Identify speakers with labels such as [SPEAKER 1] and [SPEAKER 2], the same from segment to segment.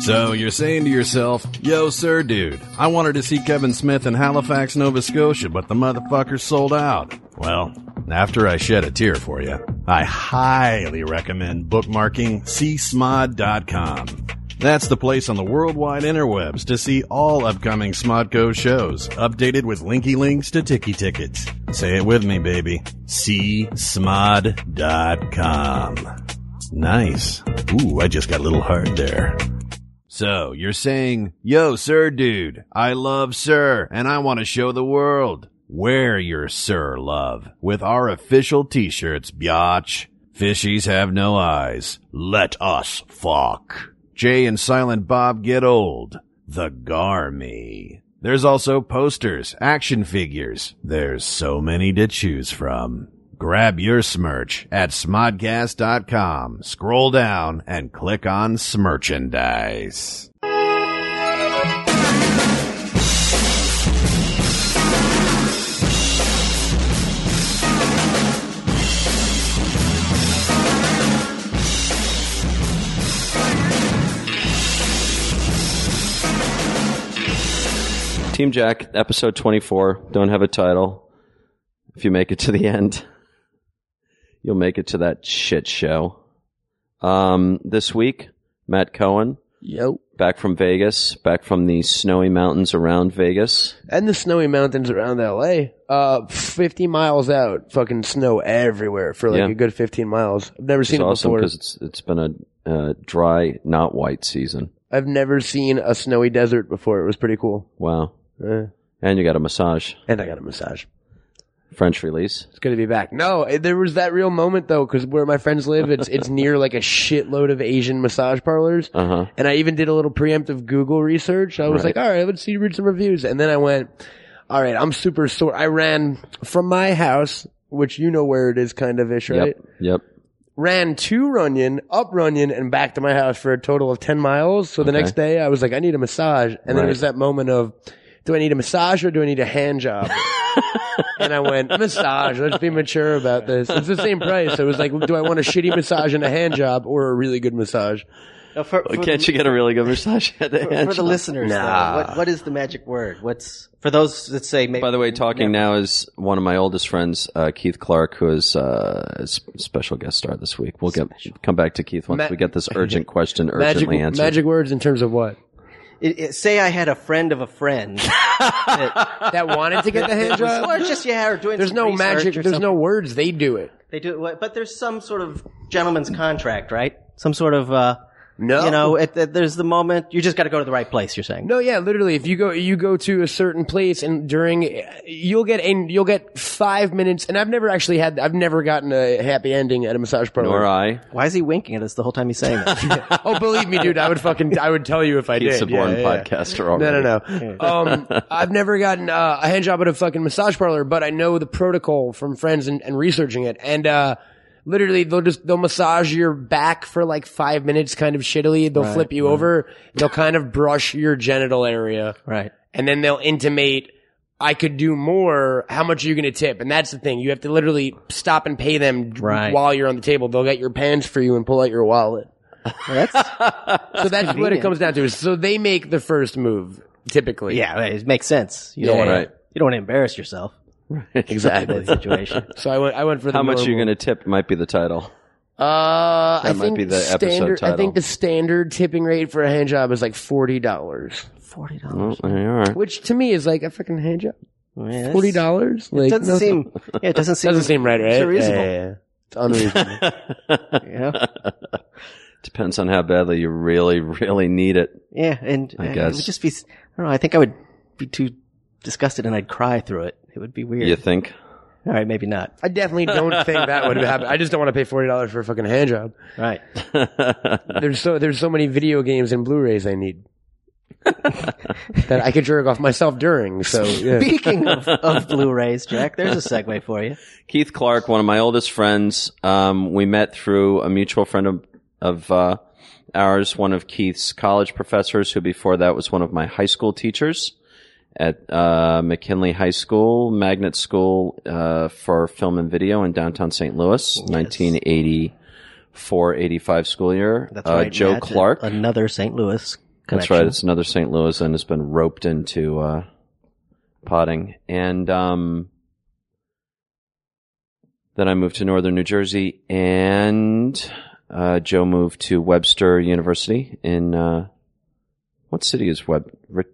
[SPEAKER 1] So you're saying to yourself, yo, sir, dude, I wanted to see Kevin Smith in Halifax, Nova Scotia, but the motherfucker sold out. Well, after I shed a tear for you, I highly recommend bookmarking csmod.com. That's the place on the worldwide interwebs to see all upcoming Smodco shows, updated with linky links to Tiki Tickets. Say it with me, baby. csmod.com. Nice. Ooh, I just got a little hard there. So you're saying, yo, sir, dude, I love sir, and I want to show the world. Wear your sir love with our official t-shirts, biatch. Fishies have no eyes. Let us fuck. Jay and Silent Bob get old. The Garmy. There's also posters, action figures. There's so many to choose from. Grab your smirch at smodcast.com. Scroll down and click on smerchandise.
[SPEAKER 2] Team Jack, episode 24. Don't have a title. If you make it to the end, you'll make it to that shit show. Um, this week, Matt Cohen.
[SPEAKER 3] Yo.
[SPEAKER 2] Back from Vegas, back from the snowy mountains around Vegas.
[SPEAKER 3] And the snowy mountains around LA. Uh, 50 miles out, fucking snow everywhere for like
[SPEAKER 2] Yeah.
[SPEAKER 3] a good 15 miles. I've never
[SPEAKER 2] It's
[SPEAKER 3] seen it
[SPEAKER 2] awesome
[SPEAKER 3] before.
[SPEAKER 2] because it's it's been a uh, dry, not white season.
[SPEAKER 3] I've never seen a snowy desert before. It was pretty cool.
[SPEAKER 2] Wow,
[SPEAKER 3] Uh,
[SPEAKER 2] and you got a massage,
[SPEAKER 3] and I got a massage.
[SPEAKER 2] French release.
[SPEAKER 3] It's gonna be back. No, eh, there was that real moment though, because where my friends live, it's it's near like a shitload of Asian massage parlors.
[SPEAKER 2] Uh huh.
[SPEAKER 3] And I even did a little preemptive Google research. I was
[SPEAKER 2] Right.
[SPEAKER 3] like, all right, let's see, read some reviews. And then I went, all right, I'm super sore. I ran from my house, which you know where it is kind of ish, right?
[SPEAKER 2] Yep. Yep.
[SPEAKER 3] Ran to Runyon, up Runyon, and back to my house for a total of 10 miles. So the
[SPEAKER 2] Okay.
[SPEAKER 3] next day I was like, I need a massage. And then
[SPEAKER 2] Right.
[SPEAKER 3] it was that moment of, do I need a massage or do I need a hand job? and I went, massage, let's be mature about this. It's the same price. It was like, do I want a shitty massage and a hand job or a really good massage?
[SPEAKER 4] Uh, for, for
[SPEAKER 2] Can't you get a really good massage at the
[SPEAKER 4] the, for,
[SPEAKER 2] end?
[SPEAKER 4] for the listeners,
[SPEAKER 3] Nah.
[SPEAKER 4] though, what, what is the magic word? What's for those that say? Maybe,
[SPEAKER 2] By the way, talking now is one of my oldest friends, uh, Keith Clark, who is uh, a s- special guest star this week. We'll get come back to Keith once
[SPEAKER 3] Ma-
[SPEAKER 2] we get this urgent question
[SPEAKER 3] Magic,
[SPEAKER 2] urgently answered.
[SPEAKER 3] magic words in terms of what?
[SPEAKER 4] It- it- say I had a friend of a friend, that-
[SPEAKER 3] that wanted to get the hand
[SPEAKER 4] or
[SPEAKER 3] job.
[SPEAKER 4] just yeah, or doing.
[SPEAKER 3] There's
[SPEAKER 4] some
[SPEAKER 3] no
[SPEAKER 4] research
[SPEAKER 3] magic.
[SPEAKER 4] or
[SPEAKER 3] There's no
[SPEAKER 4] something.
[SPEAKER 3] words. They do it.
[SPEAKER 4] They do, it- but there's some sort of gentleman's contract, right? Some sort of. Uh,
[SPEAKER 3] No.
[SPEAKER 4] You know, at, at, there's the moment you just got to go to the right place. You're saying
[SPEAKER 3] No, yeah, literally. If you go, you go to a certain place, and during, you'll get a, you'll get five minutes. And I've never actually had, I've never gotten a happy ending at a massage parlor.
[SPEAKER 2] Nor I.
[SPEAKER 4] Why is he winking at us the whole time he's saying it?
[SPEAKER 3] Oh, believe me, dude, I would fucking, I would tell you if I did.
[SPEAKER 2] He's a born
[SPEAKER 3] Yeah, yeah, yeah.
[SPEAKER 2] podcaster
[SPEAKER 3] No,
[SPEAKER 2] already.
[SPEAKER 3] no, no. Um,
[SPEAKER 4] Mm.
[SPEAKER 3] I've never gotten uh, a hand job at a fucking massage parlor, but I know the protocol from friends and, and researching it. And uh, literally, they'll just they'll massage your back for like five minutes, kind of shittily. They'll flip you over. They'll kind of brush your genital area,
[SPEAKER 4] right.
[SPEAKER 3] and then they'll intimate. I could do more. How much are you going to tip? And that's the thing. You have to literally stop and pay them
[SPEAKER 4] Right.
[SPEAKER 3] while you're on the table. They'll get your pants for you and pull out your wallet.
[SPEAKER 4] Well, that's
[SPEAKER 3] So that's what it comes down to. Is so they make the first move typically.
[SPEAKER 4] yeah, it makes sense. You don't
[SPEAKER 3] Yeah.
[SPEAKER 4] want
[SPEAKER 2] Right.
[SPEAKER 4] to. You don't want to embarrass yourself.
[SPEAKER 3] exactly.
[SPEAKER 4] in that situation.
[SPEAKER 3] So I went. I went for the
[SPEAKER 2] How much are you going
[SPEAKER 3] normal.
[SPEAKER 2] to tip might be the title.
[SPEAKER 3] Uh, I
[SPEAKER 2] That might
[SPEAKER 3] think
[SPEAKER 2] be the episode
[SPEAKER 3] standard. I
[SPEAKER 2] title.
[SPEAKER 3] think the standard tipping rate for a hand job is like forty dollars,
[SPEAKER 4] Forty
[SPEAKER 2] Well,
[SPEAKER 4] dollars.
[SPEAKER 2] there you are.
[SPEAKER 3] which to me is like a fucking hand job. Forty dollars. Like
[SPEAKER 4] Doesn't
[SPEAKER 3] no-
[SPEAKER 4] seem. Yeah, it doesn't seem.
[SPEAKER 3] doesn't seem right, right?
[SPEAKER 4] It's reasonable.
[SPEAKER 3] Yeah, yeah, yeah. It's unreasonable.
[SPEAKER 4] Yeah,
[SPEAKER 2] Depends on how badly you really, really need it.
[SPEAKER 4] yeah, and
[SPEAKER 2] I
[SPEAKER 4] uh, it
[SPEAKER 2] guess.
[SPEAKER 4] would just be. s- I don't know. I think I would be too disgusted, and I'd cry through it. It would be weird.
[SPEAKER 2] You think?
[SPEAKER 4] All right, maybe not.
[SPEAKER 3] I definitely don't think that would happen. I just don't want to pay forty dollars for a fucking hand job.
[SPEAKER 4] Right.
[SPEAKER 3] There's so there's so many video games and Blu-rays I need that I could jerk off myself during. So yeah.
[SPEAKER 4] Speaking of, of Blu-rays, Jack, there's a segue for you.
[SPEAKER 2] Keith Clark, one of my oldest friends, um, we met through a mutual friend of, of uh, ours, one of Keith's college professors, who before that was one of my high school teachers at uh, McKinley High School, Magnet School uh, for Film and Video in downtown St. Louis, 1984 85 school year.
[SPEAKER 4] That's
[SPEAKER 2] uh,
[SPEAKER 4] right,
[SPEAKER 2] Joe
[SPEAKER 4] Matt,
[SPEAKER 2] Clark.
[SPEAKER 4] another St. Louis
[SPEAKER 2] That's right. It's another St. Louis and has been roped into uh, potting. And um, then I moved to northern New Jersey, and uh, Joe moved to Webster University in uh, what city is Web? Ri-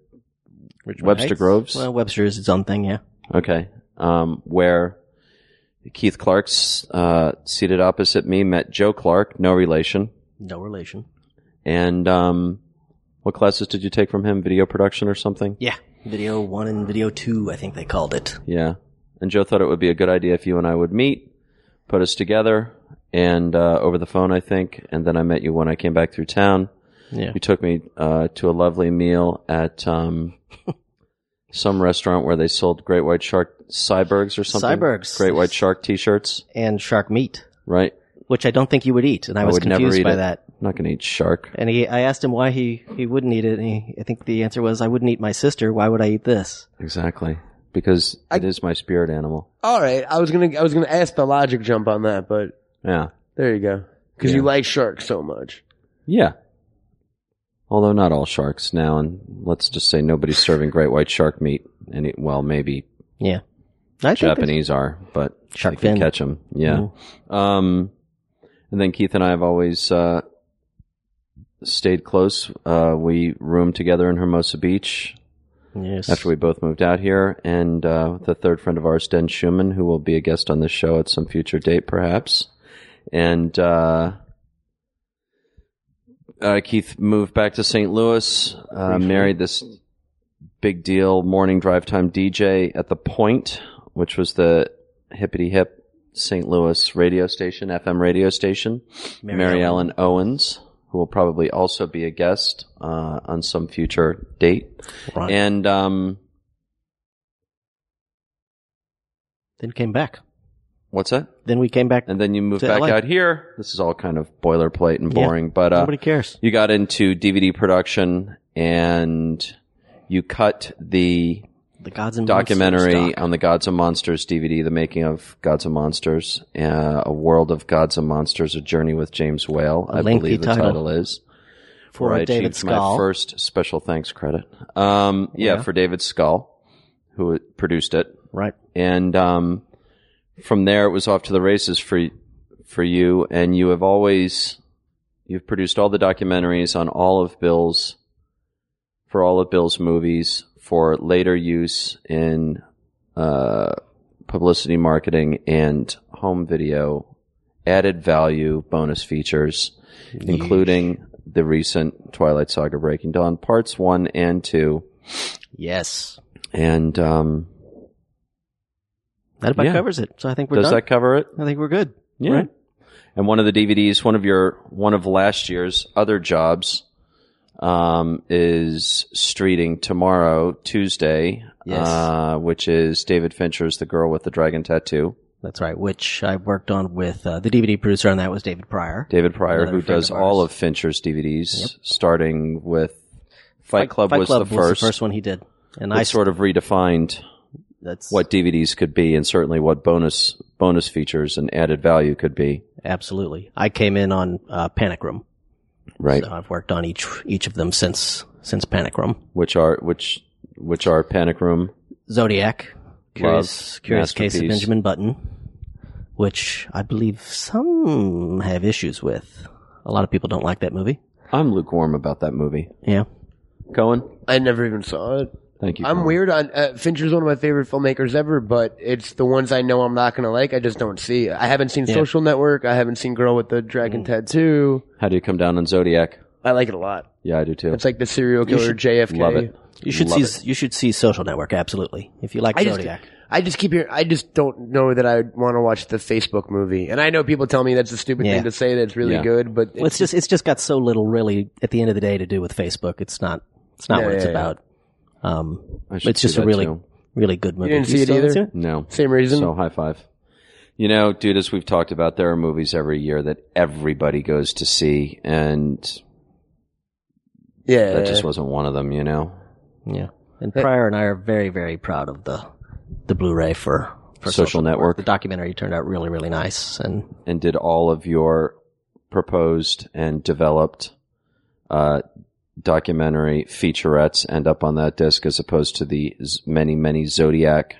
[SPEAKER 4] Richmond
[SPEAKER 2] Webster
[SPEAKER 4] Heights?
[SPEAKER 2] Groves?
[SPEAKER 4] Well, Webster is its own thing, yeah.
[SPEAKER 2] Okay. Um, where Keith Clark's uh, seated opposite me met Joe Clark, no relation.
[SPEAKER 4] No relation.
[SPEAKER 2] And um, what classes did you take from him? Video production or something?
[SPEAKER 4] Yeah. Video one and video two, I think they called it.
[SPEAKER 2] Yeah. And Joe thought it would be a good idea if you and I would meet, put us together, and uh, over the phone, I think. And then I met you when I came back through town.
[SPEAKER 4] Yeah.
[SPEAKER 2] You took me uh, to a lovely meal at um, some restaurant where they sold Great White Shark Cybergs or something.
[SPEAKER 4] Cybergs.
[SPEAKER 2] Great White Shark T-shirts,
[SPEAKER 4] And shark meat,
[SPEAKER 2] right?
[SPEAKER 4] which I don't think you would eat, and I,
[SPEAKER 2] I
[SPEAKER 4] was
[SPEAKER 2] would never
[SPEAKER 4] confused
[SPEAKER 2] eat
[SPEAKER 4] by
[SPEAKER 2] it.
[SPEAKER 4] that.
[SPEAKER 2] I'm not going to eat shark.
[SPEAKER 4] And he, I asked him why he, he wouldn't eat it, and he, I think the answer was, I wouldn't eat my sister, why would I eat this?
[SPEAKER 2] Exactly, because it is my spirit animal.
[SPEAKER 3] All right, I was gonna I was gonna ask the logic jump on that, but
[SPEAKER 2] Yeah,
[SPEAKER 3] there you go. Because you
[SPEAKER 2] Yeah.
[SPEAKER 3] like sharks so much.
[SPEAKER 2] yeah. Although not all sharks now, and let's just say nobody's serving great white shark meat. Any well, maybe
[SPEAKER 4] Yeah. I think that's-
[SPEAKER 2] Japanese are, but
[SPEAKER 4] Shark
[SPEAKER 2] they can
[SPEAKER 4] fin. Mm-hmm.
[SPEAKER 2] catch them. Yeah. Um, and then Keith and I have always uh, stayed close. Uh, we roomed together in Hermosa Beach
[SPEAKER 4] Yes.
[SPEAKER 2] after we both moved out here, and uh, the third friend of ours, Den Schumann, who will be a guest on this show at some future date, perhaps. And uh, uh, Keith moved back to St. Louis, uh, married this big deal morning drive time DJ at the Point, which was the hippity hip St. Louis radio station, FM radio station. Mary,
[SPEAKER 4] Mary
[SPEAKER 2] Ellen Owens, who will probably also be a guest uh, on some future date.
[SPEAKER 4] Right.
[SPEAKER 2] And um,
[SPEAKER 4] then came back.
[SPEAKER 2] what's that?
[SPEAKER 4] Then we came back.
[SPEAKER 2] And then you moved
[SPEAKER 4] To
[SPEAKER 2] back
[SPEAKER 4] LA.
[SPEAKER 2] out here. This is all kind of boilerplate and
[SPEAKER 4] Yeah.
[SPEAKER 2] boring, but uh,
[SPEAKER 4] Nobody cares.
[SPEAKER 2] you got into DVD production and you cut the
[SPEAKER 4] The gods and Monsters
[SPEAKER 2] documentary
[SPEAKER 4] doc.
[SPEAKER 2] on the Gods and Monsters DVD, the making of Gods and Monsters, uh, a world of Gods and Monsters, a journey with James Whale.
[SPEAKER 4] A
[SPEAKER 2] I
[SPEAKER 4] lengthy
[SPEAKER 2] believe the
[SPEAKER 4] title.
[SPEAKER 2] title is.
[SPEAKER 4] for
[SPEAKER 2] where I
[SPEAKER 4] David
[SPEAKER 2] achieved my
[SPEAKER 4] Scull.
[SPEAKER 2] first special thanks credit. Um, yeah,
[SPEAKER 4] Yeah.
[SPEAKER 2] for David Scull, who produced it,
[SPEAKER 4] right.
[SPEAKER 2] and um, from there it was off to the races for for you. And you have always you've produced all the documentaries on all of Bill's for all of Bill's movies for later use in uh, publicity, marketing, and home video, added value, bonus features, including the recent Twilight Saga: Breaking Dawn parts one and two,
[SPEAKER 4] Yes.
[SPEAKER 2] and um,
[SPEAKER 4] That about
[SPEAKER 2] Yeah.
[SPEAKER 4] covers it. So I think we're
[SPEAKER 2] does
[SPEAKER 4] done.
[SPEAKER 2] that cover it?
[SPEAKER 4] I think we're good.
[SPEAKER 2] Yeah.
[SPEAKER 4] Right?
[SPEAKER 2] And one of the DVDs, one of your one of last year's other jobs um, is streeting tomorrow, Tuesday,
[SPEAKER 4] Yes.
[SPEAKER 2] uh, which is David Fincher's The Girl with the Dragon Tattoo.
[SPEAKER 4] That's right. Which I worked on with uh, the DVD producer on that was David Pryor.
[SPEAKER 2] David Pryor,
[SPEAKER 4] Another
[SPEAKER 2] who
[SPEAKER 4] friend
[SPEAKER 2] does
[SPEAKER 4] of
[SPEAKER 2] all
[SPEAKER 4] ours.
[SPEAKER 2] of Fincher's DVDs, starting with Fight Club, was,
[SPEAKER 4] Club
[SPEAKER 2] the first,
[SPEAKER 4] the first one he did, and
[SPEAKER 2] that
[SPEAKER 4] I
[SPEAKER 2] sort of redefined
[SPEAKER 4] that's
[SPEAKER 2] what DVDs could be, and certainly what bonus bonus features and added value could be.
[SPEAKER 4] absolutely. I came in on uh, Panic Room.
[SPEAKER 2] Right,
[SPEAKER 4] So I've worked on each each of them since since Panic Room.
[SPEAKER 2] which are which which are Panic Room.
[SPEAKER 4] Zodiac, Curious
[SPEAKER 2] Love,
[SPEAKER 4] Curious Case of
[SPEAKER 2] Masterpiece.
[SPEAKER 4] Benjamin Button, which I believe some have issues with. A lot of people don't like that movie.
[SPEAKER 2] I'm lukewarm about that movie.
[SPEAKER 4] Yeah,
[SPEAKER 2] Cohen,
[SPEAKER 3] I never even saw it.
[SPEAKER 2] thank you.
[SPEAKER 3] I'm
[SPEAKER 2] Cohen.
[SPEAKER 3] weird on uh, Fincher's one of my favorite filmmakers ever, but it's the ones I know I'm not gonna like. I just don't see. I haven't seen Social Network. I haven't seen Girl with the Dragon Tattoo.
[SPEAKER 2] How do you come down on Zodiac?
[SPEAKER 3] I like it a lot.
[SPEAKER 2] Yeah, I do too.
[SPEAKER 3] It's like the serial killer JFK.
[SPEAKER 2] Love it.
[SPEAKER 4] you should
[SPEAKER 2] Love
[SPEAKER 4] see you should see Social Network absolutely if you like
[SPEAKER 3] I just,
[SPEAKER 4] Zodiac.
[SPEAKER 3] I just keep hearing. I just don't know that I want to watch the Facebook movie, and I know people tell me that's a stupid
[SPEAKER 4] Yeah.
[SPEAKER 3] thing to say. That's really
[SPEAKER 2] Yeah.
[SPEAKER 3] good, but
[SPEAKER 4] Well, it's just it's just got so little really at the end of the day to do with Facebook. It's not it's not
[SPEAKER 3] Yeah,
[SPEAKER 4] what it's
[SPEAKER 3] yeah, yeah.
[SPEAKER 4] about. Um,
[SPEAKER 2] I should
[SPEAKER 4] it's
[SPEAKER 2] see
[SPEAKER 4] just a
[SPEAKER 2] that,
[SPEAKER 4] really
[SPEAKER 2] too.
[SPEAKER 4] really good movie.
[SPEAKER 3] didn't see it
[SPEAKER 4] still haven't
[SPEAKER 3] either?
[SPEAKER 4] seen
[SPEAKER 2] no.
[SPEAKER 3] same reason.
[SPEAKER 2] So high five. You know, dude, as we've talked about, there are movies every year that everybody goes to see, and
[SPEAKER 3] yeah,
[SPEAKER 2] that just
[SPEAKER 3] Uh,
[SPEAKER 2] wasn't one of them. You know,
[SPEAKER 4] it? Yeah. And Pryor and I are very very proud of the the Blu-ray for for
[SPEAKER 2] Social Network.
[SPEAKER 4] The documentary turned out really really nice and
[SPEAKER 2] and did all of your proposed and developed uh, documentary featurettes end up on that disc as opposed to the z- many, many Zodiac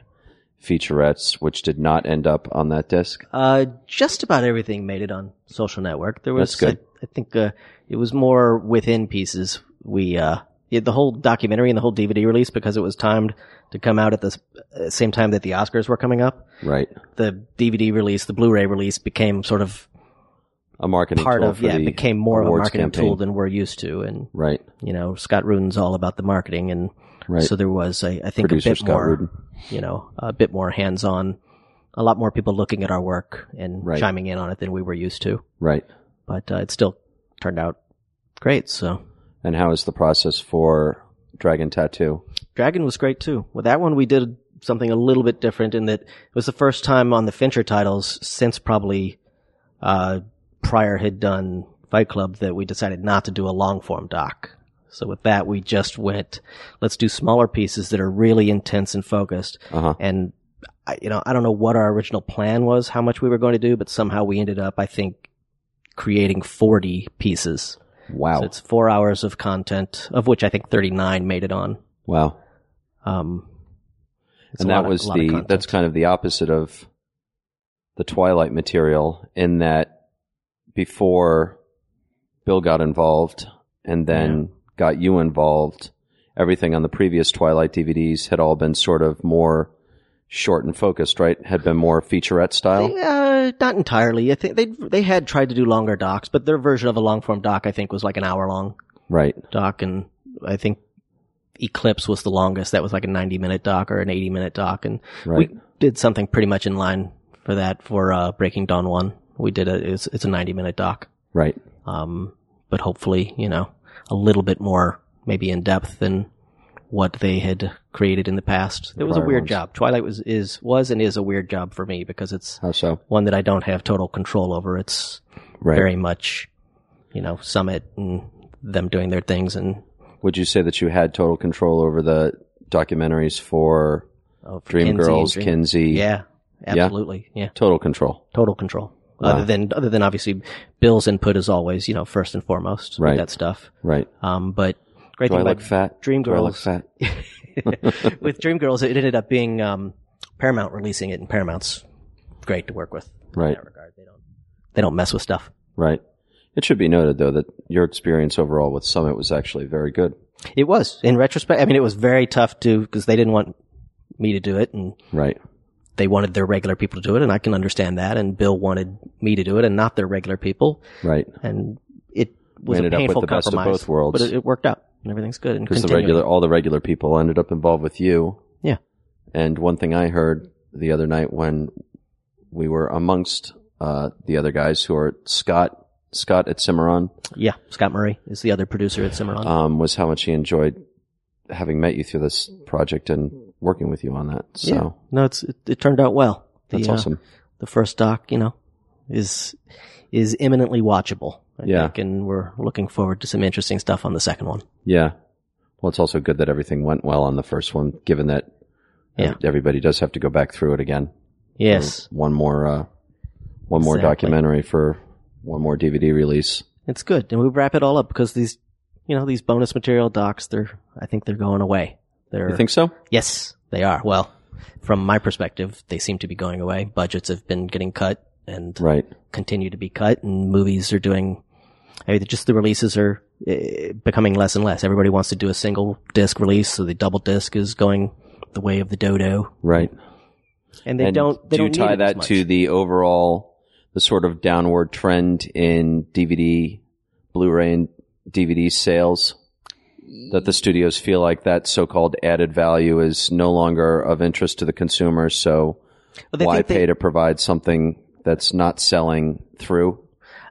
[SPEAKER 2] featurettes, which did not end up on that disc.
[SPEAKER 4] Uh, just about everything made it on social network. There was,
[SPEAKER 2] That's good.
[SPEAKER 4] I, I think, uh, it was more within pieces. We, uh, yeah, the whole documentary and the whole DVD release because it was timed to come out at the s- uh, same time that the Oscars were coming up.
[SPEAKER 2] Right.
[SPEAKER 4] The DVD release, the Blu-ray release became sort of
[SPEAKER 2] A marketing
[SPEAKER 4] part
[SPEAKER 2] tool
[SPEAKER 4] of,
[SPEAKER 2] for
[SPEAKER 4] yeah,
[SPEAKER 2] the
[SPEAKER 4] it became more of a
[SPEAKER 2] awards
[SPEAKER 4] marketing
[SPEAKER 2] campaign.
[SPEAKER 4] tool than we're used to. And,
[SPEAKER 2] Right.
[SPEAKER 4] you know, Scott Rudin's all about the marketing. And
[SPEAKER 2] Right.
[SPEAKER 4] so there was, I, I think, a
[SPEAKER 2] Producer
[SPEAKER 4] bit
[SPEAKER 2] Scott
[SPEAKER 4] more,
[SPEAKER 2] Rudin.
[SPEAKER 4] you know, a bit more hands-on, a lot more people looking at our work and
[SPEAKER 2] Right.
[SPEAKER 4] chiming in on it than we were used to.
[SPEAKER 2] Right.
[SPEAKER 4] but uh, it still turned out great. So
[SPEAKER 2] And how is the process for Dragon Tattoo?
[SPEAKER 4] Dragon was great too. With that one, we did something a little bit different in that it was the first time on the Fincher titles since probably uh, Pryor had done Fight Club that we decided not to do a long form doc. So with that, we just went, let's do smaller pieces that are really intense and focused.
[SPEAKER 2] Uh-huh.
[SPEAKER 4] And I, you know, I don't know what our original plan was, how much we were going to do, but somehow we ended up, I think, creating 40 pieces.
[SPEAKER 2] Wow.
[SPEAKER 4] So it's four hours of content, of which I think 39 made it on.
[SPEAKER 2] wow.
[SPEAKER 4] Um, it's
[SPEAKER 2] and
[SPEAKER 4] a
[SPEAKER 2] that
[SPEAKER 4] lot of-
[SPEAKER 2] was
[SPEAKER 4] a lot of
[SPEAKER 2] the
[SPEAKER 4] content.
[SPEAKER 2] that's kind of the opposite of the twilight material in that before bill got involved and then got you involved everything on the previous twilight dvds had all been sort of more short and focused right had been more featurette style
[SPEAKER 4] Uh, not entirely. I think they they had tried to do longer docs, but their version of a long form doc I think was like an hour long
[SPEAKER 2] right
[SPEAKER 4] doc, and I think Eclipse was the longest. That was like a ninety minute doc or an eighty minute doc, and
[SPEAKER 2] right
[SPEAKER 4] we did something pretty much in line for that for uh, Breaking Dawn One. We did a it's, it's a ninety minute doc,
[SPEAKER 2] right
[SPEAKER 4] um, but hopefully you know a little bit more maybe in depth than what they had created in the past. It was a
[SPEAKER 2] prior
[SPEAKER 4] weird
[SPEAKER 2] ones.
[SPEAKER 4] job. Twilight was is was and is a weird job for me because it's
[SPEAKER 2] how so
[SPEAKER 4] one that I don't have total control over. It's
[SPEAKER 2] right
[SPEAKER 4] very much you know Summit and them doing their things and
[SPEAKER 2] would you say that you had total control over the documentaries for
[SPEAKER 4] oh, for
[SPEAKER 2] dream
[SPEAKER 4] Kinsey and
[SPEAKER 2] girls
[SPEAKER 4] Dream-
[SPEAKER 2] kinsey
[SPEAKER 4] Yeah,
[SPEAKER 2] Yeah.
[SPEAKER 4] absolutely. Yeah,
[SPEAKER 2] total control
[SPEAKER 4] total control.
[SPEAKER 2] Wow.
[SPEAKER 4] Other than other than obviously Bill's input is always you know first and foremost
[SPEAKER 2] Right.
[SPEAKER 4] with that stuff.
[SPEAKER 2] right
[SPEAKER 4] Um, but great
[SPEAKER 2] do i
[SPEAKER 4] thing
[SPEAKER 2] look
[SPEAKER 4] about
[SPEAKER 2] fat
[SPEAKER 4] Dream
[SPEAKER 2] do i look
[SPEAKER 4] Girls.
[SPEAKER 2] fat
[SPEAKER 4] with Dreamgirls, it ended up being um, Paramount releasing it, and Paramount's great to work with in
[SPEAKER 2] Right,
[SPEAKER 4] that regard. They don't they don't mess with stuff.
[SPEAKER 2] right. It should be noted, though, that your experience overall with Summit was actually very good.
[SPEAKER 4] It was in retrospect. I mean, it was very tough to because they didn't want me to do it, and
[SPEAKER 2] Right,
[SPEAKER 4] they wanted their regular people to do it, and I can understand that. And Bill wanted me to do it, and not their regular people,
[SPEAKER 2] right.
[SPEAKER 4] and it was
[SPEAKER 2] ended
[SPEAKER 4] a
[SPEAKER 2] up with
[SPEAKER 4] painful
[SPEAKER 2] the best of
[SPEAKER 4] compromise.
[SPEAKER 2] both worlds.
[SPEAKER 4] but it, it worked out, and everything's good. And
[SPEAKER 2] Because the
[SPEAKER 4] continuing.
[SPEAKER 2] regular, all the regular people ended up involved with you.
[SPEAKER 4] Yeah.
[SPEAKER 2] And one thing I heard the other night when we were amongst uh, the other guys who are Scott, Scott at Cimarron,
[SPEAKER 4] yeah, Scott Murray is the other producer at Cimarron.
[SPEAKER 2] um, was how much he enjoyed having met you through this project and working with you on that. So
[SPEAKER 4] Yeah. no, it's it, it turned out well. The,
[SPEAKER 2] that's
[SPEAKER 4] uh,
[SPEAKER 2] awesome.
[SPEAKER 4] the first doc, you know, is is imminently watchable. I
[SPEAKER 2] Yeah.
[SPEAKER 4] think, and we're looking forward to some interesting stuff on the second one.
[SPEAKER 2] Yeah. Well, it's also good that everything went well on the first one, given that
[SPEAKER 4] Yeah.
[SPEAKER 2] everybody does have to go back through it again.
[SPEAKER 4] Yes,
[SPEAKER 2] One more, uh, one more
[SPEAKER 4] Exactly.
[SPEAKER 2] documentary for one more DVD release.
[SPEAKER 4] it's good, and we wrap it all up because these, you know, these bonus material docs, they're I think they're going away. They're
[SPEAKER 2] You think so?
[SPEAKER 4] yes, they are. Well, from my perspective, they seem to be going away. Budgets have been getting cut and
[SPEAKER 2] Right.
[SPEAKER 4] continue to be cut, and movies are doing. I mean, just the releases are uh, becoming less and less. Everybody wants to do a single disc release, so the double disc is going the way of the dodo.
[SPEAKER 2] Right.
[SPEAKER 4] and they
[SPEAKER 2] and
[SPEAKER 4] don't. They
[SPEAKER 2] do you
[SPEAKER 4] don't
[SPEAKER 2] tie
[SPEAKER 4] need it as
[SPEAKER 2] that
[SPEAKER 4] much.
[SPEAKER 2] to the overall, the sort of downward trend in DVD, Blu-ray and DVD sales? That the studios feel like that so-called added value is no longer of interest to the consumer, so
[SPEAKER 4] Well, they
[SPEAKER 2] why
[SPEAKER 4] think they-
[SPEAKER 2] pay to provide something that's not selling through?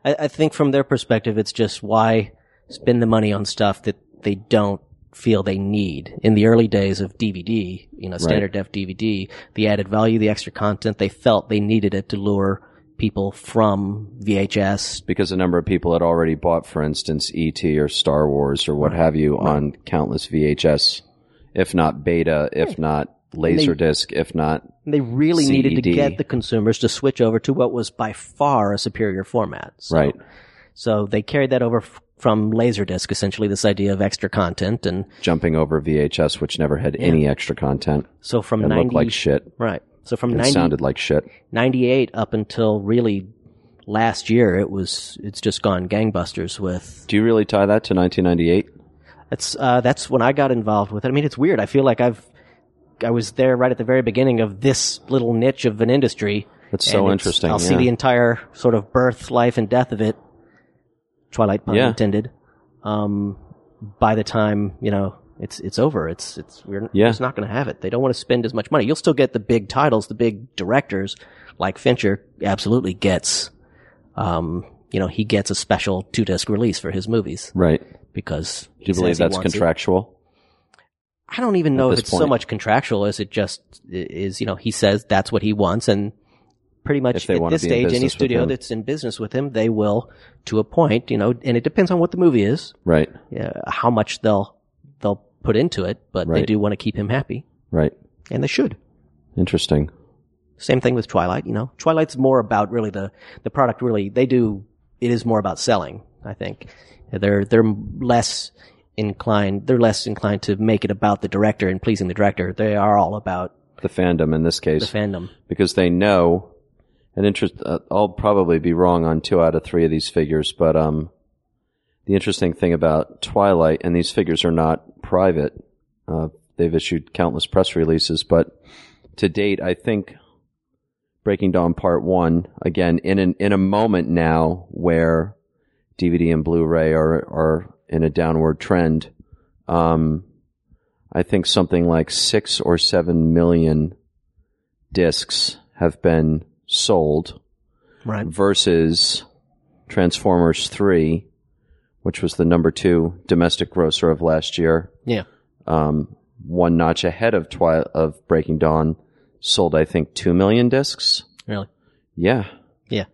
[SPEAKER 4] I, I think from their perspective, it's just why spend the money on stuff that they don't feel they need. In the early days of DVD, you know, standard def DVD, the added value, the extra content, they felt they needed it to lure people from VHS.
[SPEAKER 2] Because a number of people had already bought, for instance, ET or Star Wars or what have you on countless VHS, if not beta, if not Laserdisc, if not
[SPEAKER 4] And they really needed to
[SPEAKER 2] CED.
[SPEAKER 4] get the consumers to switch over to what was by far a superior format. So
[SPEAKER 2] right,
[SPEAKER 4] So they carried that over f- from Laserdisc, essentially this idea of extra content. And
[SPEAKER 2] Jumping over VHS, which never had any extra content.
[SPEAKER 4] so from
[SPEAKER 2] It
[SPEAKER 4] 90,
[SPEAKER 2] looked like shit.
[SPEAKER 4] right. So from
[SPEAKER 2] It
[SPEAKER 4] 90,
[SPEAKER 2] sounded like shit.
[SPEAKER 4] 98 up until really last year, it was, it's just gone gangbusters with
[SPEAKER 2] Do you really tie that to 1998?
[SPEAKER 4] That's uh, that's when I got involved with it. I mean, it's weird. I feel like I've I was there right at the very beginning of this little niche of an industry.
[SPEAKER 2] That's so
[SPEAKER 4] and it's-
[SPEAKER 2] interesting,
[SPEAKER 4] I'll see
[SPEAKER 2] yeah.
[SPEAKER 4] the entire sort of birth, life, and death of it. Twilight pun
[SPEAKER 2] Yeah.
[SPEAKER 4] intended. Um, by the time you know it's it's over, it's it's we're
[SPEAKER 2] Yeah.
[SPEAKER 4] it's not going to have it. They don't want to spend as much money. You'll still get the big titles, the big directors like Fincher. Absolutely gets. Um, you know, he gets a special two disc release for his movies
[SPEAKER 2] Right. Do
[SPEAKER 4] because he
[SPEAKER 2] you believe
[SPEAKER 4] says he
[SPEAKER 2] that's
[SPEAKER 4] wants it.
[SPEAKER 2] contractual?
[SPEAKER 4] I don't even know if
[SPEAKER 2] this
[SPEAKER 4] it's so
[SPEAKER 2] point.
[SPEAKER 4] much contractual as it just i- is, you know, he says that's what he wants and pretty
[SPEAKER 2] If
[SPEAKER 4] much
[SPEAKER 2] they
[SPEAKER 4] at
[SPEAKER 2] wanna
[SPEAKER 4] this
[SPEAKER 2] be in
[SPEAKER 4] stage,
[SPEAKER 2] business
[SPEAKER 4] any
[SPEAKER 2] with
[SPEAKER 4] studio
[SPEAKER 2] him.
[SPEAKER 4] that's in business with him, they will to a point, you know, and it depends on what the movie is,
[SPEAKER 2] Right.
[SPEAKER 4] uh, how much they'll, they'll put into it, but they
[SPEAKER 2] Right.
[SPEAKER 4] do want to keep him happy
[SPEAKER 2] Right.
[SPEAKER 4] and they should.
[SPEAKER 2] Interesting.
[SPEAKER 4] Same thing with Twilight, you know, Twilight's more about really the, the product really, they do, it is more about selling, I think. They're, they're less inclined, they're less inclined to make it about the director and pleasing the director. They are all about
[SPEAKER 2] The fandom in this
[SPEAKER 4] the
[SPEAKER 2] case,
[SPEAKER 4] fandom.
[SPEAKER 2] because they know an interest. Uh, I'll probably be wrong on two out of three of these figures, but um, the interesting thing about Twilight, and these figures are not private. Uh, they've issued countless press releases, but to date, I think Breaking Dawn Part One again in an, in a moment now where DVD and Blu-ray are are in a downward trend. Um, I think something like six or seven million discs have been sold
[SPEAKER 4] Right.
[SPEAKER 2] versus Transformers 3, which was the number two domestic grosser of last year,
[SPEAKER 4] Yeah.
[SPEAKER 2] um, one notch ahead of Twi- of Breaking Dawn, sold I think two million discs.
[SPEAKER 4] Really.
[SPEAKER 2] Yeah,
[SPEAKER 4] Yeah.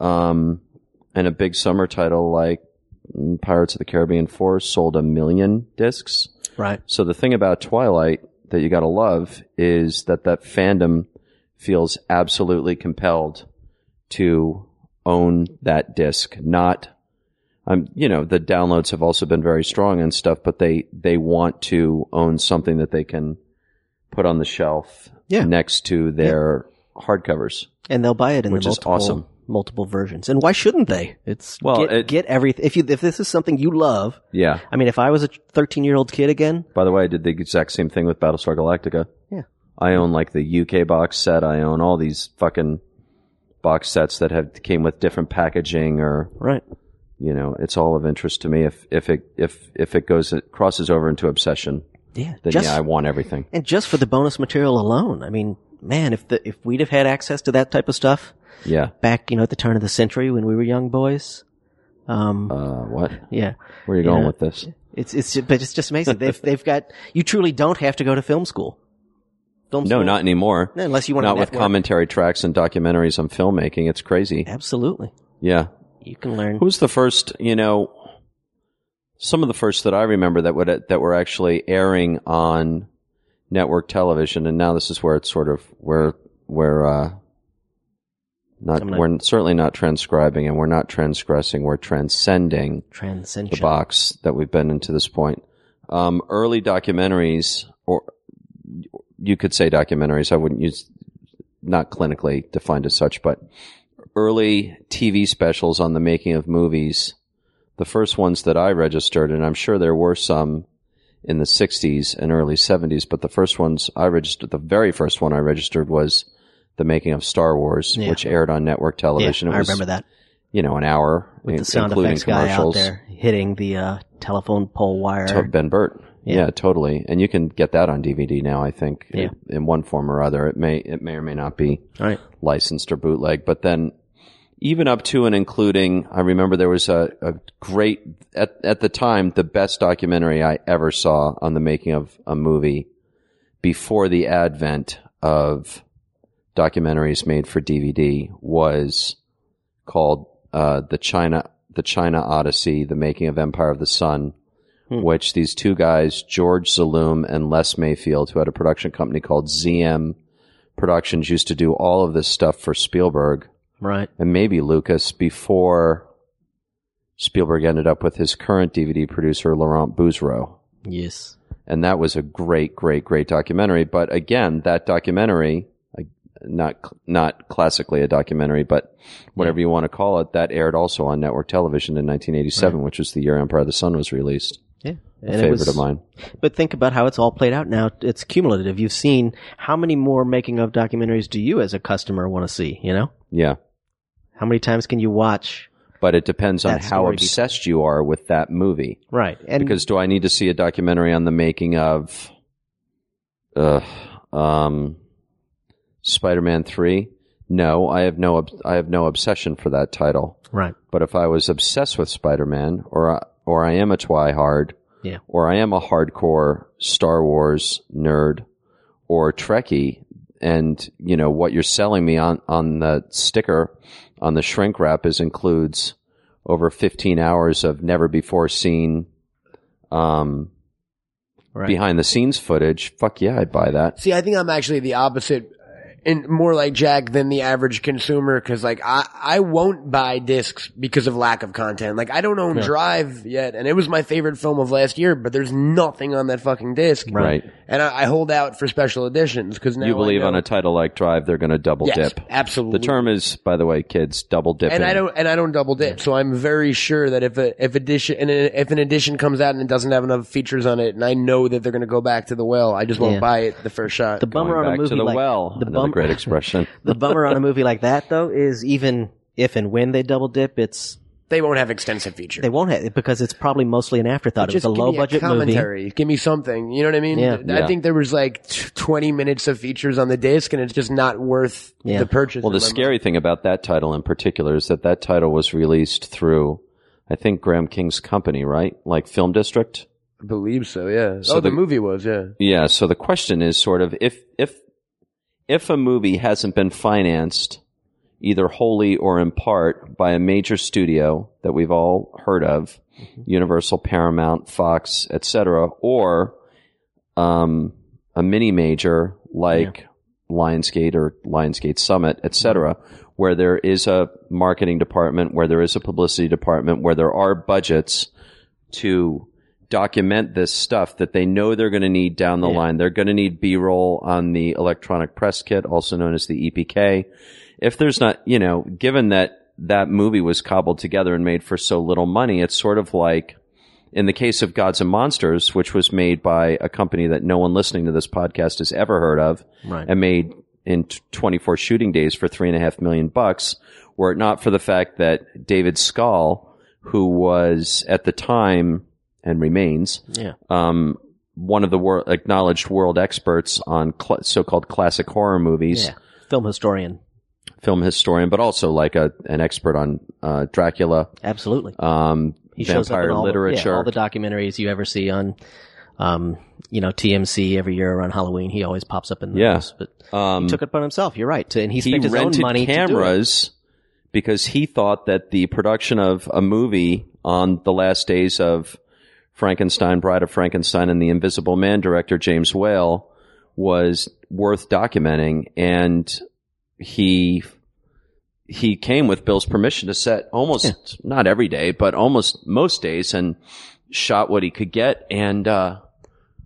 [SPEAKER 2] um, and a big summer title like Pirates of the Caribbean 4 sold a million discs.
[SPEAKER 4] Right.
[SPEAKER 2] So the thing about Twilight that you got to love is that that fandom feels absolutely compelled to own that disc. Not, um, you know, the downloads have also been very strong and stuff, but they they want to own something that they can put on the shelf
[SPEAKER 4] Yeah.
[SPEAKER 2] next to their hardcovers.
[SPEAKER 4] And they'll buy it in
[SPEAKER 2] Which
[SPEAKER 4] the
[SPEAKER 2] is
[SPEAKER 4] multiple,
[SPEAKER 2] awesome.
[SPEAKER 4] multiple versions. And why shouldn't they? It's
[SPEAKER 2] Well,
[SPEAKER 4] get,
[SPEAKER 2] it-
[SPEAKER 4] get everything. If you if this is something you love,
[SPEAKER 2] Yeah.
[SPEAKER 4] I mean, if I was a 13 year old kid again,
[SPEAKER 2] By the way, I did the exact same thing with Battlestar Galactica.
[SPEAKER 4] Yeah.
[SPEAKER 2] I own like the UK box set. I own all these fucking box sets that have came with different packaging or
[SPEAKER 4] right?
[SPEAKER 2] you know, it's all of interest to me if if it if if it goes it crosses over into obsession,
[SPEAKER 4] Yeah.
[SPEAKER 2] then
[SPEAKER 4] Just,
[SPEAKER 2] yeah, I want everything.
[SPEAKER 4] and just for the bonus material alone, I mean, man, if the if we'd have had access to that type of stuff
[SPEAKER 2] Yeah.
[SPEAKER 4] back, you know, at the turn of the century when we were young boys, um,
[SPEAKER 2] Uh what?
[SPEAKER 4] yeah,
[SPEAKER 2] Where are you going
[SPEAKER 4] Yeah.
[SPEAKER 2] with this?
[SPEAKER 4] it's it's but it's just amazing. they've they've got you truly don't have to go to film school. Film
[SPEAKER 2] No,
[SPEAKER 4] school-
[SPEAKER 2] not anymore.
[SPEAKER 4] No, unless you want
[SPEAKER 2] Not
[SPEAKER 4] to
[SPEAKER 2] with commentary tracks and documentaries on filmmaking. It's crazy.
[SPEAKER 4] Absolutely,
[SPEAKER 2] Yeah.
[SPEAKER 4] you can learn.
[SPEAKER 2] Who was the first? You know, some of the first that I remember that would that were actually airing on network television, and now this is where it's sort of where where uh, not
[SPEAKER 4] I'm not-
[SPEAKER 2] we're certainly not transcribing, and we're not transgressing, we're transcending the
[SPEAKER 4] transcension.
[SPEAKER 2] box that we've been into this point. Um, early documentaries, or you could say documentaries. I wouldn't use not clinically defined as such, but early TV specials on the making of movies. The first ones that I registered, and I'm sure there were some in the 60s and early 70s, but the first ones I registered, the very first one I registered was the making of Star Wars,
[SPEAKER 4] Yeah.
[SPEAKER 2] which aired on network
[SPEAKER 4] Yeah,
[SPEAKER 2] television.
[SPEAKER 4] I
[SPEAKER 2] it was,
[SPEAKER 4] remember that
[SPEAKER 2] you know, an hour,
[SPEAKER 4] with
[SPEAKER 2] in-
[SPEAKER 4] the sound
[SPEAKER 2] including
[SPEAKER 4] effects guy out
[SPEAKER 2] commercials.
[SPEAKER 4] there hitting the uh, telephone pole wire.
[SPEAKER 2] To- ben Burt.
[SPEAKER 4] Yeah.
[SPEAKER 2] Yeah. totally. And you can get that on DVD now. I think
[SPEAKER 4] Yeah.
[SPEAKER 2] in, in one form or other. It may it may or may not be
[SPEAKER 4] All right,
[SPEAKER 2] licensed or bootleg. But then, even up to and including, I remember there was a, a great at at the time the best documentary I ever saw on the making of a movie before the advent of documentaries made for DVD was called uh, the China the China Odyssey: The Making of Empire of the Sun.
[SPEAKER 4] Hmm.
[SPEAKER 2] Which these two guys, George Zaloom and Les Mayfield, who had a production company called ZM Productions, used to do all of this stuff for Spielberg
[SPEAKER 4] right.
[SPEAKER 2] and maybe Lucas before Spielberg ended up with his current DVD producer, Laurent Bouzreau.
[SPEAKER 4] Yes.
[SPEAKER 2] And that was a great, great, great documentary. But again, that documentary, like, not, not classically a documentary, but whatever you want to call it, that aired also on network television in 1987, which was the year Empire of the Sun was released.
[SPEAKER 4] Yeah.
[SPEAKER 2] A favorite of mine.
[SPEAKER 4] But think about how it's all played out now. It's cumulative. You've seen how many more making of documentaries do you as a customer want to see, you know?
[SPEAKER 2] Yeah.
[SPEAKER 4] How many times can you watch?
[SPEAKER 2] But it depends on
[SPEAKER 4] That
[SPEAKER 2] how
[SPEAKER 4] story
[SPEAKER 2] obsessed you are with that movie.
[SPEAKER 4] Right. And
[SPEAKER 2] because do I need to see a documentary on the making of uh, um, Spider-Man Three? No, I have no ob- I have no obsession for that title.
[SPEAKER 4] right.
[SPEAKER 2] But if I was obsessed with Spider-Man, or I, or I am a twihard,
[SPEAKER 4] Yeah.
[SPEAKER 2] or I am a hardcore Star Wars nerd, or Trekkie, and you know what you're selling me on on the sticker on the shrink wrap is includes over 15 hours of never before seen um,
[SPEAKER 4] Right.
[SPEAKER 2] behind the scenes footage. Fuck yeah, I'd buy that.
[SPEAKER 3] See, I think I'm actually the opposite uh, and more like Jack than the average consumer because like I, I won't buy discs because of lack of content. Like I don't own Drive yet and it was my favorite film of last year, but there's nothing on that fucking disc.
[SPEAKER 2] Right.
[SPEAKER 3] And I, I hold out for special editions because now
[SPEAKER 2] you believe
[SPEAKER 3] I know-
[SPEAKER 2] on a title like Drive, they're going to double
[SPEAKER 3] yes,
[SPEAKER 2] dip.
[SPEAKER 3] Absolutely.
[SPEAKER 2] The term is, by the way, kids, double dip.
[SPEAKER 3] and I don't and I don't double dip, so I'm very sure that if a if edition and a- if an edition comes out and it doesn't have enough features on it, and I know that they're going to go back to the well, I just won't
[SPEAKER 4] Yeah.
[SPEAKER 3] buy it the first shot.
[SPEAKER 4] The bummer on a
[SPEAKER 2] back
[SPEAKER 4] movie
[SPEAKER 2] to the
[SPEAKER 4] like
[SPEAKER 2] well.
[SPEAKER 4] the
[SPEAKER 2] another
[SPEAKER 4] bum-
[SPEAKER 2] great expression.
[SPEAKER 4] the bummer on a movie like that though is even if and when they double dip, it's
[SPEAKER 3] they won't have extensive features.
[SPEAKER 4] they won't have it because it's probably mostly an afterthought. It was
[SPEAKER 3] just
[SPEAKER 4] a
[SPEAKER 3] give
[SPEAKER 4] low
[SPEAKER 3] me
[SPEAKER 4] budget movie.
[SPEAKER 3] commentary. Give me something. You know what I mean?
[SPEAKER 4] Yeah.
[SPEAKER 3] I
[SPEAKER 2] Yeah.
[SPEAKER 3] think there was like t- 20 minutes of features on the disc, and it's just not worth
[SPEAKER 4] Yeah.
[SPEAKER 3] the purchase.
[SPEAKER 2] Well, the
[SPEAKER 3] in my
[SPEAKER 2] scary thing about that title in particular is that that title was released through, I think, Graham King's company, right? Like Film District.
[SPEAKER 3] mind. I believe so. Yeah.
[SPEAKER 2] So
[SPEAKER 3] oh, the,
[SPEAKER 2] the-
[SPEAKER 3] movie was yeah.
[SPEAKER 2] Yeah. So the question is sort of if if if a movie hasn't been financed either wholly or in part by a major studio that we've all heard of, Universal, Paramount, Fox, etc., or um, a mini major like Lionsgate or Lionsgate Summit, etc., where there is a marketing department, where there is a publicity department, where there are budgets to document this stuff that they know they're going to need down the line. They're going to need B-roll on the electronic press kit, also known as the EPK. If there's not, you know, given that that movie was cobbled together and made for so little money, it's sort of like in the case of Gods and Monsters, which was made by a company that no one listening to this podcast has ever heard of
[SPEAKER 4] Right.
[SPEAKER 2] and made in t- 24 shooting days for three and a half million bucks, were it not for the fact that David Scull, who was at the time and remains,
[SPEAKER 4] Yeah.
[SPEAKER 2] um, one of the wor- acknowledged world experts on cl- so-called classic horror movies,
[SPEAKER 4] Yeah. Film historian.
[SPEAKER 2] film historian, but also like a an expert on uh, Dracula,
[SPEAKER 4] Absolutely.
[SPEAKER 2] um,
[SPEAKER 4] He shows up in
[SPEAKER 2] vampire
[SPEAKER 4] all The,
[SPEAKER 2] literature,
[SPEAKER 4] yeah, all the documentaries you ever see on, um, you know, TMC every year around Halloween. He always pops up in those.
[SPEAKER 2] Yeah.
[SPEAKER 4] But
[SPEAKER 2] um,
[SPEAKER 4] he took it upon himself. You're right. And he
[SPEAKER 2] he
[SPEAKER 4] spent his own
[SPEAKER 2] rented
[SPEAKER 4] money to do it.
[SPEAKER 2] cameras because he thought that the production of a movie on the last days of Frankenstein, Bride of Frankenstein, and the Invisible Man director James Whale was worth documenting, and he he came with Bill's permission to set almost not every day, but almost most days, and shot what he could get, and uh,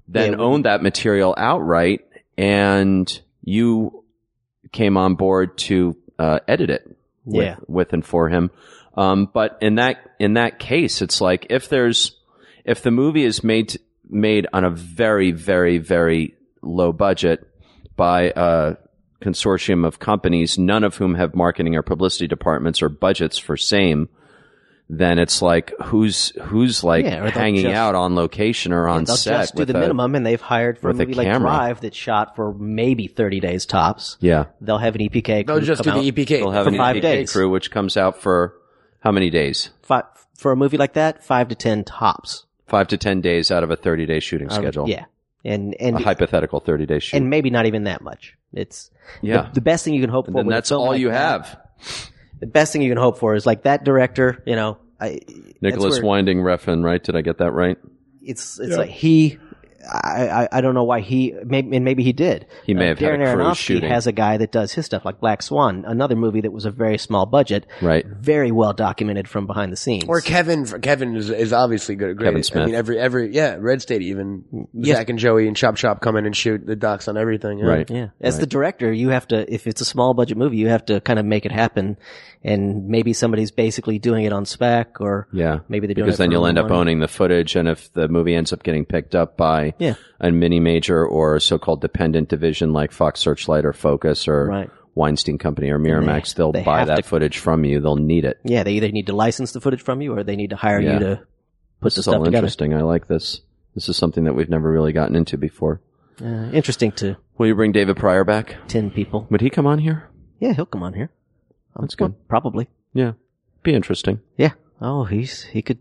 [SPEAKER 2] then
[SPEAKER 4] Yeah, we-
[SPEAKER 2] owned that material outright. And you came on board to uh, edit it with,
[SPEAKER 4] Yeah.
[SPEAKER 2] with and for him. Um, but in that in that case, it's like if there's if the movie is made made on a very very very low budget by a consortium of companies, none of whom have marketing or publicity departments or budgets for same. Then it's like who's who's like
[SPEAKER 4] Yeah, or they'll
[SPEAKER 2] hanging
[SPEAKER 4] just-
[SPEAKER 2] out on location or on
[SPEAKER 4] They'll
[SPEAKER 2] set
[SPEAKER 4] just do
[SPEAKER 2] with
[SPEAKER 4] the
[SPEAKER 2] a-
[SPEAKER 4] minimum, and they've hired for a
[SPEAKER 2] with a
[SPEAKER 4] movie like
[SPEAKER 2] camera.
[SPEAKER 4] Drive that shot for maybe 30 days tops.
[SPEAKER 2] Yeah,
[SPEAKER 4] They'll have an E EPK.
[SPEAKER 3] They'll
[SPEAKER 4] crew
[SPEAKER 3] just do
[SPEAKER 4] come
[SPEAKER 2] E
[SPEAKER 3] the E
[SPEAKER 4] out.
[SPEAKER 3] EPK.
[SPEAKER 2] they'll have
[SPEAKER 4] For
[SPEAKER 2] an
[SPEAKER 4] five
[SPEAKER 2] EPK
[SPEAKER 4] days.
[SPEAKER 2] crew which comes out for how many days?
[SPEAKER 4] Fi- for a movie like that, five to 10 tops.
[SPEAKER 2] five to ten days out of a thirty day shooting schedule.
[SPEAKER 4] Yeah. And,
[SPEAKER 2] a
[SPEAKER 4] and,
[SPEAKER 2] hypothetical thirty day shoot.
[SPEAKER 4] and maybe not even that much. It's
[SPEAKER 2] yeah,
[SPEAKER 4] the, the best thing you can hope for.
[SPEAKER 2] and
[SPEAKER 4] with a
[SPEAKER 2] that's
[SPEAKER 4] film
[SPEAKER 2] all
[SPEAKER 4] like
[SPEAKER 2] you
[SPEAKER 4] that-
[SPEAKER 2] have.
[SPEAKER 4] The best thing you can hope for is like that director, you know, I, that's
[SPEAKER 2] Nicholas
[SPEAKER 4] where-
[SPEAKER 2] Winding Refn, right? Did I get that right?
[SPEAKER 4] it's it's like he I, I, I don't know why he maybe and maybe he did.
[SPEAKER 2] He may
[SPEAKER 4] Uh,
[SPEAKER 2] have had a
[SPEAKER 4] Darren
[SPEAKER 2] crew
[SPEAKER 4] Aronofsky
[SPEAKER 2] shooting.
[SPEAKER 4] has a guy that does his stuff, like Black Swan, another movie that was a very small budget,
[SPEAKER 2] Right.
[SPEAKER 4] Very well documented from behind the scenes.
[SPEAKER 3] Or Kevin. Kevin is, is obviously good. Great.
[SPEAKER 2] Kevin
[SPEAKER 3] I
[SPEAKER 2] Smith.
[SPEAKER 3] mean, every every yeah, Red State even Zach and Joey and Chop Chop come in and shoot the docs on everything. yeah.
[SPEAKER 2] Right.
[SPEAKER 4] yeah, as the director, you have to if it's a small budget movie, you have to kind of make it happen, and maybe somebody's basically doing it on spec or
[SPEAKER 2] Yeah.
[SPEAKER 4] maybe they're doing
[SPEAKER 2] because
[SPEAKER 4] it
[SPEAKER 2] then
[SPEAKER 4] for
[SPEAKER 2] you'll end up
[SPEAKER 4] money.
[SPEAKER 2] owning the footage, and if the movie ends up getting picked up by
[SPEAKER 4] Yeah.
[SPEAKER 2] a mini major or a so-called dependent division like Fox Searchlight or Focus or
[SPEAKER 4] Right.
[SPEAKER 2] Weinstein Company or Miramax, they, will
[SPEAKER 4] they
[SPEAKER 2] buy
[SPEAKER 4] have
[SPEAKER 2] that
[SPEAKER 4] to-
[SPEAKER 2] footage from you. They'll need it.
[SPEAKER 4] Yeah, they either need to license the footage from you or they need to hire
[SPEAKER 2] Yeah.
[SPEAKER 4] you to put
[SPEAKER 2] This
[SPEAKER 4] the
[SPEAKER 2] is
[SPEAKER 4] stuff
[SPEAKER 2] all
[SPEAKER 4] together.
[SPEAKER 2] interesting. I like this. This is something that we've never really gotten into before.
[SPEAKER 4] Uh, interesting to
[SPEAKER 2] Will you bring David Pryor back?
[SPEAKER 4] ten people.
[SPEAKER 2] Would he come on here?
[SPEAKER 4] Yeah, he'll come on here. I'm
[SPEAKER 2] That's good.
[SPEAKER 4] Probably.
[SPEAKER 2] Yeah, be interesting.
[SPEAKER 4] Yeah. Oh, he's he could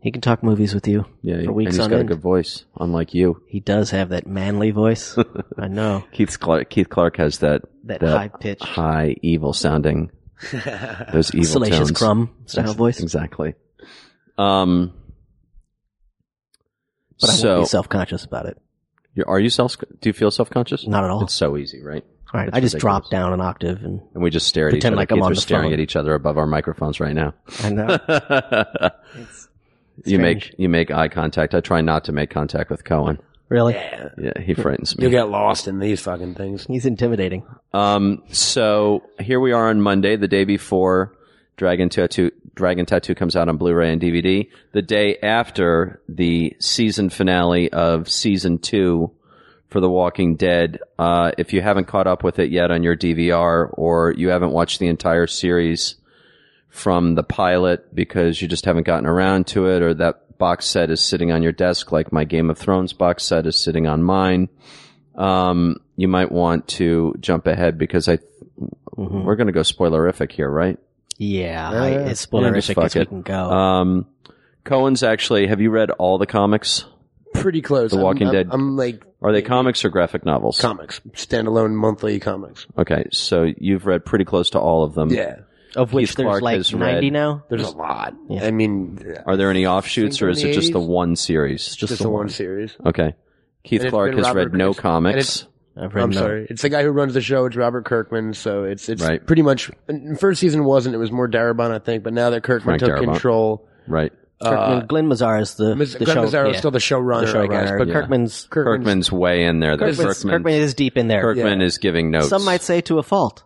[SPEAKER 4] he can talk movies with you.
[SPEAKER 2] Yeah,
[SPEAKER 4] for weeks
[SPEAKER 2] and he's
[SPEAKER 4] on
[SPEAKER 2] got
[SPEAKER 4] end.
[SPEAKER 2] a good voice, unlike you.
[SPEAKER 4] He does have that manly voice. I know
[SPEAKER 2] Keith Clark. Keith Clark has that
[SPEAKER 4] that
[SPEAKER 2] That-
[SPEAKER 4] high pitched
[SPEAKER 2] high, evil sounding. Those evil
[SPEAKER 4] salacious
[SPEAKER 2] tones.
[SPEAKER 4] crumb style
[SPEAKER 2] Ex-
[SPEAKER 4] voice.
[SPEAKER 2] Exactly. Um.
[SPEAKER 4] But I
[SPEAKER 2] so,
[SPEAKER 4] won't be self conscious about it.
[SPEAKER 2] you're, are you self? Do you feel self conscious?
[SPEAKER 4] Not at all.
[SPEAKER 2] It's so easy, right?
[SPEAKER 4] All right,
[SPEAKER 2] it's
[SPEAKER 4] I just
[SPEAKER 2] ridiculous.
[SPEAKER 4] dropped down an octave and
[SPEAKER 2] And we just stare at each
[SPEAKER 4] Pretend
[SPEAKER 2] other.
[SPEAKER 4] like I'm
[SPEAKER 2] Keith,
[SPEAKER 4] on
[SPEAKER 2] we're
[SPEAKER 4] the
[SPEAKER 2] staring
[SPEAKER 4] phone.
[SPEAKER 2] at each other above our microphones right now.
[SPEAKER 4] and uh,
[SPEAKER 2] you make
[SPEAKER 4] strange.
[SPEAKER 2] you make eye contact. I try not to make contact with Cohen.
[SPEAKER 4] really
[SPEAKER 2] Yeah, he frightens me.
[SPEAKER 3] You'll get lost in these fucking things.
[SPEAKER 4] he's intimidating.
[SPEAKER 2] Um, so here we are on Monday, the day before Dragon Tattoo. Dragon Tattoo comes out on Blu-ray and DVD. The day after the season finale of season two for The Walking Dead. Uh, if you haven't caught up with it yet on your DVR, or you haven't watched the entire series from the pilot because you just haven't gotten around to it, or that box set is sitting on your desk, like my Game of Thrones box set is sitting on mine um, you might want to jump ahead because I
[SPEAKER 3] Hmm.
[SPEAKER 4] Mhm.
[SPEAKER 2] we're going to go spoilerific here, right?
[SPEAKER 4] Yeah, I,
[SPEAKER 3] Yeah,
[SPEAKER 4] it's
[SPEAKER 2] Mm-hmm. yeah, just
[SPEAKER 4] spoilerific
[SPEAKER 2] fuck
[SPEAKER 4] as we
[SPEAKER 2] it.
[SPEAKER 4] can
[SPEAKER 3] Oh.
[SPEAKER 4] go.
[SPEAKER 2] Um, Cohen's actually. Have you read all the comics?
[SPEAKER 3] Pretty close.
[SPEAKER 2] The
[SPEAKER 3] I'm-
[SPEAKER 2] Walking
[SPEAKER 3] I'm-
[SPEAKER 2] Dead.
[SPEAKER 3] I'm like
[SPEAKER 2] Are they comics or graphic novels?
[SPEAKER 3] comics, standalone monthly comics.
[SPEAKER 2] okay, so you've read pretty close to all of them.
[SPEAKER 3] Yeah,
[SPEAKER 4] of which
[SPEAKER 2] Keith
[SPEAKER 4] there's
[SPEAKER 2] Clark
[SPEAKER 4] like
[SPEAKER 2] has
[SPEAKER 4] 90
[SPEAKER 2] read-
[SPEAKER 4] now.
[SPEAKER 3] there's a lot.
[SPEAKER 4] Yeah.
[SPEAKER 3] I mean,
[SPEAKER 2] Are there any offshoots, or
[SPEAKER 3] Think
[SPEAKER 2] is
[SPEAKER 3] in
[SPEAKER 2] it
[SPEAKER 3] the
[SPEAKER 2] just the
[SPEAKER 3] 80s?
[SPEAKER 2] one series?
[SPEAKER 3] just, the one series.
[SPEAKER 2] Okay. Keith
[SPEAKER 3] And it's
[SPEAKER 2] Clark
[SPEAKER 3] been
[SPEAKER 2] has
[SPEAKER 3] Robert
[SPEAKER 2] read no
[SPEAKER 3] Kirkman. And
[SPEAKER 2] comics.
[SPEAKER 3] it's-
[SPEAKER 4] I've read
[SPEAKER 3] I'm
[SPEAKER 4] no-
[SPEAKER 3] sorry. It's the guy who runs the show. It's Robert Kirkman. So it's it's
[SPEAKER 2] Right.
[SPEAKER 3] pretty much. and First season wasn't. It was more Darabont, I think. But now that Kirkman
[SPEAKER 2] Frank
[SPEAKER 3] took
[SPEAKER 2] Darabont.
[SPEAKER 3] control,
[SPEAKER 2] Right. Uh,
[SPEAKER 4] Kirkman, Glenn Mazar is the,
[SPEAKER 3] Ms.
[SPEAKER 4] the
[SPEAKER 3] Glenn
[SPEAKER 4] show.
[SPEAKER 3] Mazzaro
[SPEAKER 4] yeah,
[SPEAKER 3] is still the
[SPEAKER 4] the
[SPEAKER 3] showrunner, I guess.
[SPEAKER 4] showrunner,
[SPEAKER 3] But
[SPEAKER 4] yeah.
[SPEAKER 3] Kirkman's,
[SPEAKER 4] Kirkman's
[SPEAKER 3] Kirkman's,
[SPEAKER 2] Kirkman's way in there. though.
[SPEAKER 3] Kirkman's-
[SPEAKER 2] Kirkman,
[SPEAKER 4] Kirkman is deep in there.
[SPEAKER 2] Kirkman is giving notes.
[SPEAKER 4] Some might say to a fault.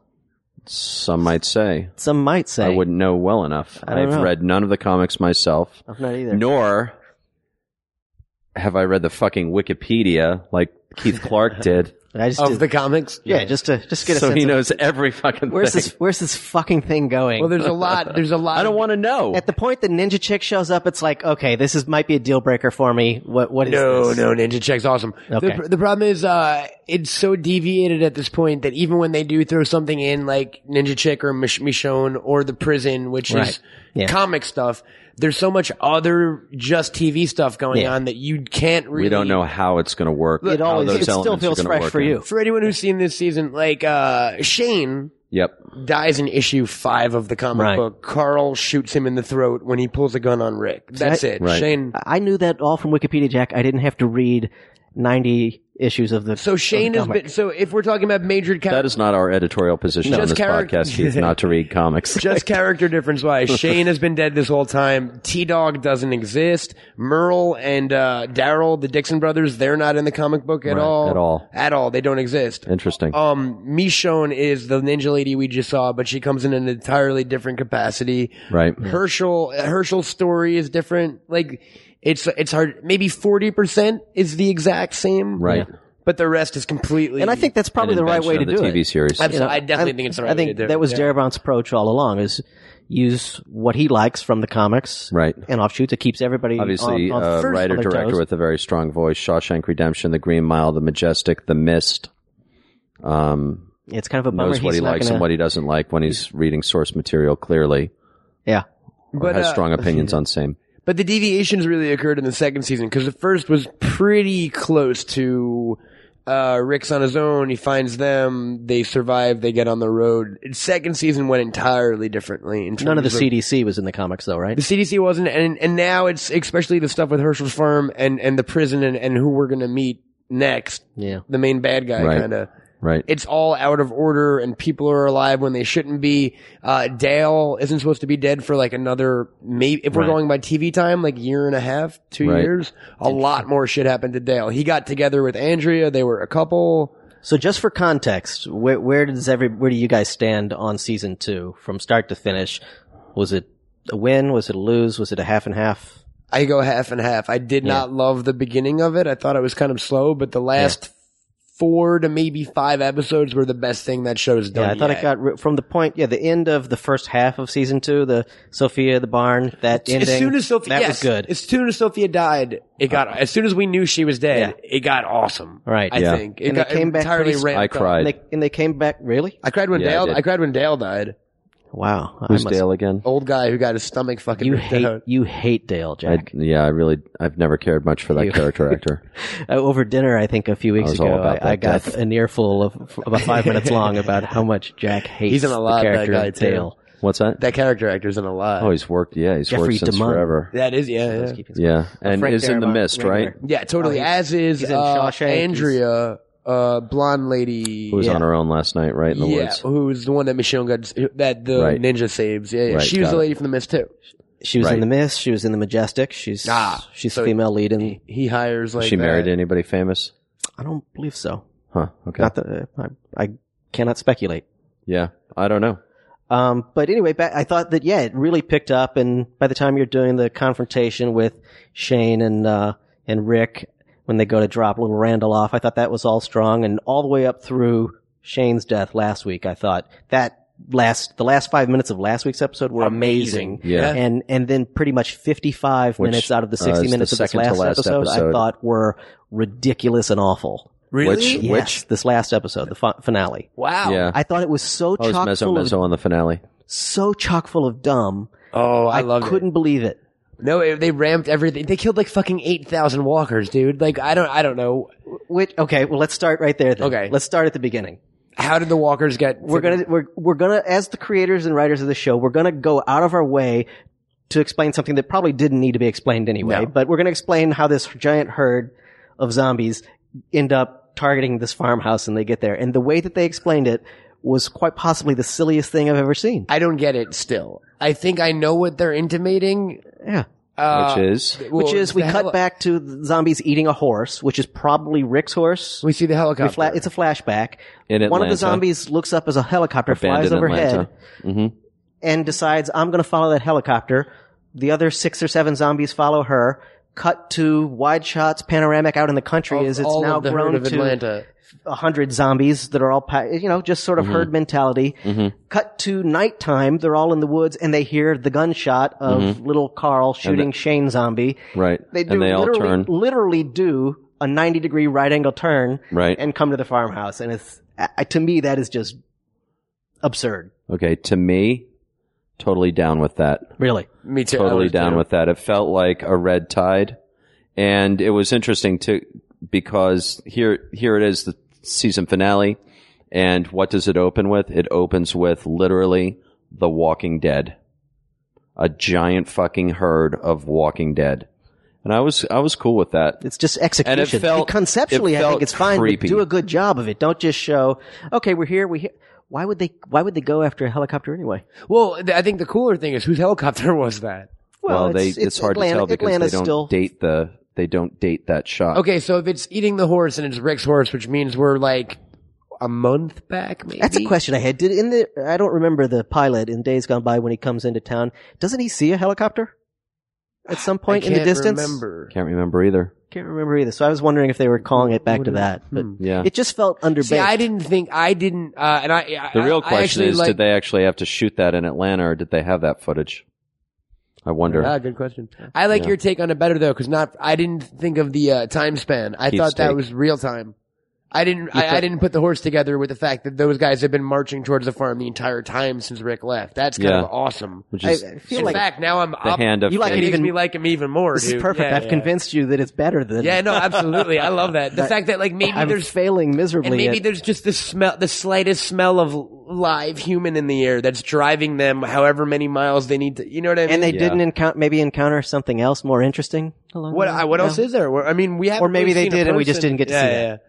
[SPEAKER 2] Some might say.
[SPEAKER 4] Some might say
[SPEAKER 2] I wouldn't know well enough.
[SPEAKER 4] I don't
[SPEAKER 2] I've
[SPEAKER 4] know.
[SPEAKER 2] read none of the comics myself.
[SPEAKER 4] I'm not either.
[SPEAKER 2] Nor have I read the fucking Wikipedia like Keith Clark did.
[SPEAKER 4] But I just
[SPEAKER 3] of
[SPEAKER 4] did-
[SPEAKER 3] the comics.
[SPEAKER 4] yeah, just to just get a
[SPEAKER 2] so
[SPEAKER 4] sense.
[SPEAKER 2] he
[SPEAKER 4] of-
[SPEAKER 2] knows every fucking
[SPEAKER 4] where's
[SPEAKER 2] thing.
[SPEAKER 4] this where's this fucking thing going?
[SPEAKER 3] Well, there's a lot. There's a lot.
[SPEAKER 2] I don't
[SPEAKER 3] of-
[SPEAKER 2] want to know.
[SPEAKER 4] At the point that Ninja Chick shows up, it's like, okay, this is might be a deal breaker for me. What what is
[SPEAKER 3] No,
[SPEAKER 4] this?
[SPEAKER 3] no, Ninja Check's awesome.
[SPEAKER 4] Okay.
[SPEAKER 3] The, the problem is, uh, it's so deviated at this point that even when they do throw something in like Ninja Check or Mich- Michonne or The Prison, which
[SPEAKER 4] Right.
[SPEAKER 3] is
[SPEAKER 4] Yeah.
[SPEAKER 3] comic stuff, there's so much other just TV stuff going
[SPEAKER 4] Yeah.
[SPEAKER 3] on that you can't really.
[SPEAKER 2] we don't know how it's going to work.
[SPEAKER 4] It
[SPEAKER 2] how
[SPEAKER 4] always
[SPEAKER 2] those
[SPEAKER 4] it still
[SPEAKER 2] elements are
[SPEAKER 4] feels
[SPEAKER 2] gonna
[SPEAKER 4] fresh
[SPEAKER 2] work
[SPEAKER 4] for
[SPEAKER 2] in.
[SPEAKER 4] you.
[SPEAKER 3] For anyone who's seen this season, like, uh, Shane
[SPEAKER 2] Yep.
[SPEAKER 3] dies in issue five of the comic
[SPEAKER 4] Right.
[SPEAKER 3] book. Carl shoots him in the throat when he pulls a gun on Rick. That's it.
[SPEAKER 2] Right.
[SPEAKER 3] Shane.
[SPEAKER 4] I knew that all from Wikipedia, Jack. I didn't have to read 90 issues of the.
[SPEAKER 3] So Shane has
[SPEAKER 4] comic.
[SPEAKER 3] been. So if we're talking about major
[SPEAKER 2] That
[SPEAKER 3] characters,
[SPEAKER 2] is not our editorial position on
[SPEAKER 3] Just
[SPEAKER 2] this
[SPEAKER 3] character-
[SPEAKER 2] podcast, Keith, not to read comics.
[SPEAKER 3] just character difference wise, Shane has been dead this whole time. T Dog doesn't exist. Merle and uh, Daryl, the Dixon brothers, they're not in the comic book at
[SPEAKER 2] Right,
[SPEAKER 3] all.
[SPEAKER 2] at all.
[SPEAKER 3] At all. They don't exist.
[SPEAKER 2] Interesting.
[SPEAKER 4] Oh.
[SPEAKER 3] Um, Michonne is the ninja lady we just saw, but she comes in an entirely different capacity.
[SPEAKER 2] right.
[SPEAKER 3] Herschel Herschel's story is different. Like it's it's hard. Maybe forty percent is the exact same.
[SPEAKER 2] Right.
[SPEAKER 3] But the rest is completely.
[SPEAKER 4] and I think that's probably the right way to
[SPEAKER 2] Invention
[SPEAKER 4] do
[SPEAKER 2] of the
[SPEAKER 4] it.
[SPEAKER 2] TV series.
[SPEAKER 3] Absolutely. I definitely think it's the right
[SPEAKER 4] I think
[SPEAKER 3] way to do
[SPEAKER 4] that
[SPEAKER 3] it,
[SPEAKER 4] was
[SPEAKER 3] yeah.
[SPEAKER 4] Darabont's approach all along: is use what he likes from the comics,
[SPEAKER 2] Right.
[SPEAKER 4] and offshoots. It keeps everybody
[SPEAKER 2] Obviously,
[SPEAKER 4] on, on
[SPEAKER 2] uh,
[SPEAKER 4] first
[SPEAKER 2] writer
[SPEAKER 4] on their
[SPEAKER 2] director
[SPEAKER 4] toes.
[SPEAKER 2] with a very strong voice. Shawshank Redemption, The Green Mile, The Majestic, The Mist. Um,
[SPEAKER 4] It's kind of a bummer.
[SPEAKER 2] knows what
[SPEAKER 4] he's
[SPEAKER 2] he
[SPEAKER 4] not
[SPEAKER 2] likes
[SPEAKER 4] gonna-
[SPEAKER 2] and what he doesn't like when he's reading source material clearly
[SPEAKER 4] yeah,
[SPEAKER 2] or
[SPEAKER 3] but,
[SPEAKER 2] has
[SPEAKER 3] uh,
[SPEAKER 2] strong opinions on same
[SPEAKER 3] But the deviations really occurred in the second season because the first was pretty close to Uh, Rick's on his own. He finds them. They survive. They get on the road. Second season went entirely differently. In
[SPEAKER 4] None of the
[SPEAKER 3] terms
[SPEAKER 4] CDC was in the comics though, right?
[SPEAKER 3] the CDC wasn't, and and now it's especially the stuff with Herschel's farm and and the prison and and who we're gonna meet next.
[SPEAKER 4] Yeah.
[SPEAKER 3] The main bad guy,
[SPEAKER 2] Right.
[SPEAKER 3] kind of.
[SPEAKER 2] Right.
[SPEAKER 3] It's all out of order, and people are alive when they shouldn't be. Uh, Dale isn't supposed to be dead for like another maybe if we're
[SPEAKER 4] Right.
[SPEAKER 3] going by TV time, like year and a half, two
[SPEAKER 2] Right.
[SPEAKER 3] years. A lot more shit happened to Dale. He got together with Andrea. They were a couple.
[SPEAKER 4] So just for context, where, where does every where do you guys stand on season two from start to finish? Was it a win? Was it a lose? Was it a half and half?
[SPEAKER 3] I go half and half. I did not love the beginning of it. I thought it was kind of slow, but the last four to maybe five episodes were the best thing that show's done.
[SPEAKER 4] Yeah, I thought
[SPEAKER 3] yet.
[SPEAKER 4] it got ri- from the point, yeah, the end of the first half of season two, the Sophia the barn, that ending.
[SPEAKER 3] As soon as Sophia,
[SPEAKER 4] that
[SPEAKER 3] yes,
[SPEAKER 4] was good.
[SPEAKER 3] As soon as Sophia died, it got. As soon as we knew she was dead, it got awesome.
[SPEAKER 4] Right.
[SPEAKER 3] I
[SPEAKER 2] Yeah.
[SPEAKER 3] think it
[SPEAKER 4] And
[SPEAKER 3] got
[SPEAKER 4] it came back
[SPEAKER 3] entirely
[SPEAKER 4] pretty-
[SPEAKER 3] ramped
[SPEAKER 2] I
[SPEAKER 3] up.
[SPEAKER 4] and,
[SPEAKER 2] cried.
[SPEAKER 4] they, and they came back really.
[SPEAKER 3] I cried when
[SPEAKER 2] Yeah, I
[SPEAKER 3] Dale.
[SPEAKER 2] did.
[SPEAKER 3] I, cried when Dale died.
[SPEAKER 4] Wow, I
[SPEAKER 2] Who's
[SPEAKER 4] must-
[SPEAKER 2] Dale again?
[SPEAKER 3] Old guy who got his stomach fucking
[SPEAKER 4] You
[SPEAKER 3] ripped
[SPEAKER 4] hate
[SPEAKER 3] out.
[SPEAKER 4] you hate Dale,
[SPEAKER 2] I,
[SPEAKER 4] Jack.
[SPEAKER 2] yeah, I really, I've never cared much for that character actor.
[SPEAKER 4] Uh, Over dinner, I think a few weeks
[SPEAKER 2] was all
[SPEAKER 4] ago,
[SPEAKER 2] about
[SPEAKER 4] I, I
[SPEAKER 2] that
[SPEAKER 4] got
[SPEAKER 2] death.
[SPEAKER 4] an earful of about five minutes long about how much Jack hates
[SPEAKER 3] He's in a lot,
[SPEAKER 4] the
[SPEAKER 3] that
[SPEAKER 4] character
[SPEAKER 3] guy,
[SPEAKER 4] of
[SPEAKER 3] too.
[SPEAKER 4] Dale.
[SPEAKER 2] What's that?
[SPEAKER 3] That character actor's in a lot.
[SPEAKER 2] Oh, he's worked. Yeah, he's
[SPEAKER 4] uh, Jeffrey
[SPEAKER 2] worked since
[SPEAKER 4] DeMunn.
[SPEAKER 2] forever.
[SPEAKER 3] that is yeah. yeah.
[SPEAKER 2] Yeah, and
[SPEAKER 4] Frank
[SPEAKER 2] is in the
[SPEAKER 4] Darabont,
[SPEAKER 2] mist, right?
[SPEAKER 4] regular.
[SPEAKER 3] Yeah, totally.
[SPEAKER 4] Oh, he's-
[SPEAKER 3] As is
[SPEAKER 4] he's in
[SPEAKER 3] uh,
[SPEAKER 4] Shawshank. He's-
[SPEAKER 3] Andrea, uh, blonde lady.
[SPEAKER 2] Who was
[SPEAKER 4] Yeah.
[SPEAKER 2] on her own last night, right in the
[SPEAKER 3] yeah,
[SPEAKER 2] woods?
[SPEAKER 3] who's the one that Michelle got that the
[SPEAKER 2] Right.
[SPEAKER 3] ninja saves? Yeah, yeah.
[SPEAKER 2] Right,
[SPEAKER 3] she was
[SPEAKER 2] got
[SPEAKER 3] the
[SPEAKER 2] it.
[SPEAKER 3] lady from the Mist too.
[SPEAKER 4] She was
[SPEAKER 2] Right.
[SPEAKER 4] in the Mist. She was in the Majestic. She's
[SPEAKER 3] Ah,
[SPEAKER 4] she's
[SPEAKER 3] so-
[SPEAKER 4] the female lead in.
[SPEAKER 3] He hires like
[SPEAKER 2] she married
[SPEAKER 3] that.
[SPEAKER 2] anybody famous?
[SPEAKER 4] I don't believe so.
[SPEAKER 2] Huh. Okay.
[SPEAKER 4] Not that uh, I, I cannot speculate.
[SPEAKER 2] yeah, I don't know.
[SPEAKER 4] Um, but anyway, ba I thought that yeah, it really picked up, and by the time you're doing the confrontation with Shane and uh, and Rick when they go to drop little Randall off, I thought that was all strong, and all the way up through Shane's death last week, I thought that last the last five minutes of last week's episode were amazing.
[SPEAKER 2] Yeah.
[SPEAKER 4] And and then pretty much 55
[SPEAKER 2] Which,
[SPEAKER 4] minutes out of the 60
[SPEAKER 2] uh, is the
[SPEAKER 4] minutes of this
[SPEAKER 2] second to
[SPEAKER 4] last,
[SPEAKER 2] last
[SPEAKER 4] episode, I
[SPEAKER 2] episode.
[SPEAKER 4] thought were ridiculous and awful.
[SPEAKER 2] Really? Which-
[SPEAKER 4] Yes, this last episode, the fi- finale.
[SPEAKER 3] Wow.
[SPEAKER 2] Yeah.
[SPEAKER 4] I thought it was so
[SPEAKER 2] oh, it was
[SPEAKER 4] chock
[SPEAKER 2] mezzo
[SPEAKER 4] full of
[SPEAKER 2] mezzo on the finale.
[SPEAKER 4] so chock full of dumb.
[SPEAKER 3] Oh, I,
[SPEAKER 4] I,
[SPEAKER 3] love
[SPEAKER 4] couldn't believe it.
[SPEAKER 3] it. No, it- they ramped everything. They killed like fucking eight thousand walkers, dude. Like I don't, I don't know.
[SPEAKER 4] Which okay, well let's start right there. Then.
[SPEAKER 3] Okay.
[SPEAKER 4] let's start at the beginning.
[SPEAKER 3] How did the walkers get?
[SPEAKER 4] We're gonna we're we're gonna as the creators and writers of the show, we're gonna go out of our way to explain something that probably didn't need to be explained anyway.
[SPEAKER 3] No.
[SPEAKER 4] But we're gonna explain how this giant herd of zombies end up targeting this farmhouse and they get there. And the way that they explained it was quite possibly the silliest thing I've ever seen.
[SPEAKER 3] I don't get it. Still, I think I know what they're intimating.
[SPEAKER 4] Yeah.
[SPEAKER 3] Uh,
[SPEAKER 2] which is
[SPEAKER 3] well,
[SPEAKER 4] which is we
[SPEAKER 3] the
[SPEAKER 4] cut
[SPEAKER 3] heli-
[SPEAKER 4] back to the zombies eating a horse, which is probably Rick's horse.
[SPEAKER 3] We see the helicopter.
[SPEAKER 4] We fla- it's a flashback.
[SPEAKER 2] in Atlanta.
[SPEAKER 4] One of the zombies looks up as a helicopter
[SPEAKER 2] abandoned
[SPEAKER 4] flies overhead
[SPEAKER 2] Atlanta. hmm
[SPEAKER 4] and decides, I'm going to follow that helicopter. The other six or seven zombies follow her. Cut to wide shots, panoramic out in the country
[SPEAKER 3] Of
[SPEAKER 4] as it's
[SPEAKER 3] all
[SPEAKER 4] now
[SPEAKER 3] of the herd
[SPEAKER 4] grown
[SPEAKER 3] of
[SPEAKER 4] to
[SPEAKER 3] Atlanta.
[SPEAKER 4] a hundred zombies that are all, pa- you know, just
[SPEAKER 2] Mm-hmm.
[SPEAKER 4] sort of herd mentality. Cut to nighttime. They're all in the woods and they hear the gunshot of little Carl shooting Shane zombie.
[SPEAKER 2] Right.
[SPEAKER 4] They do
[SPEAKER 2] Mm-hmm. and they all
[SPEAKER 4] literally,
[SPEAKER 2] turn.
[SPEAKER 4] literally do a 90 degree right angle turn
[SPEAKER 2] Right.
[SPEAKER 4] and come to the farmhouse. And it's, I, to me, that is just absurd.
[SPEAKER 2] Okay. To me, totally down with that.
[SPEAKER 4] Really?
[SPEAKER 3] Me too. I
[SPEAKER 2] totally
[SPEAKER 3] was
[SPEAKER 2] down
[SPEAKER 3] too.
[SPEAKER 2] with that. It felt like a red tide, and it was interesting to because here here it is the season finale, and what does it open with? It opens with literally The Walking Dead, a giant fucking herd of Walking Dead, and I was I was cool with that.
[SPEAKER 4] It's just execution.
[SPEAKER 2] And it felt-
[SPEAKER 4] Conceptually,
[SPEAKER 2] it
[SPEAKER 4] I
[SPEAKER 2] felt
[SPEAKER 4] think it's fine.
[SPEAKER 2] creepy.
[SPEAKER 4] But do a good job of it. Don't just show, okay, we're here, we're here. Why would they, why would they go after a helicopter anyway?
[SPEAKER 3] Well, th- I think the cooler thing is whose helicopter was that?
[SPEAKER 2] Well, they it's, hard
[SPEAKER 4] Atlanta-
[SPEAKER 2] to tell because
[SPEAKER 4] Atlanta's
[SPEAKER 2] they don't
[SPEAKER 4] still,
[SPEAKER 2] date the they don't date that shot.
[SPEAKER 3] Okay, so if it's eating the horse and it's Rick's horse, which means we're like a month back, maybe.
[SPEAKER 4] That's a question I had. Did in the, I don't remember the pilot in days gone by when he comes into town. Doesn't he see a helicopter? At some
[SPEAKER 3] I
[SPEAKER 4] point in the
[SPEAKER 3] can't
[SPEAKER 4] distance?
[SPEAKER 3] remember.
[SPEAKER 2] Can't remember either.
[SPEAKER 4] Can't remember either. So I was wondering if they were calling it back to that, but
[SPEAKER 2] Yeah.
[SPEAKER 4] it just felt underbaked.
[SPEAKER 3] Hmm. See, I didn't think I didn't, uh, and I. I
[SPEAKER 2] The real
[SPEAKER 3] I
[SPEAKER 2] question
[SPEAKER 3] actually
[SPEAKER 2] is,
[SPEAKER 3] like-
[SPEAKER 2] did they actually have to shoot that in Atlanta, or did they have that footage? I wonder.
[SPEAKER 3] Ah, good question. I like your take on it better though, because not I didn't think of the uh, time span. I
[SPEAKER 2] Keith's
[SPEAKER 3] thought that
[SPEAKER 2] take.
[SPEAKER 3] was real time. I didn't. I, I didn't put the horse together with the fact that those guys have been marching towards the farm the entire time since Rick left. That's kind
[SPEAKER 2] Yeah.
[SPEAKER 3] of awesome.
[SPEAKER 2] Which
[SPEAKER 4] I,
[SPEAKER 2] is
[SPEAKER 4] I feel
[SPEAKER 3] In
[SPEAKER 4] like
[SPEAKER 3] fact, now I'm
[SPEAKER 2] the
[SPEAKER 3] up.
[SPEAKER 2] hand of
[SPEAKER 4] you like
[SPEAKER 3] it
[SPEAKER 4] it
[SPEAKER 3] makes
[SPEAKER 4] even-
[SPEAKER 3] me like him even more.
[SPEAKER 4] this
[SPEAKER 3] dude.
[SPEAKER 4] is perfect.
[SPEAKER 3] Yeah,
[SPEAKER 4] I've
[SPEAKER 3] yeah.
[SPEAKER 4] convinced you that it's better than.
[SPEAKER 3] Yeah, no, absolutely. I love that. The fact that like maybe
[SPEAKER 4] I'm
[SPEAKER 3] there's
[SPEAKER 4] failing miserably.
[SPEAKER 3] and maybe
[SPEAKER 4] at-
[SPEAKER 3] there's just the smell, the slightest smell of live human in the air that's driving them however many miles they need to. You know what I mean?
[SPEAKER 4] and they
[SPEAKER 2] Yeah.
[SPEAKER 4] didn't encounter maybe encounter something else more interesting. Along
[SPEAKER 3] what
[SPEAKER 4] the way?
[SPEAKER 3] I- what
[SPEAKER 4] No?
[SPEAKER 3] else is there? Where- I mean, we have
[SPEAKER 4] Mm-hmm. Or maybe they did and we just didn't get to see
[SPEAKER 3] yeah.
[SPEAKER 4] that.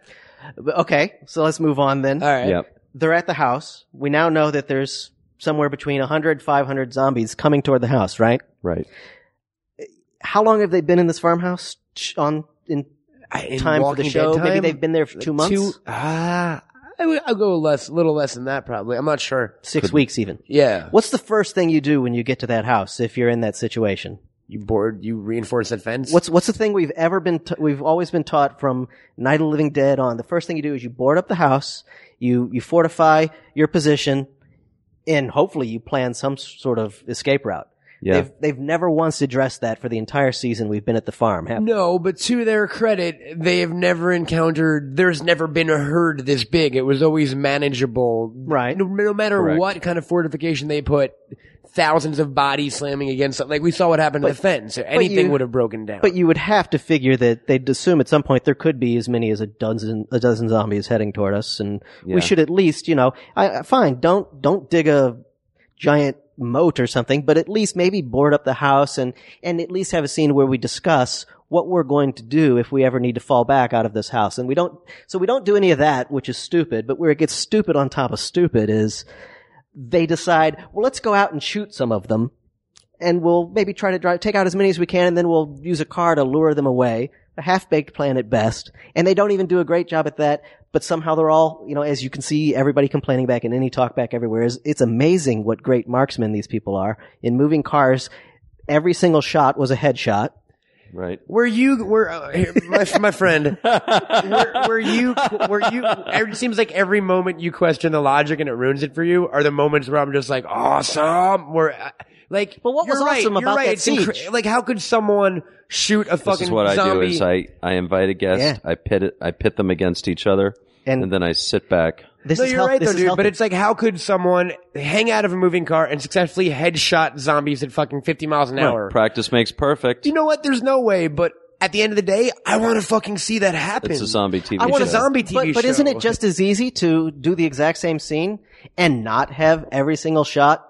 [SPEAKER 4] But Okay, so let's move on then.
[SPEAKER 3] All right.
[SPEAKER 2] Yep.
[SPEAKER 4] They're at the house. We now know that there's somewhere between 100, 500 zombies coming toward the house. Right?
[SPEAKER 2] Right.
[SPEAKER 4] How long have they been in this farmhouse? Ch- On in
[SPEAKER 3] I- in
[SPEAKER 4] time for
[SPEAKER 3] Walking
[SPEAKER 4] the
[SPEAKER 3] Dead
[SPEAKER 4] show? Maybe
[SPEAKER 3] time,
[SPEAKER 4] they've been there for two months,
[SPEAKER 3] Two, ah, I would- I'll go less, little less than that probably. I'm not sure.
[SPEAKER 4] 6 weeks even.
[SPEAKER 3] Yeah.
[SPEAKER 4] What's the first thing you do when you get to that house if you're in that situation?
[SPEAKER 3] You board, you reinforce that fence.
[SPEAKER 4] What's what's the thing we've ever been t- we've always been taught from Night of the Living Dead on? The first thing you do is you board up the house, you you fortify your position, and hopefully you plan some s- sort of escape route.
[SPEAKER 2] Yeah.
[SPEAKER 4] They've they've never once addressed that for the entire season we've been at the farm. Have they?
[SPEAKER 3] No, but to their credit, they have never encountered. There's never been a herd this big. It was always manageable.
[SPEAKER 4] Right.
[SPEAKER 3] No, no matter
[SPEAKER 2] Correct.
[SPEAKER 3] what kind of fortification they put, thousands of bodies slamming against something. Like we saw what happened to the fence. Anything
[SPEAKER 4] you-
[SPEAKER 3] would have broken down.
[SPEAKER 4] But you would have to figure that they'd assume at some point there could be as many as a dozen a dozen zombies heading toward us, and
[SPEAKER 2] Yeah.
[SPEAKER 4] we should at least, you know, I, I- fine, don't don't dig a giant moat or something, but at least maybe board up the house and and at least have a scene where we discuss what we're going to do if we ever need to fall back out of this house, and we don't. So we don't do any of that, which is stupid. But where it gets stupid on top of stupid is they decide, well, let's go out and shoot some of them, and we'll maybe try to drive, take out as many as we can, and then we'll use a car to lure them away. A half-baked plan at best, and they don't even do a great job at that. But somehow they're all, you know, as you can see, everybody complaining back in any talk back everywhere is. It's amazing what great marksmen these people are in moving cars. Every single shot was a headshot.
[SPEAKER 2] Right.
[SPEAKER 3] were you? Were uh, here, my my friend? were, were you? Were you? It seems like every moment you question the logic and it ruins it for you are the moments where I'm just like, awesome. Where uh, like,
[SPEAKER 4] But what was
[SPEAKER 3] you're right,
[SPEAKER 4] awesome
[SPEAKER 3] you're
[SPEAKER 4] about
[SPEAKER 3] right,
[SPEAKER 4] that
[SPEAKER 3] it's incre-
[SPEAKER 4] siege?
[SPEAKER 3] like, how could someone shoot a
[SPEAKER 2] This
[SPEAKER 3] fucking
[SPEAKER 2] is what I do:
[SPEAKER 3] zombie?
[SPEAKER 2] is I, I invite a guest,
[SPEAKER 4] Yeah.
[SPEAKER 2] I pit it, I pit them against each other,
[SPEAKER 4] And-
[SPEAKER 2] and, then I sit back.
[SPEAKER 4] This
[SPEAKER 3] no,
[SPEAKER 4] is
[SPEAKER 3] you're
[SPEAKER 4] health-
[SPEAKER 3] right
[SPEAKER 4] this
[SPEAKER 3] though,
[SPEAKER 4] is
[SPEAKER 3] dude.
[SPEAKER 4] healthy.
[SPEAKER 3] But it's like, how could someone hang out of a moving car and successfully headshot zombies at fucking 50 miles an hour?
[SPEAKER 2] Practice makes perfect.
[SPEAKER 3] you know what? There's no way. But at the end of the day, I want to fucking see that happen.
[SPEAKER 2] it's a zombie TV.
[SPEAKER 3] I want a
[SPEAKER 2] show.
[SPEAKER 3] zombie TV
[SPEAKER 4] but, but isn't
[SPEAKER 3] show.
[SPEAKER 4] it just as easy to do the exact same scene and not have every single shot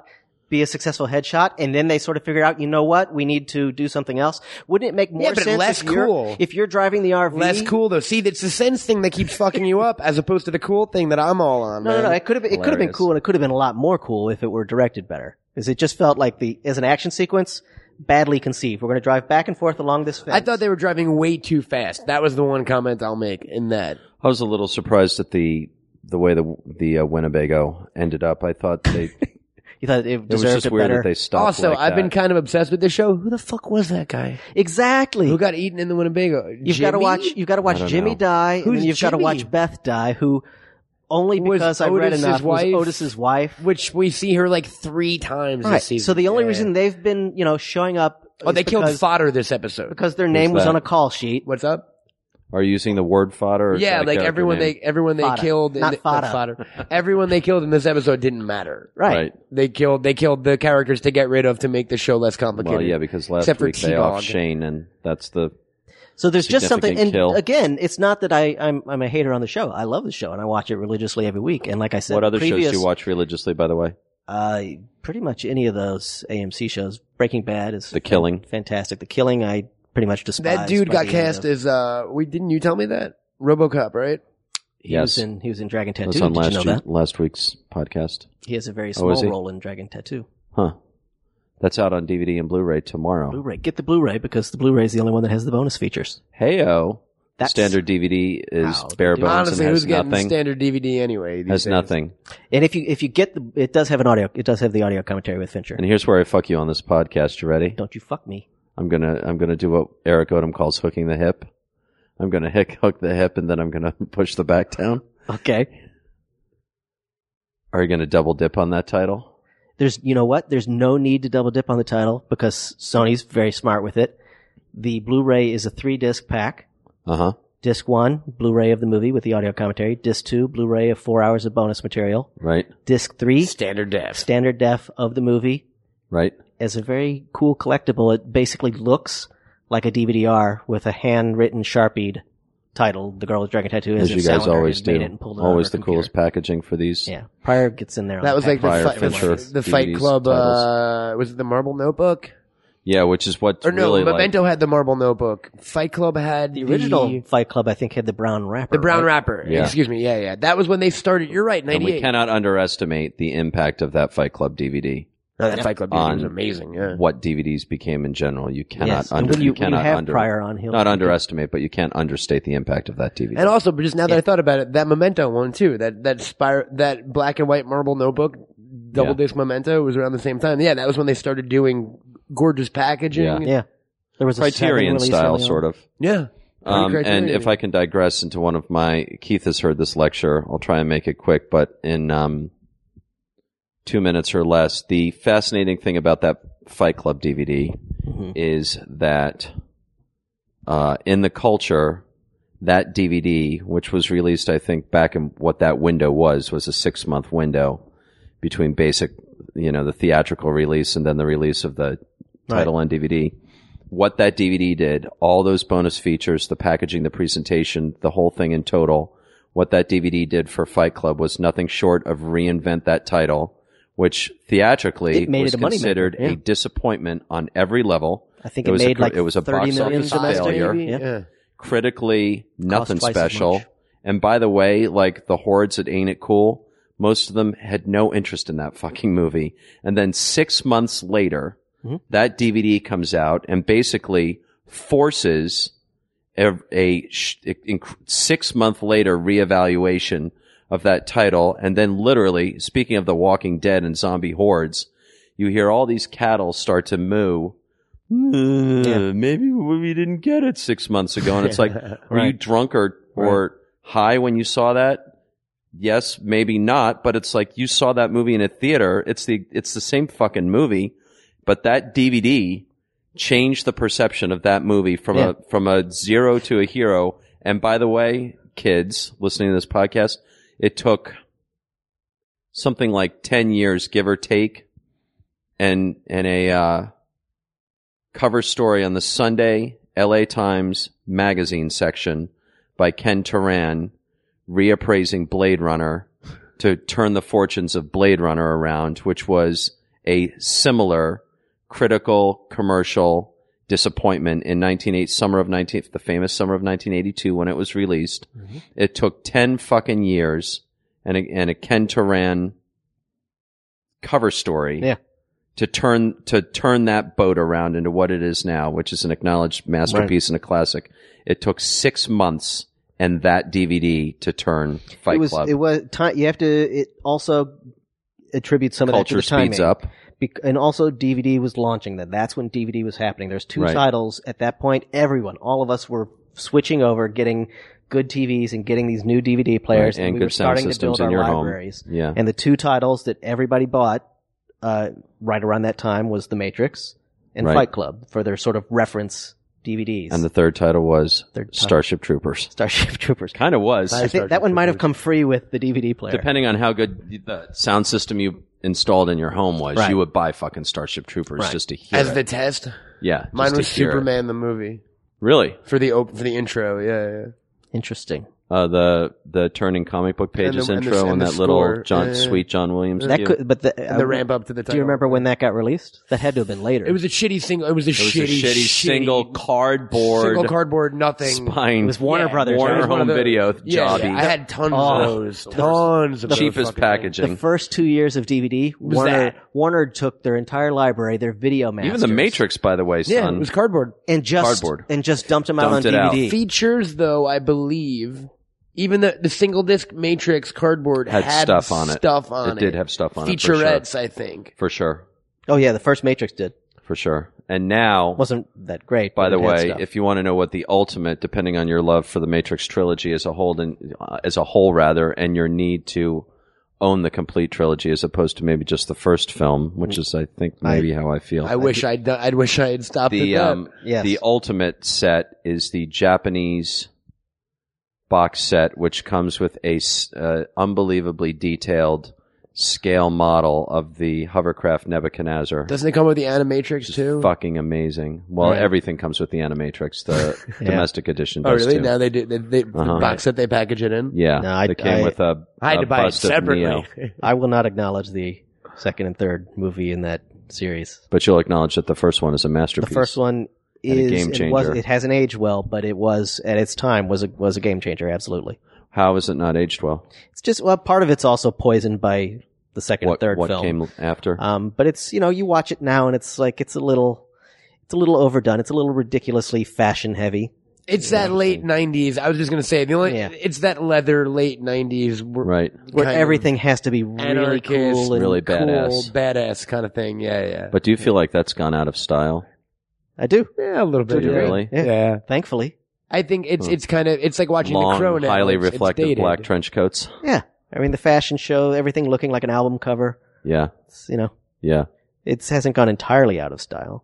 [SPEAKER 4] be a successful headshot and then they sort of figure out you know what we need to do something else wouldn't it make more
[SPEAKER 3] Yeah, but
[SPEAKER 4] sense
[SPEAKER 3] less
[SPEAKER 4] if, you're,
[SPEAKER 3] cool.
[SPEAKER 4] if you're driving the rv
[SPEAKER 3] less cool though? See, it's the sense thing that keeps fucking you up, as opposed to the cool thing that I'm all on.
[SPEAKER 4] no no
[SPEAKER 3] man.
[SPEAKER 4] no it could have it could have been
[SPEAKER 2] Hilarious.
[SPEAKER 4] cool and it could have been a lot more cool if it were directed better because it just felt like the as an action sequence badly conceived we're going to drive back and forth along this fence
[SPEAKER 3] I thought they were driving way too fast. That was the one comment I'll make in that.
[SPEAKER 2] I was a little surprised at the the way the the uh, Winnebago ended up. I thought they it
[SPEAKER 4] you thought it
[SPEAKER 2] was
[SPEAKER 4] deserved
[SPEAKER 2] just
[SPEAKER 4] a
[SPEAKER 2] weird that
[SPEAKER 4] better
[SPEAKER 2] they stopped.
[SPEAKER 3] also,
[SPEAKER 2] like
[SPEAKER 3] I've been
[SPEAKER 2] that.
[SPEAKER 3] kind of obsessed with this show. Who the fuck was that guy
[SPEAKER 4] exactly
[SPEAKER 3] who got eaten in the Winnebago?
[SPEAKER 4] You've got to watch. You've got to
[SPEAKER 2] I
[SPEAKER 4] watch
[SPEAKER 2] don't
[SPEAKER 4] Jimmy
[SPEAKER 2] know.
[SPEAKER 4] die, and
[SPEAKER 3] Who's
[SPEAKER 4] then you've got to
[SPEAKER 3] Jimmy?
[SPEAKER 4] watch Beth die, who only
[SPEAKER 3] Was
[SPEAKER 4] because I read
[SPEAKER 3] Otis's
[SPEAKER 4] enough
[SPEAKER 3] wife?
[SPEAKER 4] was Otis's wife.
[SPEAKER 3] which we see her like three times
[SPEAKER 4] Right.
[SPEAKER 3] this season.
[SPEAKER 4] So the only
[SPEAKER 3] Yeah.
[SPEAKER 4] reason they've been, you know, showing up.
[SPEAKER 3] oh
[SPEAKER 4] is
[SPEAKER 3] they killed
[SPEAKER 4] because,
[SPEAKER 3] fodder this episode.
[SPEAKER 4] because their name was
[SPEAKER 2] that?
[SPEAKER 4] on a call sheet.
[SPEAKER 3] What's up?
[SPEAKER 2] Are you using the word fodder? Or is that
[SPEAKER 3] Yeah,
[SPEAKER 2] a
[SPEAKER 3] like
[SPEAKER 2] character
[SPEAKER 3] everyone
[SPEAKER 2] name?
[SPEAKER 3] they everyone they
[SPEAKER 4] Fodder.
[SPEAKER 3] killed in
[SPEAKER 4] Not
[SPEAKER 3] the-
[SPEAKER 4] fodder.
[SPEAKER 3] Everyone they killed in this episode didn't matter.
[SPEAKER 4] Right.
[SPEAKER 2] right.
[SPEAKER 3] They killed they killed the characters to get rid of to make the show less complicated.
[SPEAKER 2] Well, yeah, because last
[SPEAKER 3] Except for
[SPEAKER 2] week they off
[SPEAKER 3] T-Dog.
[SPEAKER 2] Shane, and that's the
[SPEAKER 4] So there's just something. And
[SPEAKER 2] Significant kill.
[SPEAKER 4] again, it's not that I, I'm I'm a hater on the show. I love the show, and I watch it religiously every week. And like I said,
[SPEAKER 2] what other
[SPEAKER 4] previous,
[SPEAKER 2] shows do you watch religiously? By the way,
[SPEAKER 4] Uh, pretty much any of those AMC shows. Breaking Bad is
[SPEAKER 2] The Killing.
[SPEAKER 4] fantastic. The Killing, I pretty much despise.
[SPEAKER 3] that dude
[SPEAKER 4] by
[SPEAKER 3] got
[SPEAKER 4] the end
[SPEAKER 3] cast
[SPEAKER 4] of-
[SPEAKER 3] as uh we didn't you tell me that? RoboCop, right?
[SPEAKER 4] He was
[SPEAKER 2] Yes.
[SPEAKER 4] in he was in Dragon
[SPEAKER 2] That
[SPEAKER 4] Tattoo.
[SPEAKER 2] was on
[SPEAKER 4] Did you
[SPEAKER 2] last
[SPEAKER 4] know
[SPEAKER 2] year-
[SPEAKER 4] that?
[SPEAKER 2] last week's podcast.
[SPEAKER 4] He has a very
[SPEAKER 2] Oh, is
[SPEAKER 4] small
[SPEAKER 2] he?
[SPEAKER 4] role in Dragon Tattoo.
[SPEAKER 2] Huh. That's out on DVD and Blu-ray tomorrow.
[SPEAKER 4] Blu-ray. Get the Blu-ray because the Blu-ray is the only one that has the bonus features.
[SPEAKER 2] Heyo.
[SPEAKER 4] That's-
[SPEAKER 2] Standard DVD is
[SPEAKER 4] Wow.
[SPEAKER 2] bare bones
[SPEAKER 3] Honestly,
[SPEAKER 2] and
[SPEAKER 3] who's
[SPEAKER 2] has
[SPEAKER 3] getting
[SPEAKER 2] nothing.
[SPEAKER 3] standard DVD anyway? these
[SPEAKER 2] has
[SPEAKER 3] days?
[SPEAKER 2] nothing.
[SPEAKER 4] And if you if you get the, it does have an audio. It does have the audio commentary with Fincher.
[SPEAKER 2] And here's where I fuck you on this podcast. You ready?
[SPEAKER 4] Don't you fuck me.
[SPEAKER 2] I'm gonna I'm gonna do what Eric Odom calls hooking the hip. I'm gonna hick, hook the hip, and then I'm gonna push the back down.
[SPEAKER 4] Okay.
[SPEAKER 2] Are you gonna double dip on that title?
[SPEAKER 4] There's you know what? There's no need to double dip on the title because Sony's very smart with it. The Blu-ray is a three disc pack.
[SPEAKER 2] Uh huh.
[SPEAKER 4] Disc one, Blu-ray of the movie with the audio commentary. Disc two, Blu-ray of four hours of bonus material.
[SPEAKER 2] Right.
[SPEAKER 4] Disc three,
[SPEAKER 3] Standard def.
[SPEAKER 4] standard def of the movie.
[SPEAKER 2] Right.
[SPEAKER 4] As a very cool collectible, it basically looks like a DVD-R with a handwritten Sharpie title, "The Girl with Dragon Tattoo,"
[SPEAKER 2] As you guys
[SPEAKER 4] Salander
[SPEAKER 2] always
[SPEAKER 4] had made
[SPEAKER 2] do.
[SPEAKER 4] it and pulled it out of
[SPEAKER 2] Always
[SPEAKER 4] her
[SPEAKER 2] the
[SPEAKER 4] computer.
[SPEAKER 2] coolest packaging for these.
[SPEAKER 4] Yeah, Pryor gets in there. on
[SPEAKER 3] That was
[SPEAKER 4] the
[SPEAKER 3] like the
[SPEAKER 2] Prior
[SPEAKER 3] fight,
[SPEAKER 2] Fincher
[SPEAKER 3] the Fight
[SPEAKER 2] DVDs
[SPEAKER 3] Club.
[SPEAKER 2] titles.
[SPEAKER 3] Uh, was it the Marble Notebook?
[SPEAKER 2] Yeah, which is what
[SPEAKER 3] Or no,
[SPEAKER 2] really like-
[SPEAKER 3] Memento had the Marble Notebook. Fight Club had
[SPEAKER 4] The original Fight Club, I think, had the brown wrapper.
[SPEAKER 3] the brown
[SPEAKER 4] right?
[SPEAKER 3] wrapper.
[SPEAKER 2] Yeah.
[SPEAKER 3] Excuse me. Yeah, yeah. That was when they started. You're right.
[SPEAKER 2] and
[SPEAKER 3] Ninety
[SPEAKER 2] we
[SPEAKER 3] eight.
[SPEAKER 2] cannot underestimate the impact of that Fight Club DVD.
[SPEAKER 3] No, that Fight Club
[SPEAKER 2] on-
[SPEAKER 3] was amazing. Yeah.
[SPEAKER 2] What DVDs became in general, you cannot
[SPEAKER 4] Yes. And
[SPEAKER 2] under,
[SPEAKER 4] when you, when
[SPEAKER 2] cannot
[SPEAKER 4] you have
[SPEAKER 2] under,
[SPEAKER 4] Pryor on, he'll
[SPEAKER 2] not underestimate, but you can't understate the impact of that DVD.
[SPEAKER 3] And also, but just now that I thought about it, that Memento one too. That that spir- that black and white marble notebook, double
[SPEAKER 2] Yeah.
[SPEAKER 3] disc Memento was around the same time. Yeah, that was when they started doing gorgeous packaging.
[SPEAKER 2] Yeah.
[SPEAKER 4] Yeah, there was a
[SPEAKER 2] Criterion style, sort of.
[SPEAKER 3] Yeah.
[SPEAKER 2] Um, and
[SPEAKER 3] Criterion.
[SPEAKER 2] if I can digress into one of my, Keith has heard this lecture. I'll try and make it quick, but in um, two minutes or less, the fascinating thing about that Fight Club DVD
[SPEAKER 4] Mhm.
[SPEAKER 2] is that uh, in the culture, that DVD, which was released, I think, back in what that window was, was a six month window between basic, you know, the theatrical release and then the release of the
[SPEAKER 4] Right.
[SPEAKER 2] title on DVD. What that DVD did, all those bonus features, the packaging, the presentation, the whole thing in total, what that DVD did for Fight Club was nothing short of reinvent that title, which theatrically
[SPEAKER 4] It made
[SPEAKER 2] was
[SPEAKER 4] it a moneymaker,
[SPEAKER 2] considered
[SPEAKER 4] yeah.
[SPEAKER 2] a disappointment on every level.
[SPEAKER 4] I think
[SPEAKER 2] It
[SPEAKER 4] it,
[SPEAKER 2] was a
[SPEAKER 4] made
[SPEAKER 2] cr-
[SPEAKER 4] like
[SPEAKER 2] it was a
[SPEAKER 4] thirty
[SPEAKER 2] box
[SPEAKER 4] million
[SPEAKER 2] office failure.
[SPEAKER 4] maybe? Yeah.
[SPEAKER 3] yeah.
[SPEAKER 2] critically nothing
[SPEAKER 4] twice as
[SPEAKER 2] special.
[SPEAKER 4] much.
[SPEAKER 2] And by the way, like the hordes at Ain't It Cool, most of them had no interest in that fucking movie. And then six months later,
[SPEAKER 4] Mhm.
[SPEAKER 2] that DVD comes out and basically forces a, a sh- inc- six month later reevaluation of that title. And then literally, speaking of The Walking Dead and zombie hordes, you hear all these cattle start to moo. "Uh,
[SPEAKER 4] Hmm. Yeah.
[SPEAKER 2] Maybe we didn't get it six months ago. And it's like, were you
[SPEAKER 4] Right.
[SPEAKER 2] drunk or, or high when you saw that? Yes, maybe not, but it's like you saw that movie in a theater. It's the, it's the same fucking movie, but that DVD changed the perception of that movie from
[SPEAKER 4] Yeah.
[SPEAKER 2] a, from a zero to a hero. And by the way, kids listening to this podcast, it took something like 10 years, give or take, and, and a, uh, cover story on the Sunday LA Times magazine section by Ken Turan reappraising Blade Runner to turn the fortunes of Blade Runner around, which was a similar critical commercial disappointment in 1980 summer of 19 the famous summer of 1982 when it was released. It took 10 fucking years and a, and a Ken Turan cover story
[SPEAKER 4] Yeah.
[SPEAKER 2] to turn to turn that boat around into what it is now, which is an acknowledged masterpiece and a classic. It took six months and that DVD to turn Fight
[SPEAKER 4] it was.
[SPEAKER 2] Club.
[SPEAKER 4] It was. Ti- you have to. It also attributes some of that to
[SPEAKER 2] Culture
[SPEAKER 4] the timing.
[SPEAKER 2] speeds up.
[SPEAKER 4] Bec- and also DVD was launching then. That's when DVD was happening. There's two
[SPEAKER 2] Right.
[SPEAKER 4] titles at that point. Everyone, all of us were switching over, getting good TVs and getting these new DVD players,
[SPEAKER 2] Right, and
[SPEAKER 4] we
[SPEAKER 2] good
[SPEAKER 4] were
[SPEAKER 2] sound
[SPEAKER 4] starting to
[SPEAKER 2] systems
[SPEAKER 4] build
[SPEAKER 2] in
[SPEAKER 4] our
[SPEAKER 2] your home.
[SPEAKER 4] libraries.
[SPEAKER 2] Yeah.
[SPEAKER 4] And the two titles that everybody bought uh, right around that time was The Matrix and
[SPEAKER 2] Right.
[SPEAKER 4] Fight Club for their sort of reference DVDs.
[SPEAKER 2] And the third title was
[SPEAKER 4] Third title.
[SPEAKER 2] Starship Troopers.
[SPEAKER 4] Starship Troopers.
[SPEAKER 2] Kind of was.
[SPEAKER 4] I think that one might have come free with the DVD player.
[SPEAKER 2] Depending on how good the sound system you installed in your home was,
[SPEAKER 4] Right.
[SPEAKER 2] you would buy fucking Starship Troopers just to hear
[SPEAKER 3] As
[SPEAKER 2] it.
[SPEAKER 3] the test,
[SPEAKER 2] yeah. just
[SPEAKER 3] mine
[SPEAKER 2] to
[SPEAKER 3] was
[SPEAKER 2] hear it.
[SPEAKER 3] Superman the movie
[SPEAKER 2] Really?
[SPEAKER 3] for the op- for the intro. Yeah, yeah.
[SPEAKER 4] Interesting.
[SPEAKER 2] Uh, the the turning comic book pages
[SPEAKER 3] the- and the-
[SPEAKER 2] intro and,
[SPEAKER 3] and the
[SPEAKER 2] that little
[SPEAKER 3] score.
[SPEAKER 2] John
[SPEAKER 3] Yeah, yeah, yeah.
[SPEAKER 2] sweet John Williams.
[SPEAKER 4] That
[SPEAKER 2] cue.
[SPEAKER 4] could, but the, uh,
[SPEAKER 3] And the ramp up to the title.
[SPEAKER 4] Do you remember when that got released? That had to have been later.
[SPEAKER 3] It was a shitty single. It was a
[SPEAKER 2] It was
[SPEAKER 3] shitty,
[SPEAKER 2] a shitty single cardboard,
[SPEAKER 3] single cardboard nothing.
[SPEAKER 2] spine.
[SPEAKER 4] It was Warner Brothers.
[SPEAKER 2] Warner
[SPEAKER 4] It was one
[SPEAKER 2] Home
[SPEAKER 4] of the-
[SPEAKER 2] Video
[SPEAKER 3] Yeah,
[SPEAKER 2] jobby.
[SPEAKER 3] yeah, I had tons
[SPEAKER 4] Oh,
[SPEAKER 3] of those. Tons of those
[SPEAKER 2] cheapest
[SPEAKER 3] fucking
[SPEAKER 2] packaging.
[SPEAKER 4] the first two years of DVD. Warner
[SPEAKER 3] that?
[SPEAKER 4] Warner took their entire library, their video masters,
[SPEAKER 2] Even the Matrix, by the way,
[SPEAKER 3] things. Yeah,
[SPEAKER 2] son.
[SPEAKER 3] it was cardboard.
[SPEAKER 4] and just
[SPEAKER 2] Cardboard.
[SPEAKER 4] and just dumped them out
[SPEAKER 2] Dumped
[SPEAKER 4] on
[SPEAKER 2] it out.
[SPEAKER 4] DVD.
[SPEAKER 3] features though i believe even the, the single disc matrix cardboard
[SPEAKER 2] Had
[SPEAKER 3] had,
[SPEAKER 2] stuff on it.
[SPEAKER 3] stuff on
[SPEAKER 2] it did have stuff on
[SPEAKER 3] featurettes i think
[SPEAKER 2] it for sure. For sure.
[SPEAKER 4] Oh yeah, the first Matrix did
[SPEAKER 2] For sure. And now,
[SPEAKER 4] wasn't that great.
[SPEAKER 2] by
[SPEAKER 4] but
[SPEAKER 2] the
[SPEAKER 4] it had
[SPEAKER 2] way,
[SPEAKER 4] stuff.
[SPEAKER 2] if you want to know what the ultimate, depending on your love for the Matrix trilogy as a whole, and uh, as a whole rather, and your need to own the complete trilogy as opposed to maybe just the first film, which is, I think, maybe how I feel.
[SPEAKER 3] i wish i'd done, i'd wish i had stopped
[SPEAKER 2] the
[SPEAKER 3] at that
[SPEAKER 2] um
[SPEAKER 4] Yes.
[SPEAKER 2] the ultimate set is the Japanese box set, which comes with a s- uh, unbelievably detailed scale model of the hovercraft Nebuchadnezzar.
[SPEAKER 3] Doesn't it come with the animatrix too?
[SPEAKER 2] Fucking amazing. Well,
[SPEAKER 3] Right.
[SPEAKER 2] everything comes with the Animatrix. The
[SPEAKER 4] Yeah.
[SPEAKER 2] domestic edition
[SPEAKER 3] oh,
[SPEAKER 2] does
[SPEAKER 3] really?
[SPEAKER 2] too.
[SPEAKER 3] Now they do. They, they,
[SPEAKER 2] Uh-huh.
[SPEAKER 3] The box set they package it in.
[SPEAKER 2] yeah,
[SPEAKER 4] No, I-
[SPEAKER 2] they came
[SPEAKER 4] I-
[SPEAKER 2] with a,
[SPEAKER 3] I had
[SPEAKER 2] a
[SPEAKER 3] to buy it
[SPEAKER 2] bust of Neo.
[SPEAKER 3] separately.
[SPEAKER 4] I will not acknowledge the second and third movie in that series.
[SPEAKER 2] But you'll acknowledge that the first one is a
[SPEAKER 4] The
[SPEAKER 2] masterpiece.
[SPEAKER 4] first one
[SPEAKER 2] And a
[SPEAKER 4] is
[SPEAKER 2] game
[SPEAKER 4] It, was,
[SPEAKER 2] changer.
[SPEAKER 4] it hasn't aged well, but it was at its time was a was a game changer. Absolutely.
[SPEAKER 2] How is it not aged well?
[SPEAKER 4] It's just well, part of it's also poisoned by the second
[SPEAKER 2] What,
[SPEAKER 4] and third
[SPEAKER 2] what
[SPEAKER 4] film.
[SPEAKER 2] came
[SPEAKER 3] Uh,
[SPEAKER 2] after?
[SPEAKER 4] Um, but it's you know you watch it now and it's like it's a little it's a little overdone. It's a little ridiculously fashion heavy.
[SPEAKER 3] It's that late '90s. I was just gonna say the only.
[SPEAKER 4] Yeah.
[SPEAKER 3] It's that leather late '90s. Where,
[SPEAKER 2] right.
[SPEAKER 4] where
[SPEAKER 3] kind of
[SPEAKER 4] everything has to be really
[SPEAKER 3] anarchist,
[SPEAKER 4] cool and
[SPEAKER 2] really
[SPEAKER 3] cool,
[SPEAKER 2] badass.
[SPEAKER 3] badass kind of thing. Yeah, yeah.
[SPEAKER 2] But do you feel like that's gone out of style?
[SPEAKER 4] I do.
[SPEAKER 3] yeah, a little bit.
[SPEAKER 2] Do you
[SPEAKER 3] yeah.
[SPEAKER 2] really?
[SPEAKER 4] Yeah.
[SPEAKER 3] Yeah.
[SPEAKER 4] Thankfully,
[SPEAKER 3] I think it's
[SPEAKER 2] Huh.
[SPEAKER 3] it's kind of it's like watching
[SPEAKER 2] Long,
[SPEAKER 3] the Crow now.
[SPEAKER 2] highly
[SPEAKER 3] It's- it's
[SPEAKER 2] reflective
[SPEAKER 3] dated.
[SPEAKER 2] black trench coats.
[SPEAKER 4] yeah. I mean, the fashion show, everything looking like an album cover.
[SPEAKER 2] Yeah,
[SPEAKER 4] It's, you know,
[SPEAKER 2] yeah.
[SPEAKER 4] it hasn't gone entirely out of style.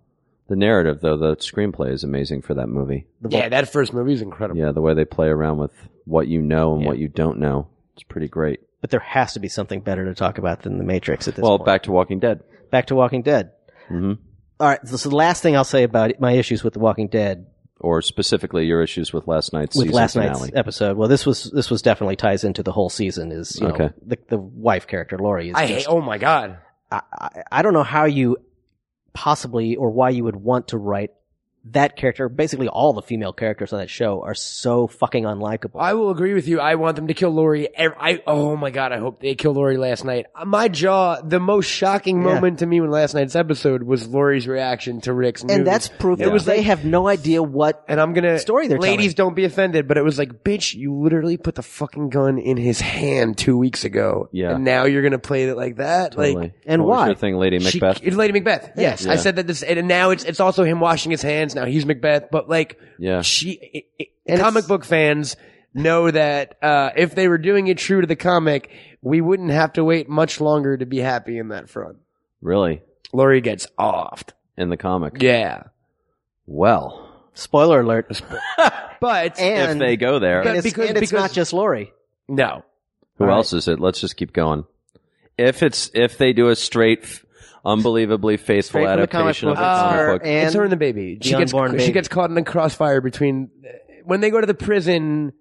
[SPEAKER 2] The narrative, though, the screenplay is amazing for that movie.
[SPEAKER 4] The
[SPEAKER 3] Yeah, that first movie is incredible.
[SPEAKER 2] Yeah, the way they play around with what you know and
[SPEAKER 4] Yeah.
[SPEAKER 2] what you don't know. It's pretty great.
[SPEAKER 4] But there has to be something better to talk about than the Matrix at this
[SPEAKER 2] Well,
[SPEAKER 4] point.
[SPEAKER 2] back to Walking Dead.
[SPEAKER 4] back to Walking Dead.
[SPEAKER 2] hmm
[SPEAKER 4] All right, so the last thing I'll say about it- my issues with the Walking Dead
[SPEAKER 2] Or specifically your issues with last night's
[SPEAKER 4] with
[SPEAKER 2] season
[SPEAKER 4] last
[SPEAKER 2] finale.
[SPEAKER 4] night's uh, episode. Well, this was this was definitely ties into the whole season. Is you
[SPEAKER 2] Okay.
[SPEAKER 4] know the, the wife character Lori is
[SPEAKER 3] I
[SPEAKER 4] just
[SPEAKER 3] hate. Oh my god.
[SPEAKER 4] I, I- I don't know how you possibly or why you would want to write that character. Basically, all the female characters on that show are so fucking unlikable.
[SPEAKER 3] I will agree with you. I want them to kill Lori. ev- I oh my god, I hope they kill Lori last night. Uh, My jaw. The most shocking
[SPEAKER 4] Yeah.
[SPEAKER 3] moment to me when last night's episode was Lori's reaction to Rick's.
[SPEAKER 4] and
[SPEAKER 3] news.
[SPEAKER 4] that's proof
[SPEAKER 3] It
[SPEAKER 4] that
[SPEAKER 3] was
[SPEAKER 4] they
[SPEAKER 3] like-
[SPEAKER 4] have no idea what.
[SPEAKER 3] and I'm gonna
[SPEAKER 4] story they're
[SPEAKER 3] ladies don't be offended, but it was like, bitch, you literally put the fucking gun in his hand two weeks ago.
[SPEAKER 2] Yeah.
[SPEAKER 3] and now you're gonna play it like that,
[SPEAKER 2] Totally.
[SPEAKER 3] like.
[SPEAKER 4] and
[SPEAKER 2] What was
[SPEAKER 4] why?
[SPEAKER 2] your thing, Lady
[SPEAKER 3] She-
[SPEAKER 2] Macbeth?
[SPEAKER 3] it's Lady Macbeth. Yes, I
[SPEAKER 2] Yeah.
[SPEAKER 3] said that. This and now it's it's also him washing his hands. Now he's Macbeth, but like
[SPEAKER 2] yeah.
[SPEAKER 3] she, it, it-
[SPEAKER 4] And
[SPEAKER 3] comic
[SPEAKER 4] it's-
[SPEAKER 3] book fans know that uh, if they were doing it true to the comic, we wouldn't have to wait much longer to be happy in that front.
[SPEAKER 2] Really?
[SPEAKER 3] Laurie gets offed.
[SPEAKER 2] In the comic.
[SPEAKER 3] Yeah,
[SPEAKER 2] Well,
[SPEAKER 4] Spoiler alert.
[SPEAKER 3] but
[SPEAKER 2] if
[SPEAKER 4] And,
[SPEAKER 2] they go there,
[SPEAKER 4] and it's,
[SPEAKER 3] because-
[SPEAKER 4] and it's
[SPEAKER 3] because-
[SPEAKER 4] not just Lori.
[SPEAKER 3] no,
[SPEAKER 2] who
[SPEAKER 4] All
[SPEAKER 2] else is it? Let's just keep going. If it's if they do a straight, f- unbelievably faithful
[SPEAKER 4] Straight from the comic
[SPEAKER 2] adaptation of
[SPEAKER 4] book.
[SPEAKER 2] the
[SPEAKER 3] it's
[SPEAKER 2] comic
[SPEAKER 4] her
[SPEAKER 2] book,
[SPEAKER 4] and
[SPEAKER 3] it's her and the baby. She
[SPEAKER 4] the
[SPEAKER 3] gets
[SPEAKER 4] unborn
[SPEAKER 3] she
[SPEAKER 4] baby.
[SPEAKER 3] gets caught in the crossfire between uh, when they go to the prison.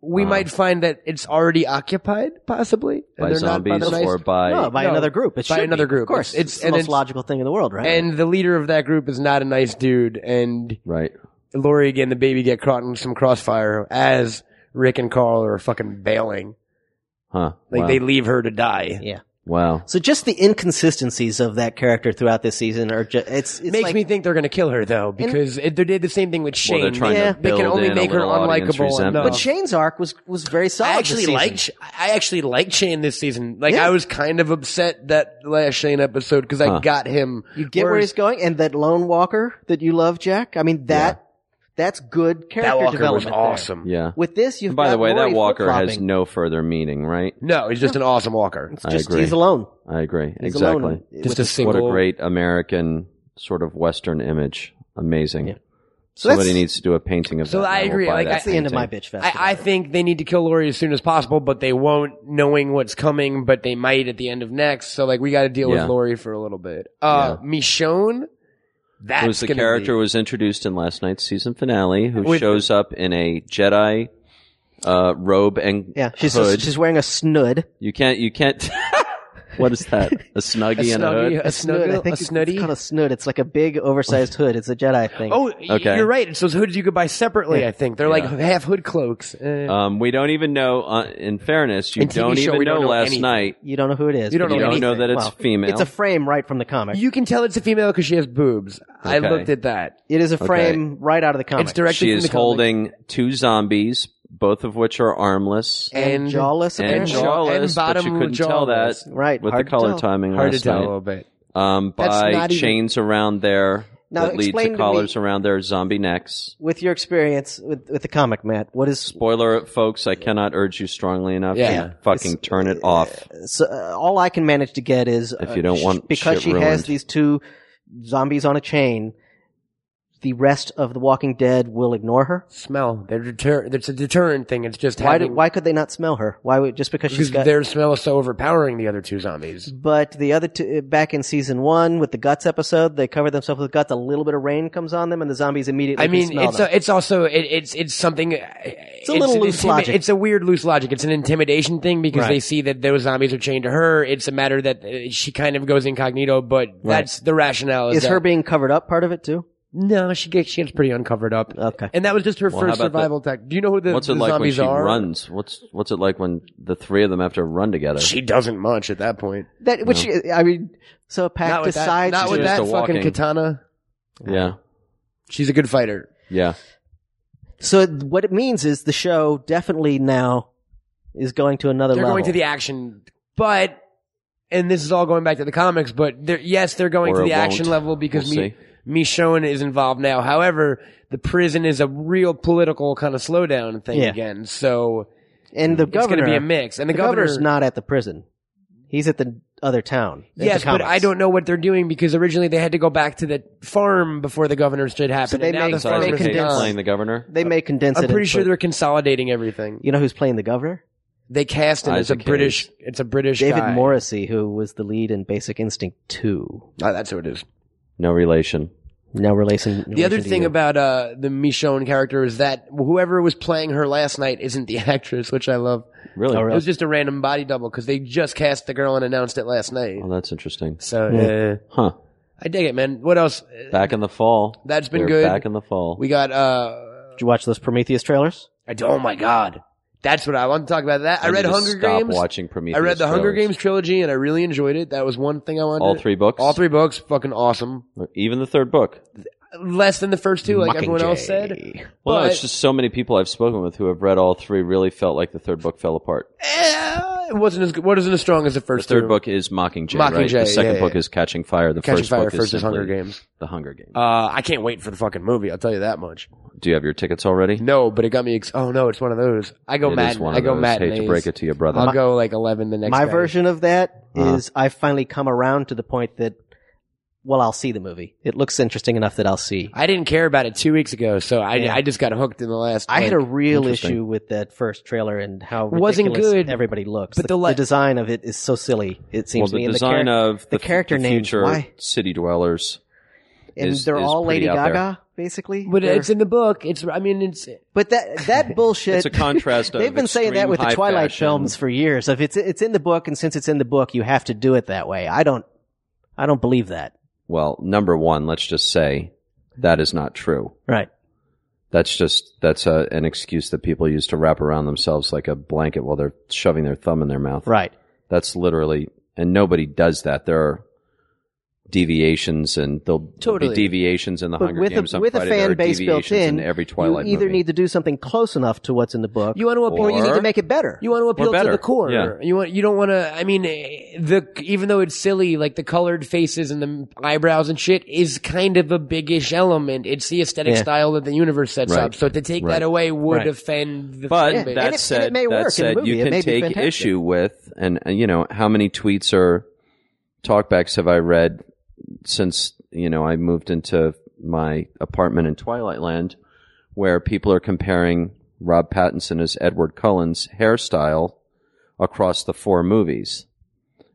[SPEAKER 3] We
[SPEAKER 2] Uh-huh.
[SPEAKER 3] might find that it's already occupied, possibly, and
[SPEAKER 2] by
[SPEAKER 3] they're not
[SPEAKER 2] zombies
[SPEAKER 3] modernized.
[SPEAKER 2] or by
[SPEAKER 4] no, by
[SPEAKER 3] no,
[SPEAKER 4] another group. It
[SPEAKER 3] by
[SPEAKER 4] should be,
[SPEAKER 3] another group.
[SPEAKER 4] Of course,
[SPEAKER 3] It's-
[SPEAKER 4] it's, the
[SPEAKER 3] and
[SPEAKER 4] most
[SPEAKER 3] it's-
[SPEAKER 4] logical thing in the world, right?
[SPEAKER 3] and the leader of that group is not a nice dude, and
[SPEAKER 2] right.
[SPEAKER 3] Lori and the baby get caught in some crossfire as Rick and Carl are fucking bailing.
[SPEAKER 2] Huh.
[SPEAKER 3] Like
[SPEAKER 2] wow.
[SPEAKER 3] they leave her to die.
[SPEAKER 4] yeah.
[SPEAKER 2] wow.
[SPEAKER 4] So just the inconsistencies of that character throughout this season are just it's, it's
[SPEAKER 3] Makes
[SPEAKER 4] like,
[SPEAKER 3] me think they're gonna kill her though, because it, they did the same thing with
[SPEAKER 2] Well,
[SPEAKER 3] Shane.
[SPEAKER 2] they're trying
[SPEAKER 4] Yeah.
[SPEAKER 2] to
[SPEAKER 3] They
[SPEAKER 2] build
[SPEAKER 3] can only
[SPEAKER 2] in
[SPEAKER 3] make
[SPEAKER 2] a
[SPEAKER 3] her
[SPEAKER 2] little audience
[SPEAKER 3] unlikable and
[SPEAKER 2] resentment.
[SPEAKER 3] no-
[SPEAKER 4] But Shane's arc was was very solid.
[SPEAKER 3] Um, I
[SPEAKER 4] this
[SPEAKER 3] actually
[SPEAKER 4] season.
[SPEAKER 3] liked. Sh- I actually liked Shane this season. Like
[SPEAKER 4] Yeah.
[SPEAKER 3] I was kind of upset that last Shane episode because I
[SPEAKER 2] Huh.
[SPEAKER 3] got him.
[SPEAKER 4] You get where
[SPEAKER 3] Whereas-
[SPEAKER 4] he's going, and that lone walker that you love, Jack. I mean that that's good character
[SPEAKER 3] that Walker was
[SPEAKER 4] development. there.
[SPEAKER 3] awesome.
[SPEAKER 2] yeah.
[SPEAKER 4] With this, you've
[SPEAKER 2] And by
[SPEAKER 4] got
[SPEAKER 2] the way,
[SPEAKER 4] Lori
[SPEAKER 2] that Walker has
[SPEAKER 4] flip-flopping.
[SPEAKER 2] no further meaning, right?
[SPEAKER 3] No, he's just an awesome Walker.
[SPEAKER 4] It's
[SPEAKER 2] I
[SPEAKER 4] just
[SPEAKER 2] agree.
[SPEAKER 4] he's alone.
[SPEAKER 2] I agree.
[SPEAKER 4] He's
[SPEAKER 2] exactly.
[SPEAKER 4] alone. with
[SPEAKER 3] Just a
[SPEAKER 4] this.
[SPEAKER 2] What
[SPEAKER 3] single.
[SPEAKER 2] a great American sort of Western image. Amazing.
[SPEAKER 4] Yeah. So
[SPEAKER 2] Somebody
[SPEAKER 4] that's-
[SPEAKER 2] needs to do a painting of
[SPEAKER 3] So
[SPEAKER 2] that. and
[SPEAKER 3] I
[SPEAKER 2] will
[SPEAKER 3] agree,
[SPEAKER 2] buy
[SPEAKER 3] like,
[SPEAKER 2] that
[SPEAKER 4] that's the end of my
[SPEAKER 2] painting.
[SPEAKER 4] bitch fest.
[SPEAKER 3] I, I think they need to kill Lori as soon as possible, but they won't, knowing what's coming. But they might at the end of next. So like, we got to deal
[SPEAKER 2] Yeah.
[SPEAKER 3] with Lori for a little bit. Uh, Michonne, that's
[SPEAKER 2] Who's the
[SPEAKER 3] gonna
[SPEAKER 2] character who
[SPEAKER 3] Be,
[SPEAKER 2] was introduced in last night's season finale? Who
[SPEAKER 3] With-
[SPEAKER 2] shows up in a Jedi uh, robe and
[SPEAKER 4] yeah, she's
[SPEAKER 2] hood?
[SPEAKER 4] she's wearing a snud.
[SPEAKER 2] you can't. You can't. what is that? A snuggie,
[SPEAKER 3] a
[SPEAKER 2] and a hood.
[SPEAKER 3] snuggie, a
[SPEAKER 4] I
[SPEAKER 3] snuggle,
[SPEAKER 4] think
[SPEAKER 3] a
[SPEAKER 4] it's- It's called a
[SPEAKER 3] snuddy.
[SPEAKER 4] snud. It's like a big oversized hood. It's a Jedi thing.
[SPEAKER 3] Oh,
[SPEAKER 2] Okay.
[SPEAKER 3] okay. you're right. It's those hoods you could buy separately. I think they're like
[SPEAKER 2] Yeah.
[SPEAKER 3] half hood cloaks. Eh.
[SPEAKER 2] Um, we don't even know. Uh, in fairness, you
[SPEAKER 3] In TV
[SPEAKER 2] don't
[SPEAKER 3] show,
[SPEAKER 2] even
[SPEAKER 3] we don't know
[SPEAKER 2] last
[SPEAKER 3] anything.
[SPEAKER 2] night.
[SPEAKER 4] you don't know who it is.
[SPEAKER 3] You don't
[SPEAKER 4] but
[SPEAKER 2] You
[SPEAKER 3] know
[SPEAKER 2] don't know
[SPEAKER 3] anything.
[SPEAKER 2] that it's
[SPEAKER 4] Well,
[SPEAKER 2] female.
[SPEAKER 4] It's a frame right from the comic.
[SPEAKER 3] you can tell it's a female because she has boobs. I
[SPEAKER 2] Okay.
[SPEAKER 3] looked at that.
[SPEAKER 4] it is a frame right out of the comic.
[SPEAKER 3] It's directly
[SPEAKER 2] she
[SPEAKER 3] from
[SPEAKER 2] is
[SPEAKER 3] the comic.
[SPEAKER 2] holding two zombies, both of which are armless
[SPEAKER 4] and,
[SPEAKER 3] and-
[SPEAKER 4] jawless.
[SPEAKER 2] and
[SPEAKER 4] apparently.
[SPEAKER 3] jaw-
[SPEAKER 2] jawless, but you
[SPEAKER 3] bottom
[SPEAKER 2] couldn't tell that
[SPEAKER 3] jawless.
[SPEAKER 4] right
[SPEAKER 2] with
[SPEAKER 4] hard
[SPEAKER 2] the
[SPEAKER 4] to
[SPEAKER 2] color
[SPEAKER 4] tell.
[SPEAKER 2] timing
[SPEAKER 3] Hard to
[SPEAKER 2] last
[SPEAKER 3] tell a
[SPEAKER 2] night.
[SPEAKER 3] little bit.
[SPEAKER 2] um,
[SPEAKER 4] That's
[SPEAKER 2] by
[SPEAKER 4] not even-
[SPEAKER 2] chains around their
[SPEAKER 4] Now,
[SPEAKER 2] that lead
[SPEAKER 4] explain
[SPEAKER 2] to
[SPEAKER 4] to
[SPEAKER 2] collars
[SPEAKER 4] me-
[SPEAKER 2] around their zombie necks.
[SPEAKER 4] With your experience with, with the comic, Matt, what is
[SPEAKER 2] Spoiler, folks! I cannot urge you strongly enough
[SPEAKER 3] Yeah.
[SPEAKER 2] to fucking turn it off.
[SPEAKER 4] so, uh, all I can manage to get is
[SPEAKER 2] If
[SPEAKER 4] uh,
[SPEAKER 2] you don't
[SPEAKER 4] sh-
[SPEAKER 2] want
[SPEAKER 4] because
[SPEAKER 2] shit
[SPEAKER 4] she
[SPEAKER 2] ruined.
[SPEAKER 4] has these two zombies on a chain. the rest of The Walking Dead will ignore her?
[SPEAKER 3] Smell. They're deter- It's a deterrent thing. It's just
[SPEAKER 4] Why,
[SPEAKER 3] having,
[SPEAKER 4] did, why could they not smell her? Why would, just because she's
[SPEAKER 3] because
[SPEAKER 4] got
[SPEAKER 3] their smell is so overpowering the other two zombies.
[SPEAKER 4] But the other two, uh, back in season one with the guts episode, they cover themselves with guts. A little bit of rain comes on them, and the zombies immediately.
[SPEAKER 3] I
[SPEAKER 4] can
[SPEAKER 3] mean,
[SPEAKER 4] smell
[SPEAKER 3] it's
[SPEAKER 4] them.
[SPEAKER 3] a, it's also it, it's it's something. It's
[SPEAKER 4] a little
[SPEAKER 3] an
[SPEAKER 4] loose
[SPEAKER 3] intimi-
[SPEAKER 4] logic.
[SPEAKER 3] It's a weird loose logic. It's an intimidation thing because
[SPEAKER 4] Right.
[SPEAKER 3] they see that those zombies are chained to her. It's a matter that uh, she kind of goes incognito, but that's the rationale.
[SPEAKER 4] Is
[SPEAKER 3] that-
[SPEAKER 4] her being covered up part of it too?
[SPEAKER 3] No, she gets she gets pretty uncovered up.
[SPEAKER 4] Okay.
[SPEAKER 3] And that was just her
[SPEAKER 2] Well, how
[SPEAKER 3] first
[SPEAKER 2] about the-
[SPEAKER 3] survival tech. Do you know who the,
[SPEAKER 2] what's
[SPEAKER 3] the
[SPEAKER 2] it like when
[SPEAKER 3] zombies
[SPEAKER 2] she
[SPEAKER 3] are?
[SPEAKER 2] runs? What's what's it like when the three of them have to run together?
[SPEAKER 3] She doesn't much at that point.
[SPEAKER 4] That which I mean, so a pack
[SPEAKER 3] Not with that,
[SPEAKER 4] decides
[SPEAKER 3] not
[SPEAKER 4] to-
[SPEAKER 3] with
[SPEAKER 2] Just
[SPEAKER 3] that
[SPEAKER 2] a
[SPEAKER 3] fucking
[SPEAKER 2] walking.
[SPEAKER 3] katana.
[SPEAKER 2] yeah,
[SPEAKER 3] She's a good fighter.
[SPEAKER 2] yeah.
[SPEAKER 4] So what it means is the show definitely now is going to another
[SPEAKER 3] They're
[SPEAKER 4] level.
[SPEAKER 3] going to the action, but and this is all going back to the comics. But they're, yes, they're going
[SPEAKER 2] Or
[SPEAKER 3] to
[SPEAKER 2] it
[SPEAKER 3] the action
[SPEAKER 2] won't.
[SPEAKER 3] level because
[SPEAKER 2] We'll
[SPEAKER 3] me Michonne is involved now. However, the prison is a real political kind of slowdown thing
[SPEAKER 4] Yeah.
[SPEAKER 3] again. So
[SPEAKER 4] and the
[SPEAKER 3] it's going
[SPEAKER 4] governor.
[SPEAKER 3] to be a mix. And the,
[SPEAKER 4] the governor's
[SPEAKER 3] governor-
[SPEAKER 4] not at the prison. He's at the other town. at the
[SPEAKER 3] Yes, but
[SPEAKER 4] comics.
[SPEAKER 3] I don't know what they're doing because originally they had to go back to the farm before the governor's did happen.
[SPEAKER 4] So they
[SPEAKER 3] and now
[SPEAKER 4] make-
[SPEAKER 3] the
[SPEAKER 2] So
[SPEAKER 4] so
[SPEAKER 2] I
[SPEAKER 3] farm
[SPEAKER 4] they
[SPEAKER 2] think
[SPEAKER 3] is
[SPEAKER 2] he's
[SPEAKER 4] condense-
[SPEAKER 3] gone.
[SPEAKER 2] playing the governor.
[SPEAKER 4] They may condense it.
[SPEAKER 3] I'm
[SPEAKER 4] and
[SPEAKER 3] pretty sure
[SPEAKER 4] put-
[SPEAKER 3] they're consolidating everything.
[SPEAKER 4] You know who's playing the governor?
[SPEAKER 3] They cast him as a
[SPEAKER 2] Isaac Hayes.
[SPEAKER 3] British. It's a British
[SPEAKER 4] David
[SPEAKER 3] guy.
[SPEAKER 4] Morrissey, who was the lead in Basic Instinct Two.
[SPEAKER 3] Oh, that's who it is.
[SPEAKER 2] No relation.
[SPEAKER 4] No relation.
[SPEAKER 3] The other thing about uh, the Michonne character is that whoever was playing her last night isn't the actress, which I love.
[SPEAKER 2] Really?
[SPEAKER 4] Oh,
[SPEAKER 3] It
[SPEAKER 4] really?
[SPEAKER 3] was just a random body double because they just cast the girl and announced it last night.
[SPEAKER 2] Oh, that's interesting.
[SPEAKER 3] So uh,
[SPEAKER 2] Huh.
[SPEAKER 3] I dig it, man. What else?
[SPEAKER 2] Back in the fall.
[SPEAKER 3] That's been
[SPEAKER 2] They're
[SPEAKER 3] good.
[SPEAKER 2] Back in the fall.
[SPEAKER 3] We got. Uh,
[SPEAKER 4] Did you watch those Prometheus trailers?
[SPEAKER 3] I d- oh my god, that's what I want to talk about. That I,
[SPEAKER 2] need
[SPEAKER 3] read
[SPEAKER 2] to
[SPEAKER 3] Hunger
[SPEAKER 2] stop
[SPEAKER 3] Games.
[SPEAKER 2] watching Prometheus.
[SPEAKER 3] I read the Hunger
[SPEAKER 2] trailers.
[SPEAKER 3] Games trilogy and I really enjoyed it. That was one thing I wanted.
[SPEAKER 2] All
[SPEAKER 3] to-
[SPEAKER 2] three books.
[SPEAKER 3] All three books, fucking awesome.
[SPEAKER 2] Even the third book.
[SPEAKER 3] Less than the first two, like everyone else
[SPEAKER 4] Mockingjay.
[SPEAKER 3] said.
[SPEAKER 2] Well, no,
[SPEAKER 3] But-
[SPEAKER 2] it's just so many people I've spoken with who have read all three really felt like the third book fell apart.
[SPEAKER 3] Eh, it wasn't as good. wasn't as strong as the
[SPEAKER 2] The
[SPEAKER 3] first.
[SPEAKER 2] third
[SPEAKER 3] two.
[SPEAKER 2] book is Mockingjay, right?
[SPEAKER 3] Mockingjay, yeah,
[SPEAKER 2] The second
[SPEAKER 3] yeah.
[SPEAKER 2] book is Catching Fire. The
[SPEAKER 3] Catching
[SPEAKER 2] first
[SPEAKER 3] Fire
[SPEAKER 2] book
[SPEAKER 3] first is
[SPEAKER 2] simply
[SPEAKER 3] Hunger Games.
[SPEAKER 2] The Hunger Games.
[SPEAKER 3] Uh, I can't wait for the fucking movie. I'll tell you that much.
[SPEAKER 2] Do you have your tickets already?
[SPEAKER 3] No, but it got me. Ex- oh no, it's one of those. I go
[SPEAKER 2] It
[SPEAKER 3] mad.
[SPEAKER 2] is one
[SPEAKER 3] I
[SPEAKER 2] of
[SPEAKER 3] go
[SPEAKER 2] those.
[SPEAKER 3] mad.
[SPEAKER 2] Hate to break it to your brother.
[SPEAKER 3] I'll go like eleven the next.
[SPEAKER 4] My
[SPEAKER 3] day.
[SPEAKER 4] version of that
[SPEAKER 2] Uh-huh.
[SPEAKER 4] is I've finally come around to the point that, well, I'll see the movie. It looks interesting enough that I'll see.
[SPEAKER 3] I didn't care about it two weeks ago, so I
[SPEAKER 4] Yeah.
[SPEAKER 3] I just got hooked in the last.
[SPEAKER 4] I had a
[SPEAKER 3] like-
[SPEAKER 4] real
[SPEAKER 2] Interesting.
[SPEAKER 4] issue with that first trailer and how ridiculous
[SPEAKER 3] Wasn't good,
[SPEAKER 4] everybody looks.
[SPEAKER 3] but the li-
[SPEAKER 4] design of it is so silly. It
[SPEAKER 2] Well,
[SPEAKER 4] seems to
[SPEAKER 2] the
[SPEAKER 4] me.
[SPEAKER 2] design
[SPEAKER 4] and the
[SPEAKER 2] of the,
[SPEAKER 4] the character
[SPEAKER 2] the
[SPEAKER 4] names,
[SPEAKER 2] future
[SPEAKER 4] why?
[SPEAKER 2] city dwellers.
[SPEAKER 4] and
[SPEAKER 2] is-
[SPEAKER 4] they're
[SPEAKER 2] is
[SPEAKER 4] all
[SPEAKER 2] pretty
[SPEAKER 4] Lady
[SPEAKER 2] out there.
[SPEAKER 4] Gaga, basically.
[SPEAKER 3] But
[SPEAKER 4] They're-
[SPEAKER 3] it's in the book. It's. I mean, it's.
[SPEAKER 4] But that that bullshit.
[SPEAKER 2] It's a contrast of
[SPEAKER 4] They've been saying that
[SPEAKER 2] extreme
[SPEAKER 4] with the
[SPEAKER 2] high
[SPEAKER 4] Twilight
[SPEAKER 2] fashion.
[SPEAKER 4] films for years. If it's it's in the book, and since it's in the book, you have to do it that way. I don't, I don't believe that.
[SPEAKER 2] Well, number one, let's just say that is not true.
[SPEAKER 4] Right.
[SPEAKER 2] That's just that's a, an excuse that people use to wrap around themselves like a blanket while they're shoving their thumb in their mouth.
[SPEAKER 4] Right.
[SPEAKER 2] That's literally, and nobody does that. There are deviations, and there'll,
[SPEAKER 3] Totally.
[SPEAKER 2] be deviations in the
[SPEAKER 4] But
[SPEAKER 2] Hunger
[SPEAKER 4] with
[SPEAKER 2] Games
[SPEAKER 4] a
[SPEAKER 2] on
[SPEAKER 4] with a
[SPEAKER 2] Friday. There
[SPEAKER 4] fan
[SPEAKER 2] are
[SPEAKER 4] base built
[SPEAKER 2] deviations
[SPEAKER 4] in,
[SPEAKER 2] every Twilight
[SPEAKER 4] you either
[SPEAKER 2] movie.
[SPEAKER 4] need to do something close enough to what's in the book,
[SPEAKER 3] You want to appeal.
[SPEAKER 4] or you need to
[SPEAKER 2] Or-
[SPEAKER 4] make it better.
[SPEAKER 3] You want to appeal to
[SPEAKER 2] better.
[SPEAKER 3] the core.
[SPEAKER 2] Yeah.
[SPEAKER 3] You want you don't want to. I mean, eh, the even though it's silly, like the colored faces and the eyebrows and shit is kind of a biggish element. It's the aesthetic
[SPEAKER 4] Yeah.
[SPEAKER 3] style that the universe sets
[SPEAKER 2] Right.
[SPEAKER 3] up. So to take
[SPEAKER 2] Right.
[SPEAKER 3] that away would
[SPEAKER 4] Right.
[SPEAKER 3] offend the.
[SPEAKER 2] But
[SPEAKER 3] fan base.
[SPEAKER 4] and it-
[SPEAKER 2] that
[SPEAKER 4] and it
[SPEAKER 2] said,
[SPEAKER 4] may
[SPEAKER 2] that
[SPEAKER 4] work in the
[SPEAKER 2] said,
[SPEAKER 4] movie.
[SPEAKER 2] you
[SPEAKER 4] It
[SPEAKER 2] can
[SPEAKER 4] may be
[SPEAKER 2] take
[SPEAKER 4] fantastic.
[SPEAKER 2] issue with, and uh, you know, how many tweets or talkbacks have I read since you know I moved into my apartment in Twilight Land, where people are comparing Rob Pattinson as Edward Cullen's hairstyle across the four movies.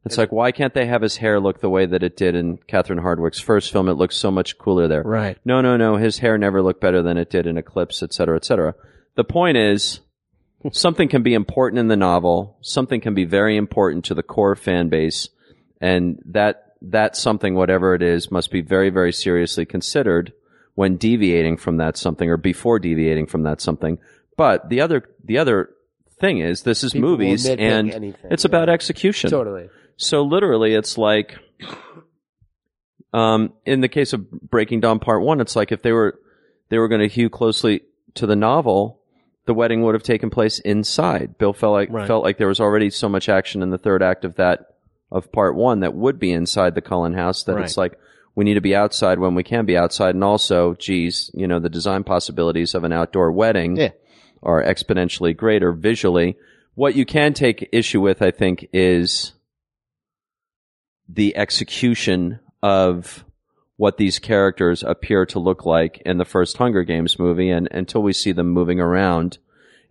[SPEAKER 2] It's like, why can't they have his hair look the way that it did in Catherine Hardwicke's first film? It looks so much cooler there
[SPEAKER 4] right.
[SPEAKER 2] no, no, no, his hair never looked better than it did in Eclipse, et cetera, et cetera. The point is, something can be important in the novel, something can be very important to the core fan base, and that, that something, whatever it is, must be very, very seriously considered when deviating from that something or before deviating from that something. But the other, the other thing is, this is
[SPEAKER 3] People will
[SPEAKER 2] movies
[SPEAKER 3] nitpick
[SPEAKER 2] and
[SPEAKER 3] anything,
[SPEAKER 2] it's
[SPEAKER 3] yeah.
[SPEAKER 2] about execution.
[SPEAKER 3] totally.
[SPEAKER 2] So literally, it's like, um, in the case of Breaking Dawn Part One, it's like if they were they were going to hew closely to the novel, the wedding would have taken place inside. Bill felt like
[SPEAKER 4] Right.
[SPEAKER 2] felt like there was already so much action in the third act of that of Part One that would be inside the Cullen house that it's like we need to be outside when we can be outside, and also, geez, you know, the design possibilities of an outdoor wedding
[SPEAKER 4] Yeah.
[SPEAKER 2] are exponentially greater visually. What you can take issue with, I think, is the execution of what these characters appear to look like in the first Hunger Games movie. And until we see them moving around,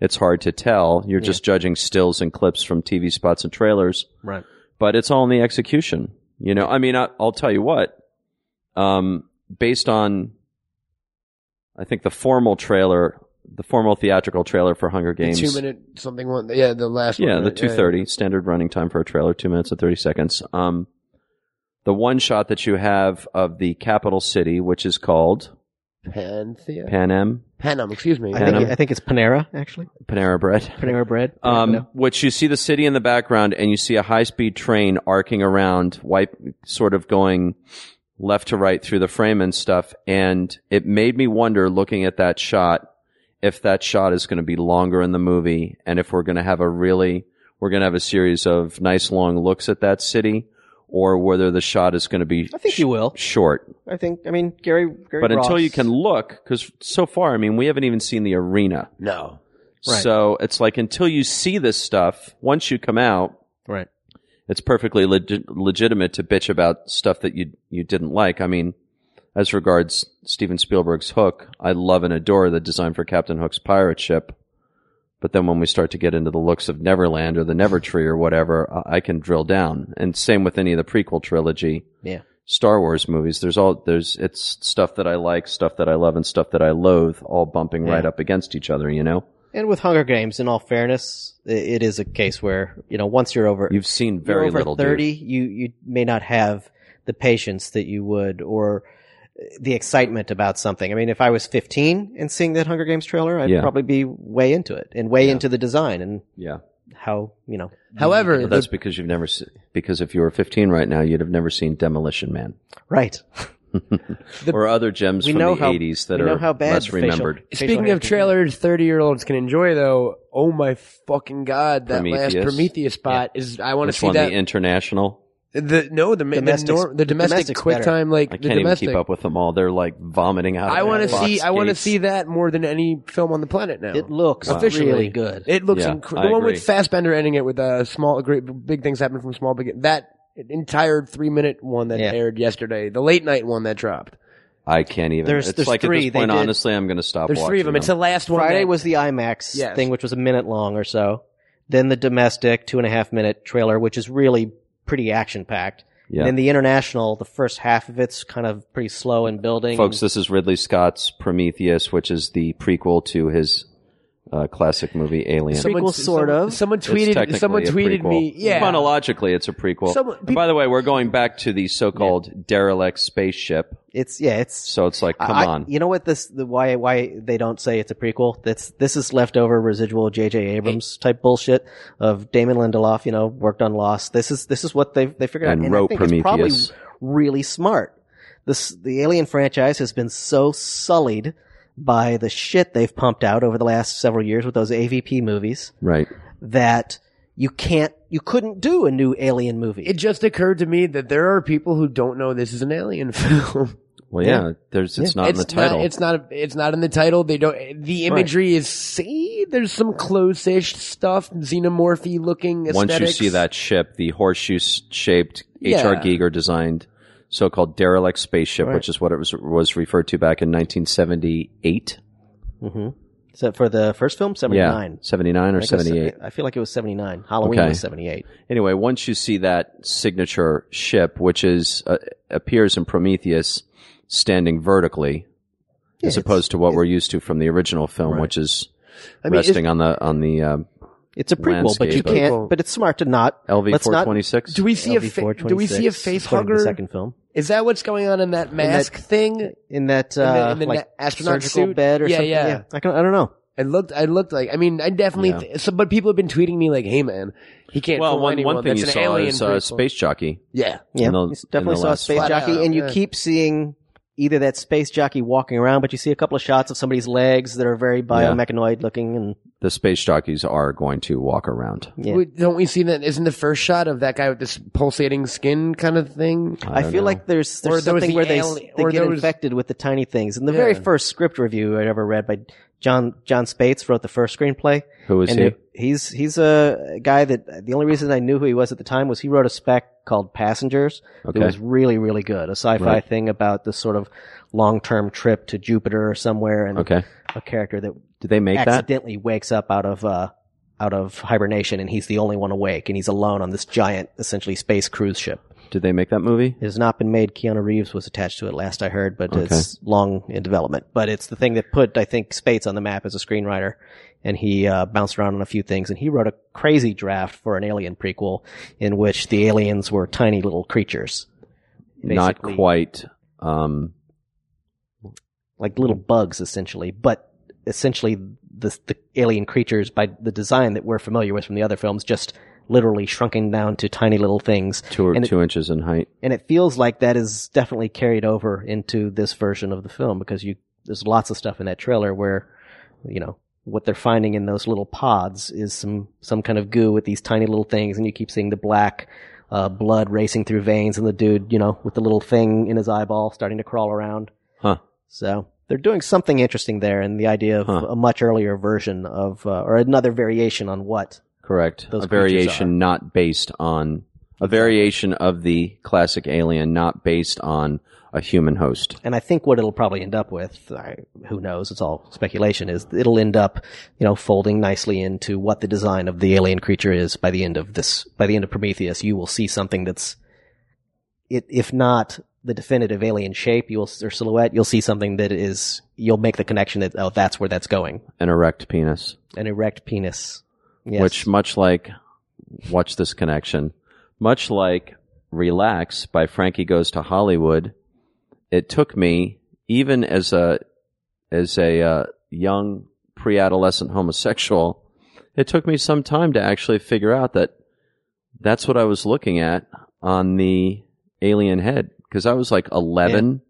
[SPEAKER 2] it's hard to tell. You're just judging stills and clips from TV spots and trailers,
[SPEAKER 4] Right.
[SPEAKER 2] but it's all in the execution. You know, I mean, I, I'll tell you what, um, based on, I think the formal trailer, the formal theatrical trailer for Hunger
[SPEAKER 3] The
[SPEAKER 2] Games.
[SPEAKER 3] two minute something one. Yeah, the last
[SPEAKER 2] Yeah,
[SPEAKER 3] one. uh,
[SPEAKER 2] the
[SPEAKER 3] right?
[SPEAKER 2] two thirty standard running time for a trailer, two minutes and thirty seconds. Um, the one shot that you have of the capital city, which is called
[SPEAKER 3] Panthea.
[SPEAKER 2] Pan Am
[SPEAKER 3] Panem, excuse me.
[SPEAKER 4] I
[SPEAKER 2] Venom.
[SPEAKER 4] think, I think it's Panera, actually.
[SPEAKER 2] Panera Bread,
[SPEAKER 4] Panera Bread.
[SPEAKER 2] um,
[SPEAKER 4] No.
[SPEAKER 2] which you see the city in the background, and you see a high speed train arcing around, wipe sort of going left to right through the frame and stuff. And it made me wonder, looking at that shot, if that shot is going to be longer in the movie, and if we're going to have a really, we're going to have a series of nice long looks at that city, or whether the shot is going to be
[SPEAKER 4] I think you will.
[SPEAKER 2] short.
[SPEAKER 4] I think, I mean, Gary, Gary
[SPEAKER 2] But until
[SPEAKER 4] Ross-
[SPEAKER 2] you can look, because so far, I mean, we haven't even seen the arena.
[SPEAKER 3] No.
[SPEAKER 4] Right.
[SPEAKER 2] So it's like until you see this stuff, once you come out,
[SPEAKER 4] Right.
[SPEAKER 2] it's perfectly legi- legitimate to bitch about stuff that you you didn't like. I mean, as regards Steven Spielberg's Hook, I love and adore the design for Captain Hook's pirate ship. But then when we start to get into the looks of Neverland or the Never Tree or whatever, I, I can drill down. And same with any of the prequel trilogy,
[SPEAKER 4] Yeah.
[SPEAKER 2] Star Wars movies. There's all there's it's stuff that I like, stuff that I love, and stuff that I loathe, all bumping right
[SPEAKER 4] Yeah.
[SPEAKER 2] up against each other. You know,
[SPEAKER 4] And with Hunger Games, in all fairness, i it is a case where, you know, once you're over,
[SPEAKER 2] you've seen
[SPEAKER 4] you're
[SPEAKER 2] very
[SPEAKER 4] over
[SPEAKER 2] little. dude.
[SPEAKER 4] 30, you, you may not have the patience that you would or the excitement about something. I mean, if I was 15 and seeing that Hunger Games trailer, I'd
[SPEAKER 2] Yeah.
[SPEAKER 4] probably be way into it and way into the design and
[SPEAKER 2] Yeah.
[SPEAKER 4] how, you know,
[SPEAKER 3] However,
[SPEAKER 2] But that's
[SPEAKER 3] the,
[SPEAKER 2] because you've never seen. Because if you were 15 right now, you'd have never seen Demolition Man
[SPEAKER 4] right.
[SPEAKER 2] or other gems
[SPEAKER 4] We
[SPEAKER 2] from
[SPEAKER 4] know
[SPEAKER 2] the
[SPEAKER 4] how-
[SPEAKER 2] 80s that
[SPEAKER 4] we know
[SPEAKER 2] are
[SPEAKER 4] how bad
[SPEAKER 2] less
[SPEAKER 4] facial-
[SPEAKER 2] remembered.
[SPEAKER 4] facial
[SPEAKER 3] speaking
[SPEAKER 4] hair
[SPEAKER 3] of
[SPEAKER 4] can be.
[SPEAKER 3] trailers, thirty year olds can enjoy though. Oh my fucking god! That last
[SPEAKER 2] Prometheus.
[SPEAKER 3] Prometheus spot is. I want to
[SPEAKER 2] Which
[SPEAKER 3] see
[SPEAKER 2] one?
[SPEAKER 3] that.
[SPEAKER 2] The international.
[SPEAKER 3] The no, the domestic,
[SPEAKER 4] Domestic's-
[SPEAKER 3] the, nor- the domestic
[SPEAKER 4] domestic's
[SPEAKER 3] quick
[SPEAKER 4] better.
[SPEAKER 3] time like
[SPEAKER 2] I
[SPEAKER 3] the
[SPEAKER 2] can't even
[SPEAKER 3] domestic.
[SPEAKER 2] keep up with them all. They're like vomiting out.
[SPEAKER 3] I want to
[SPEAKER 2] want
[SPEAKER 3] see. I want to see that more than any film on the planet now.
[SPEAKER 4] It looks
[SPEAKER 3] Officially.
[SPEAKER 4] really good.
[SPEAKER 3] It looks
[SPEAKER 2] Yeah,
[SPEAKER 3] incre-
[SPEAKER 2] I
[SPEAKER 3] the one
[SPEAKER 2] agree.
[SPEAKER 3] with Fassbender ending it with uh, small great big things happen from small big that entire three minute one that
[SPEAKER 4] Yeah.
[SPEAKER 3] aired yesterday, the late night one that dropped.
[SPEAKER 2] I can't even.
[SPEAKER 4] There's-
[SPEAKER 2] it's
[SPEAKER 4] there's
[SPEAKER 2] like
[SPEAKER 4] three.
[SPEAKER 2] at
[SPEAKER 4] They
[SPEAKER 2] this point,
[SPEAKER 4] did-
[SPEAKER 2] honestly, I'm going to stop.
[SPEAKER 3] There's three of them. It's the last one.
[SPEAKER 4] Friday
[SPEAKER 3] that-
[SPEAKER 4] was the IMAX
[SPEAKER 3] Yes.
[SPEAKER 4] thing, which was a minute long or so. Then the domestic two and a half minute trailer, which is really pretty action packed.
[SPEAKER 2] yeah.
[SPEAKER 4] And then the international, the first half of it's kind of pretty slow and building.
[SPEAKER 2] folks. This is Ridley Scott's Prometheus, which is the prequel to his uh, classic movie Alien.
[SPEAKER 4] Some- Prequel, sort
[SPEAKER 3] someone,
[SPEAKER 4] of.
[SPEAKER 3] Someone
[SPEAKER 2] It's
[SPEAKER 3] tweeted.
[SPEAKER 2] technically
[SPEAKER 3] Someone
[SPEAKER 2] a
[SPEAKER 3] tweeted
[SPEAKER 2] prequel.
[SPEAKER 3] me. Yeah.
[SPEAKER 2] Chronologically, it's a prequel.
[SPEAKER 3] Someone-
[SPEAKER 2] and by the way, we're going back to the so-called derelict spaceship.
[SPEAKER 4] it's yeah, it's
[SPEAKER 2] So it's like, come
[SPEAKER 4] I-
[SPEAKER 2] on.
[SPEAKER 4] You know what this the why why they don't say it's a prequel? That's this is leftover residual JJ Abrams type bullshit of Damon Lindelof, you know, worked on Lost. This is this is what they they figured
[SPEAKER 2] And
[SPEAKER 4] out and I
[SPEAKER 2] wrote
[SPEAKER 4] think It's
[SPEAKER 2] Prometheus.
[SPEAKER 4] probably really smart. This the Alien franchise has been so sullied by the shit they've pumped out over the last several years with those AVP movies
[SPEAKER 2] Right.
[SPEAKER 4] that you can't you couldn't do a new Alien movie.
[SPEAKER 3] It just occurred to me that there are people who don't know this is an alien film.
[SPEAKER 2] Well, yeah,
[SPEAKER 4] Yeah.
[SPEAKER 2] there's it's not in the title.
[SPEAKER 3] Not, it's not. It's not in the title. They don't. The imagery is. See, there's some close-ish stuff, xenomorphy looking.
[SPEAKER 2] Once you
[SPEAKER 3] aesthetics.
[SPEAKER 2] see that ship, the horseshoe-shaped H.R.
[SPEAKER 3] Yeah.
[SPEAKER 2] Giger designed so-called derelict spaceship,
[SPEAKER 4] Right.
[SPEAKER 2] which is what it was was referred to back in 1978.
[SPEAKER 4] hmm Except for the first film, seventy
[SPEAKER 2] Yeah,
[SPEAKER 4] nine.
[SPEAKER 2] 79 or 78.
[SPEAKER 4] I feel like it was 79. Halloween
[SPEAKER 2] Okay.
[SPEAKER 4] was 78.
[SPEAKER 2] Anyway, once you see that signature ship, which is uh, appears in Prometheus standing vertically, as
[SPEAKER 4] it's-
[SPEAKER 2] opposed to what we're used to from the original film, which is resting on the on the um,
[SPEAKER 4] It's a prequel, but you
[SPEAKER 2] Landscape.
[SPEAKER 4] can't. But it's smart to not.
[SPEAKER 2] LV
[SPEAKER 4] Let's not-
[SPEAKER 2] 426.
[SPEAKER 3] Do we see a fa-
[SPEAKER 4] LV-426,
[SPEAKER 3] Do we see a face
[SPEAKER 4] according to The
[SPEAKER 3] hugger?
[SPEAKER 4] second film
[SPEAKER 3] Is that what's going on in that mask thing?
[SPEAKER 4] in that
[SPEAKER 3] the-
[SPEAKER 4] uh,
[SPEAKER 3] in the
[SPEAKER 4] like
[SPEAKER 3] na- astronaut
[SPEAKER 4] surgical
[SPEAKER 3] suit?
[SPEAKER 4] bed or
[SPEAKER 3] Yeah,
[SPEAKER 4] something.
[SPEAKER 3] yeah.
[SPEAKER 4] I, can, I don't know.
[SPEAKER 3] It looked. I looked like. I mean, I definitely.
[SPEAKER 2] Yeah.
[SPEAKER 3] Th- so, but people have been tweeting me like, "Hey, man, he can't."
[SPEAKER 2] well,
[SPEAKER 3] fool
[SPEAKER 2] one,
[SPEAKER 3] anyone.
[SPEAKER 2] one thing
[SPEAKER 3] That's
[SPEAKER 2] you
[SPEAKER 3] an
[SPEAKER 2] saw
[SPEAKER 3] alien
[SPEAKER 2] is uh,
[SPEAKER 3] prequel."
[SPEAKER 2] space jockey.
[SPEAKER 3] Yeah.
[SPEAKER 4] Yeah,
[SPEAKER 2] the-
[SPEAKER 4] you definitely
[SPEAKER 2] in the
[SPEAKER 4] saw a
[SPEAKER 2] last
[SPEAKER 4] space
[SPEAKER 3] one.
[SPEAKER 4] jockey,
[SPEAKER 3] Yeah,
[SPEAKER 4] and you
[SPEAKER 3] yeah.
[SPEAKER 4] keep seeing either that space jockey walking around, but you see a couple of shots of somebody's legs that are very biomechanoid looking, and
[SPEAKER 2] the space jockeys are going to walk around.
[SPEAKER 4] Yeah.
[SPEAKER 3] Wait, Don't we see that? Isn't the first shot of that guy with this pulsating skin kind of thing?
[SPEAKER 4] I,
[SPEAKER 2] don't
[SPEAKER 4] feel
[SPEAKER 2] know.
[SPEAKER 4] like there's,
[SPEAKER 3] Or
[SPEAKER 4] there's
[SPEAKER 3] there was
[SPEAKER 4] something
[SPEAKER 3] the
[SPEAKER 4] where they, s-
[SPEAKER 3] ali-
[SPEAKER 4] they
[SPEAKER 3] or
[SPEAKER 4] get
[SPEAKER 3] there was-
[SPEAKER 4] infected with the tiny things. In the very
[SPEAKER 3] Yeah.
[SPEAKER 4] first script review I ever read by John John Spates wrote the first screenplay.
[SPEAKER 2] who is
[SPEAKER 4] and
[SPEAKER 2] he?
[SPEAKER 4] it- he's he's a guy that the only reason I knew who he was at the time was he wrote a spec called Passengers
[SPEAKER 2] Okay.
[SPEAKER 4] that was really really good, a sci-fi
[SPEAKER 2] Right.
[SPEAKER 4] thing about this sort of long-term trip to Jupiter or somewhere, and
[SPEAKER 2] Okay.
[SPEAKER 4] a character that
[SPEAKER 2] Did they make that?
[SPEAKER 4] accidentally wakes up out of uh, out of hibernation, and he's the only one awake, and he's alone on this giant, essentially space cruise ship.
[SPEAKER 2] Did they make that movie?
[SPEAKER 4] It has not been made. Keanu Reeves was attached to it last I heard, but it's long in development. But it's the thing that put, I think, Spates on the map as a screenwriter. And he uh, bounced around on a few things. And he wrote a crazy draft for an alien prequel in which the aliens were tiny little creatures,
[SPEAKER 2] Not
[SPEAKER 4] Basically-
[SPEAKER 2] quite. Um,
[SPEAKER 4] like little bugs, essentially. But essentially, the, the alien creatures, by the design that we're familiar with from the other films, just literally shrunken down to tiny little things.
[SPEAKER 2] two or
[SPEAKER 4] And it-
[SPEAKER 2] two inches in height.
[SPEAKER 4] and it feels like that is definitely carried over into this version of the film because you there's lots of stuff in that trailer where you know what they're finding in those little pods is some some kind of goo with these tiny little things and you keep seeing the black uh, blood racing through veins and the dude you know with the little thing in his eyeball starting to crawl around
[SPEAKER 2] Huh.
[SPEAKER 4] so they're doing something interesting there and the idea of
[SPEAKER 2] Huh.
[SPEAKER 4] a much earlier version of uh, or another variation on what
[SPEAKER 2] Correct.
[SPEAKER 4] Those
[SPEAKER 2] a
[SPEAKER 4] creatures
[SPEAKER 2] variation not based on a variation of the classic alien, not based on a human host.
[SPEAKER 4] And I think what it'll probably end up with, I, who knows, it's all speculation, is it'll end up, you know, folding nicely into what the design of the alien creature is by the end of this, by the end of Prometheus. You will see something that's, it, if not the definitive alien shape, you will, or silhouette, you'll see something that is, you'll make the connection that, oh, that's where that's going.
[SPEAKER 2] An erect penis,
[SPEAKER 4] An erect penis. Yes.
[SPEAKER 2] which, much like, watch this connection, much like Relax by Frankie Goes to Hollywood, it took me, even as a, as a uh, young pre adolescent homosexual, it took me some time to actually figure out that that's what I was looking at on the alien head because I was like 11.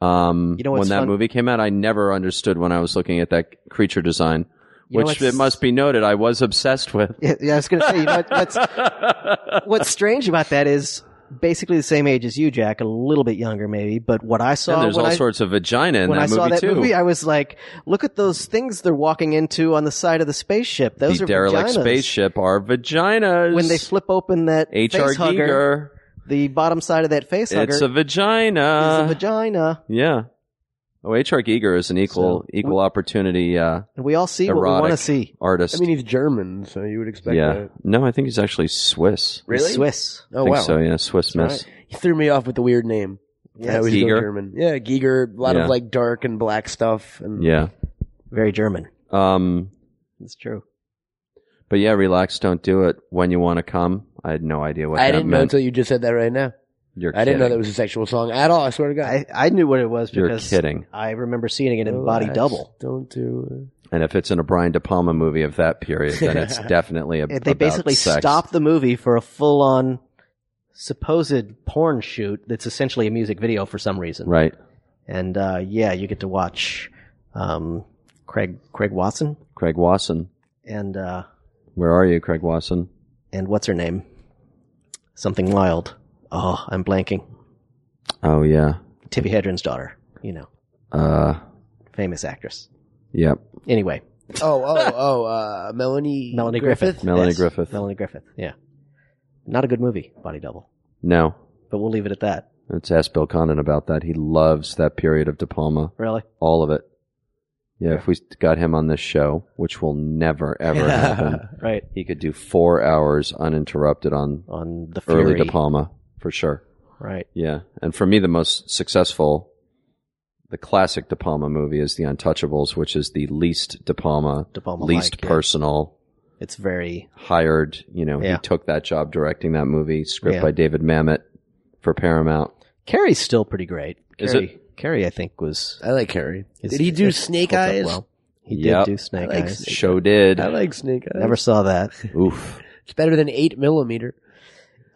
[SPEAKER 2] Um,
[SPEAKER 4] You know
[SPEAKER 2] when
[SPEAKER 4] what's
[SPEAKER 2] that
[SPEAKER 4] fun-
[SPEAKER 2] movie came out, I never understood when I was looking at that creature design,
[SPEAKER 4] You know
[SPEAKER 2] which it
[SPEAKER 4] what's-
[SPEAKER 2] must be noted I was obsessed with.
[SPEAKER 4] Yeah, yeah, I was going to say, you know, what- what's, what's strange about that is, Basically the same age as you, Jack. A little bit younger, maybe. But what I saw
[SPEAKER 2] and there's
[SPEAKER 4] when
[SPEAKER 2] all
[SPEAKER 4] I,
[SPEAKER 2] sorts of vagina in
[SPEAKER 4] when
[SPEAKER 2] that
[SPEAKER 4] I
[SPEAKER 2] movie
[SPEAKER 4] saw that
[SPEAKER 2] too.
[SPEAKER 4] movie, I was like, "Look at those things they're walking into on the side of the spaceship. Those
[SPEAKER 2] the
[SPEAKER 4] are
[SPEAKER 2] derelict
[SPEAKER 4] vaginas.
[SPEAKER 2] spaceship are vaginas.
[SPEAKER 4] When they flip open that
[SPEAKER 2] H.R.
[SPEAKER 4] face hugger,
[SPEAKER 2] Giger,
[SPEAKER 4] the bottom side of that face hugger
[SPEAKER 2] it's a
[SPEAKER 4] is
[SPEAKER 2] vagina.
[SPEAKER 4] a vagina,
[SPEAKER 2] yeah. Oh, H.R. Giger is an equal
[SPEAKER 4] So,
[SPEAKER 2] equal opportunity uh,
[SPEAKER 4] and we all see what we
[SPEAKER 2] Erotic.
[SPEAKER 4] want to see.
[SPEAKER 2] artist.
[SPEAKER 3] I mean, he's German, so you would expect
[SPEAKER 2] yeah.
[SPEAKER 3] that.
[SPEAKER 2] No, I think he's actually Swiss.
[SPEAKER 3] Really?
[SPEAKER 4] Swiss.
[SPEAKER 3] Oh,
[SPEAKER 2] I think
[SPEAKER 3] wow.
[SPEAKER 2] so, yeah. Swiss
[SPEAKER 3] All
[SPEAKER 2] Miss.
[SPEAKER 3] right. He threw me off with the weird name. Yeah,
[SPEAKER 4] Yes.
[SPEAKER 3] it was still
[SPEAKER 2] Giger.
[SPEAKER 3] German. Yeah, Giger. A lot
[SPEAKER 2] Yeah.
[SPEAKER 3] of like dark and black stuff. And
[SPEAKER 2] Yeah.
[SPEAKER 4] Very German.
[SPEAKER 2] Um,
[SPEAKER 4] That's true.
[SPEAKER 2] but yeah, relax, don't do it when you want to come. I had no idea what
[SPEAKER 3] I
[SPEAKER 2] that
[SPEAKER 3] didn't know
[SPEAKER 2] meant.
[SPEAKER 3] until you just said that right now.
[SPEAKER 2] You're
[SPEAKER 3] I didn't know that
[SPEAKER 2] kidding.
[SPEAKER 3] was a sexual song at all. I swear to God.
[SPEAKER 4] I, I knew what it was
[SPEAKER 2] You're
[SPEAKER 4] because
[SPEAKER 2] kidding.
[SPEAKER 4] I remember seeing it in Body
[SPEAKER 3] Relax,
[SPEAKER 4] Double.
[SPEAKER 3] Don't do
[SPEAKER 2] And if it's in a Brian De Palma movie of that period, then it's definitely a
[SPEAKER 4] And they
[SPEAKER 2] about
[SPEAKER 4] basically
[SPEAKER 2] sex.
[SPEAKER 4] stopped the movie for a full on supposed porn shoot that's essentially a music video for some reason.
[SPEAKER 2] Right.
[SPEAKER 4] and uh, yeah, you get to watch um, Craig Craig Watson
[SPEAKER 2] Craig Wasson.
[SPEAKER 4] and uh,
[SPEAKER 2] Where are you, Craig Wasson?
[SPEAKER 4] and what's her name? Something wild. Oh, I'm blanking.
[SPEAKER 2] Oh yeah.
[SPEAKER 4] Tippi Hedren's daughter. You know,
[SPEAKER 2] Uh
[SPEAKER 4] famous actress.
[SPEAKER 2] yep.
[SPEAKER 4] Anyway,
[SPEAKER 3] it. Oh, oh, oh. Uh, Melanie.
[SPEAKER 4] Melanie Griffith.
[SPEAKER 2] Melanie Griffith.
[SPEAKER 4] Melanie Griffith. Yeah, not a good movie, Body Double.
[SPEAKER 2] No.
[SPEAKER 4] But we'll leave it at that.
[SPEAKER 2] Let's ask Bill Condon about that. He loves that period of De Palma.
[SPEAKER 4] Really?
[SPEAKER 2] All of it. Yeah, if we got him on this show, which will never ever happen,
[SPEAKER 4] Right
[SPEAKER 2] he could do four hours uninterrupted on
[SPEAKER 4] on the
[SPEAKER 2] early
[SPEAKER 4] Fury.
[SPEAKER 2] De Palma for sure.
[SPEAKER 4] Right.
[SPEAKER 2] Yeah, and for me, the most successful, the classic De Palma movie is The Untouchables, which is the least De Palma,
[SPEAKER 4] De Palma
[SPEAKER 2] least
[SPEAKER 4] like, yeah.
[SPEAKER 2] personal,
[SPEAKER 4] It's very
[SPEAKER 2] hired. You know,
[SPEAKER 4] Yeah.
[SPEAKER 2] he took that job directing that movie, script
[SPEAKER 4] Yeah.
[SPEAKER 2] by David Mamet for Paramount.
[SPEAKER 4] Carrie's still pretty great.
[SPEAKER 2] Is
[SPEAKER 4] Carrie, Carrie, I think was.
[SPEAKER 3] I like Harry.
[SPEAKER 4] is-
[SPEAKER 3] Did he do
[SPEAKER 4] is-
[SPEAKER 3] Snake
[SPEAKER 4] holds up
[SPEAKER 3] Eyes?
[SPEAKER 4] well. He
[SPEAKER 2] Yep.
[SPEAKER 4] did do Snake
[SPEAKER 3] I like
[SPEAKER 4] Eyes.
[SPEAKER 2] Show did.
[SPEAKER 3] I like Snake Eyes.
[SPEAKER 4] Never saw that.
[SPEAKER 2] Oof.
[SPEAKER 3] It's better than eight millimeter.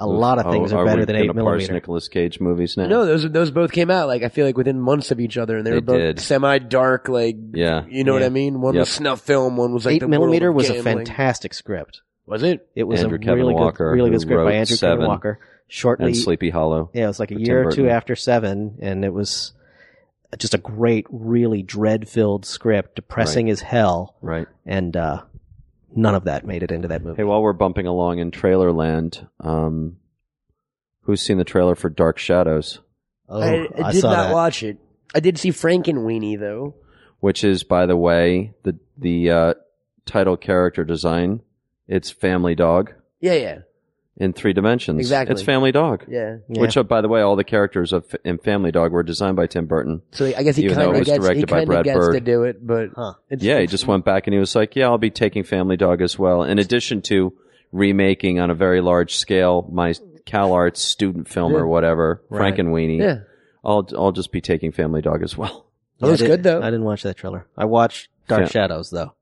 [SPEAKER 4] a lot of things
[SPEAKER 2] oh,
[SPEAKER 4] are, better than eight
[SPEAKER 2] millimeters.
[SPEAKER 4] millimeter.
[SPEAKER 2] Nicolas Cage movies now.
[SPEAKER 3] No, those those both came out like I feel like within months of each other, and they,
[SPEAKER 2] They
[SPEAKER 3] were both
[SPEAKER 2] did.
[SPEAKER 3] semi-dark, like
[SPEAKER 2] Yeah.
[SPEAKER 3] you know what
[SPEAKER 4] Yeah.
[SPEAKER 3] I mean. One
[SPEAKER 2] Yep.
[SPEAKER 3] was snuff film, one was like
[SPEAKER 4] Eight
[SPEAKER 3] the
[SPEAKER 4] millimeter
[SPEAKER 3] world
[SPEAKER 4] was
[SPEAKER 3] of
[SPEAKER 4] a
[SPEAKER 3] gambling.
[SPEAKER 4] fantastic script.
[SPEAKER 3] Was it?
[SPEAKER 4] It was
[SPEAKER 2] Andrew
[SPEAKER 4] a
[SPEAKER 2] Kevin
[SPEAKER 4] really
[SPEAKER 2] Walker,
[SPEAKER 4] good, really
[SPEAKER 2] who
[SPEAKER 4] good script
[SPEAKER 2] wrote
[SPEAKER 4] by Andrew
[SPEAKER 2] Seven
[SPEAKER 4] Kevin Walker. Shortly,
[SPEAKER 2] And Sleepy Hollow.
[SPEAKER 4] yeah, it was like a
[SPEAKER 2] with
[SPEAKER 4] year
[SPEAKER 2] Tim
[SPEAKER 4] or two
[SPEAKER 2] Burton.
[SPEAKER 4] after Seven, and it was just a great, really dread-filled script, depressing as hell,
[SPEAKER 2] Right.
[SPEAKER 4] and uh, none of that made it into that movie.
[SPEAKER 2] Hey, while we're bumping along in trailer land, um, who's seen the trailer for Dark Shadows,
[SPEAKER 4] oh,
[SPEAKER 3] I, I did
[SPEAKER 4] saw
[SPEAKER 3] not
[SPEAKER 4] that.
[SPEAKER 3] watch it. I did see Frankenweenie though.
[SPEAKER 2] which is, by the way, the the uh, title character design? It's Family Dog
[SPEAKER 3] Yeah, yeah,
[SPEAKER 2] in three dimensions.
[SPEAKER 3] Exactly.
[SPEAKER 2] It's Family Dog.
[SPEAKER 3] yeah.
[SPEAKER 4] Yeah.
[SPEAKER 2] Which, uh, by the way, all the characters of in Family Dog were designed by Tim Burton.
[SPEAKER 3] So I guess he
[SPEAKER 2] Even though it
[SPEAKER 3] kind of
[SPEAKER 2] was
[SPEAKER 3] gets, he
[SPEAKER 2] directed by
[SPEAKER 3] kinda
[SPEAKER 2] Brad
[SPEAKER 3] gets to
[SPEAKER 2] Bird.
[SPEAKER 3] do it, but
[SPEAKER 4] Huh.
[SPEAKER 3] it's,
[SPEAKER 2] Yeah, he just went back and he was like, "Yeah, I'll be taking Family Dog as well." In addition to remaking on a very large scale my CalArts student film
[SPEAKER 3] Yeah.
[SPEAKER 2] or whatever,
[SPEAKER 4] Right.
[SPEAKER 2] Frankenweenie.
[SPEAKER 3] yeah.
[SPEAKER 2] I'll I'll just be taking Family Dog as well.
[SPEAKER 3] Oh, it's
[SPEAKER 4] I
[SPEAKER 3] good,
[SPEAKER 4] did-
[SPEAKER 3] though.
[SPEAKER 4] I didn't watch that trailer. I watched Dark
[SPEAKER 2] Yeah.
[SPEAKER 4] Shadows though.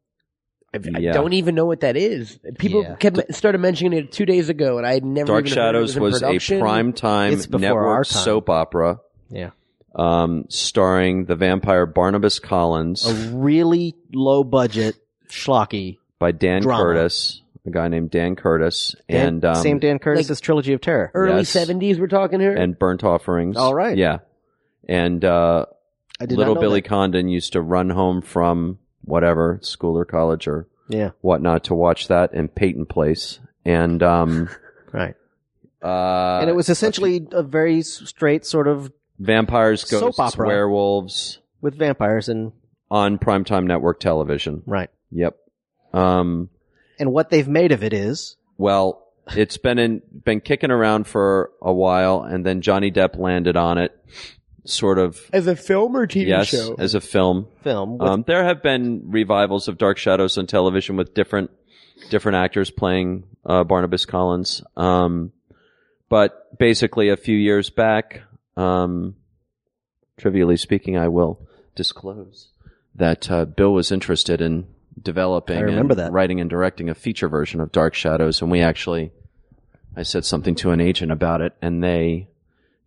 [SPEAKER 3] I, I
[SPEAKER 2] Yeah.
[SPEAKER 3] don't even know what that is. People
[SPEAKER 4] Yeah.
[SPEAKER 3] kept started mentioning it two days ago, and I had never.
[SPEAKER 2] Dark
[SPEAKER 3] even heard it
[SPEAKER 2] Shadows was,
[SPEAKER 3] in production.
[SPEAKER 2] a prime time
[SPEAKER 4] It's before our
[SPEAKER 2] network
[SPEAKER 4] time.
[SPEAKER 2] soap opera.
[SPEAKER 4] Yeah.
[SPEAKER 2] Um, starring the vampire Barnabas Collins
[SPEAKER 4] A really low budget schlocky.
[SPEAKER 2] by Dan
[SPEAKER 4] drama.
[SPEAKER 2] Curtis, a guy named Dan Curtis,
[SPEAKER 4] Dan-
[SPEAKER 2] and um,
[SPEAKER 4] same Dan Curtis's trilogy of terror.
[SPEAKER 3] early
[SPEAKER 2] Yes.
[SPEAKER 3] seventies. We're talking here.
[SPEAKER 2] and Burnt Offerings.
[SPEAKER 4] All right.
[SPEAKER 2] yeah. And uh,
[SPEAKER 4] I did
[SPEAKER 2] little
[SPEAKER 4] not know
[SPEAKER 2] Billy Condon used to run home from whatever school or college or
[SPEAKER 4] That. Yeah.
[SPEAKER 2] whatnot to watch that in Peyton Place, and um,
[SPEAKER 4] Right.
[SPEAKER 2] uh,
[SPEAKER 4] and it was essentially a very s- straight sort of
[SPEAKER 2] vampires,
[SPEAKER 4] soap
[SPEAKER 2] ghosts,
[SPEAKER 4] opera.
[SPEAKER 2] werewolves
[SPEAKER 4] with vampires and
[SPEAKER 2] on primetime network television.
[SPEAKER 4] right.
[SPEAKER 2] Yep. Um,
[SPEAKER 4] And what they've made of it is
[SPEAKER 2] well, it's been in, been kicking around for a while, and then Johnny Depp landed on it, sort of.
[SPEAKER 3] as a film or TV
[SPEAKER 2] yes,
[SPEAKER 3] show.
[SPEAKER 2] as a film.
[SPEAKER 4] film with
[SPEAKER 2] Um, there have been revivals of Dark Shadows on television with different different actors playing uh, Barnabas Collins. Um, but basically, a few years back, um, trivially speaking, I will disclose that uh, Bill was interested in developing,
[SPEAKER 4] I remember
[SPEAKER 2] and
[SPEAKER 4] that.
[SPEAKER 2] writing and directing a feature version of Dark Shadows, and we actually, I said something to an agent about it, and they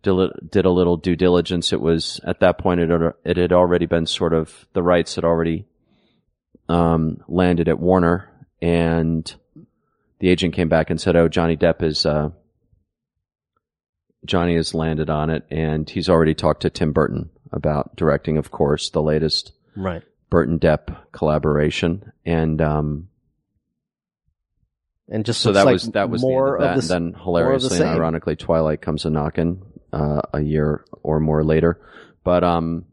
[SPEAKER 2] dil- did a little due diligence. It was at that point it had, it had already been sort of the rights had already um, landed at Warner, and the agent came back and said, "Oh, Johnny Depp is uh, Johnny has landed on it, and he's already talked to Tim Burton about directing, of course, the latest
[SPEAKER 4] right.
[SPEAKER 2] Burton Depp collaboration, and um,
[SPEAKER 4] And just
[SPEAKER 2] so
[SPEAKER 4] looks
[SPEAKER 2] that
[SPEAKER 4] like
[SPEAKER 2] was that was
[SPEAKER 4] more
[SPEAKER 2] the end of
[SPEAKER 4] the
[SPEAKER 2] that. and then
[SPEAKER 4] the
[SPEAKER 2] hilariously and
[SPEAKER 4] same.
[SPEAKER 2] ironically, Twilight comes a knocking uh, a year or more later. But um,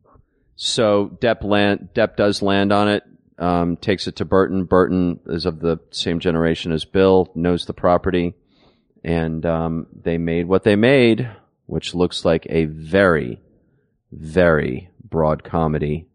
[SPEAKER 2] so Depp land Depp does land on it. Um, takes it to Burton. Burton is of the same generation as Bill, knows the property, and um, they made what they made, which looks like a very, very broad comedy,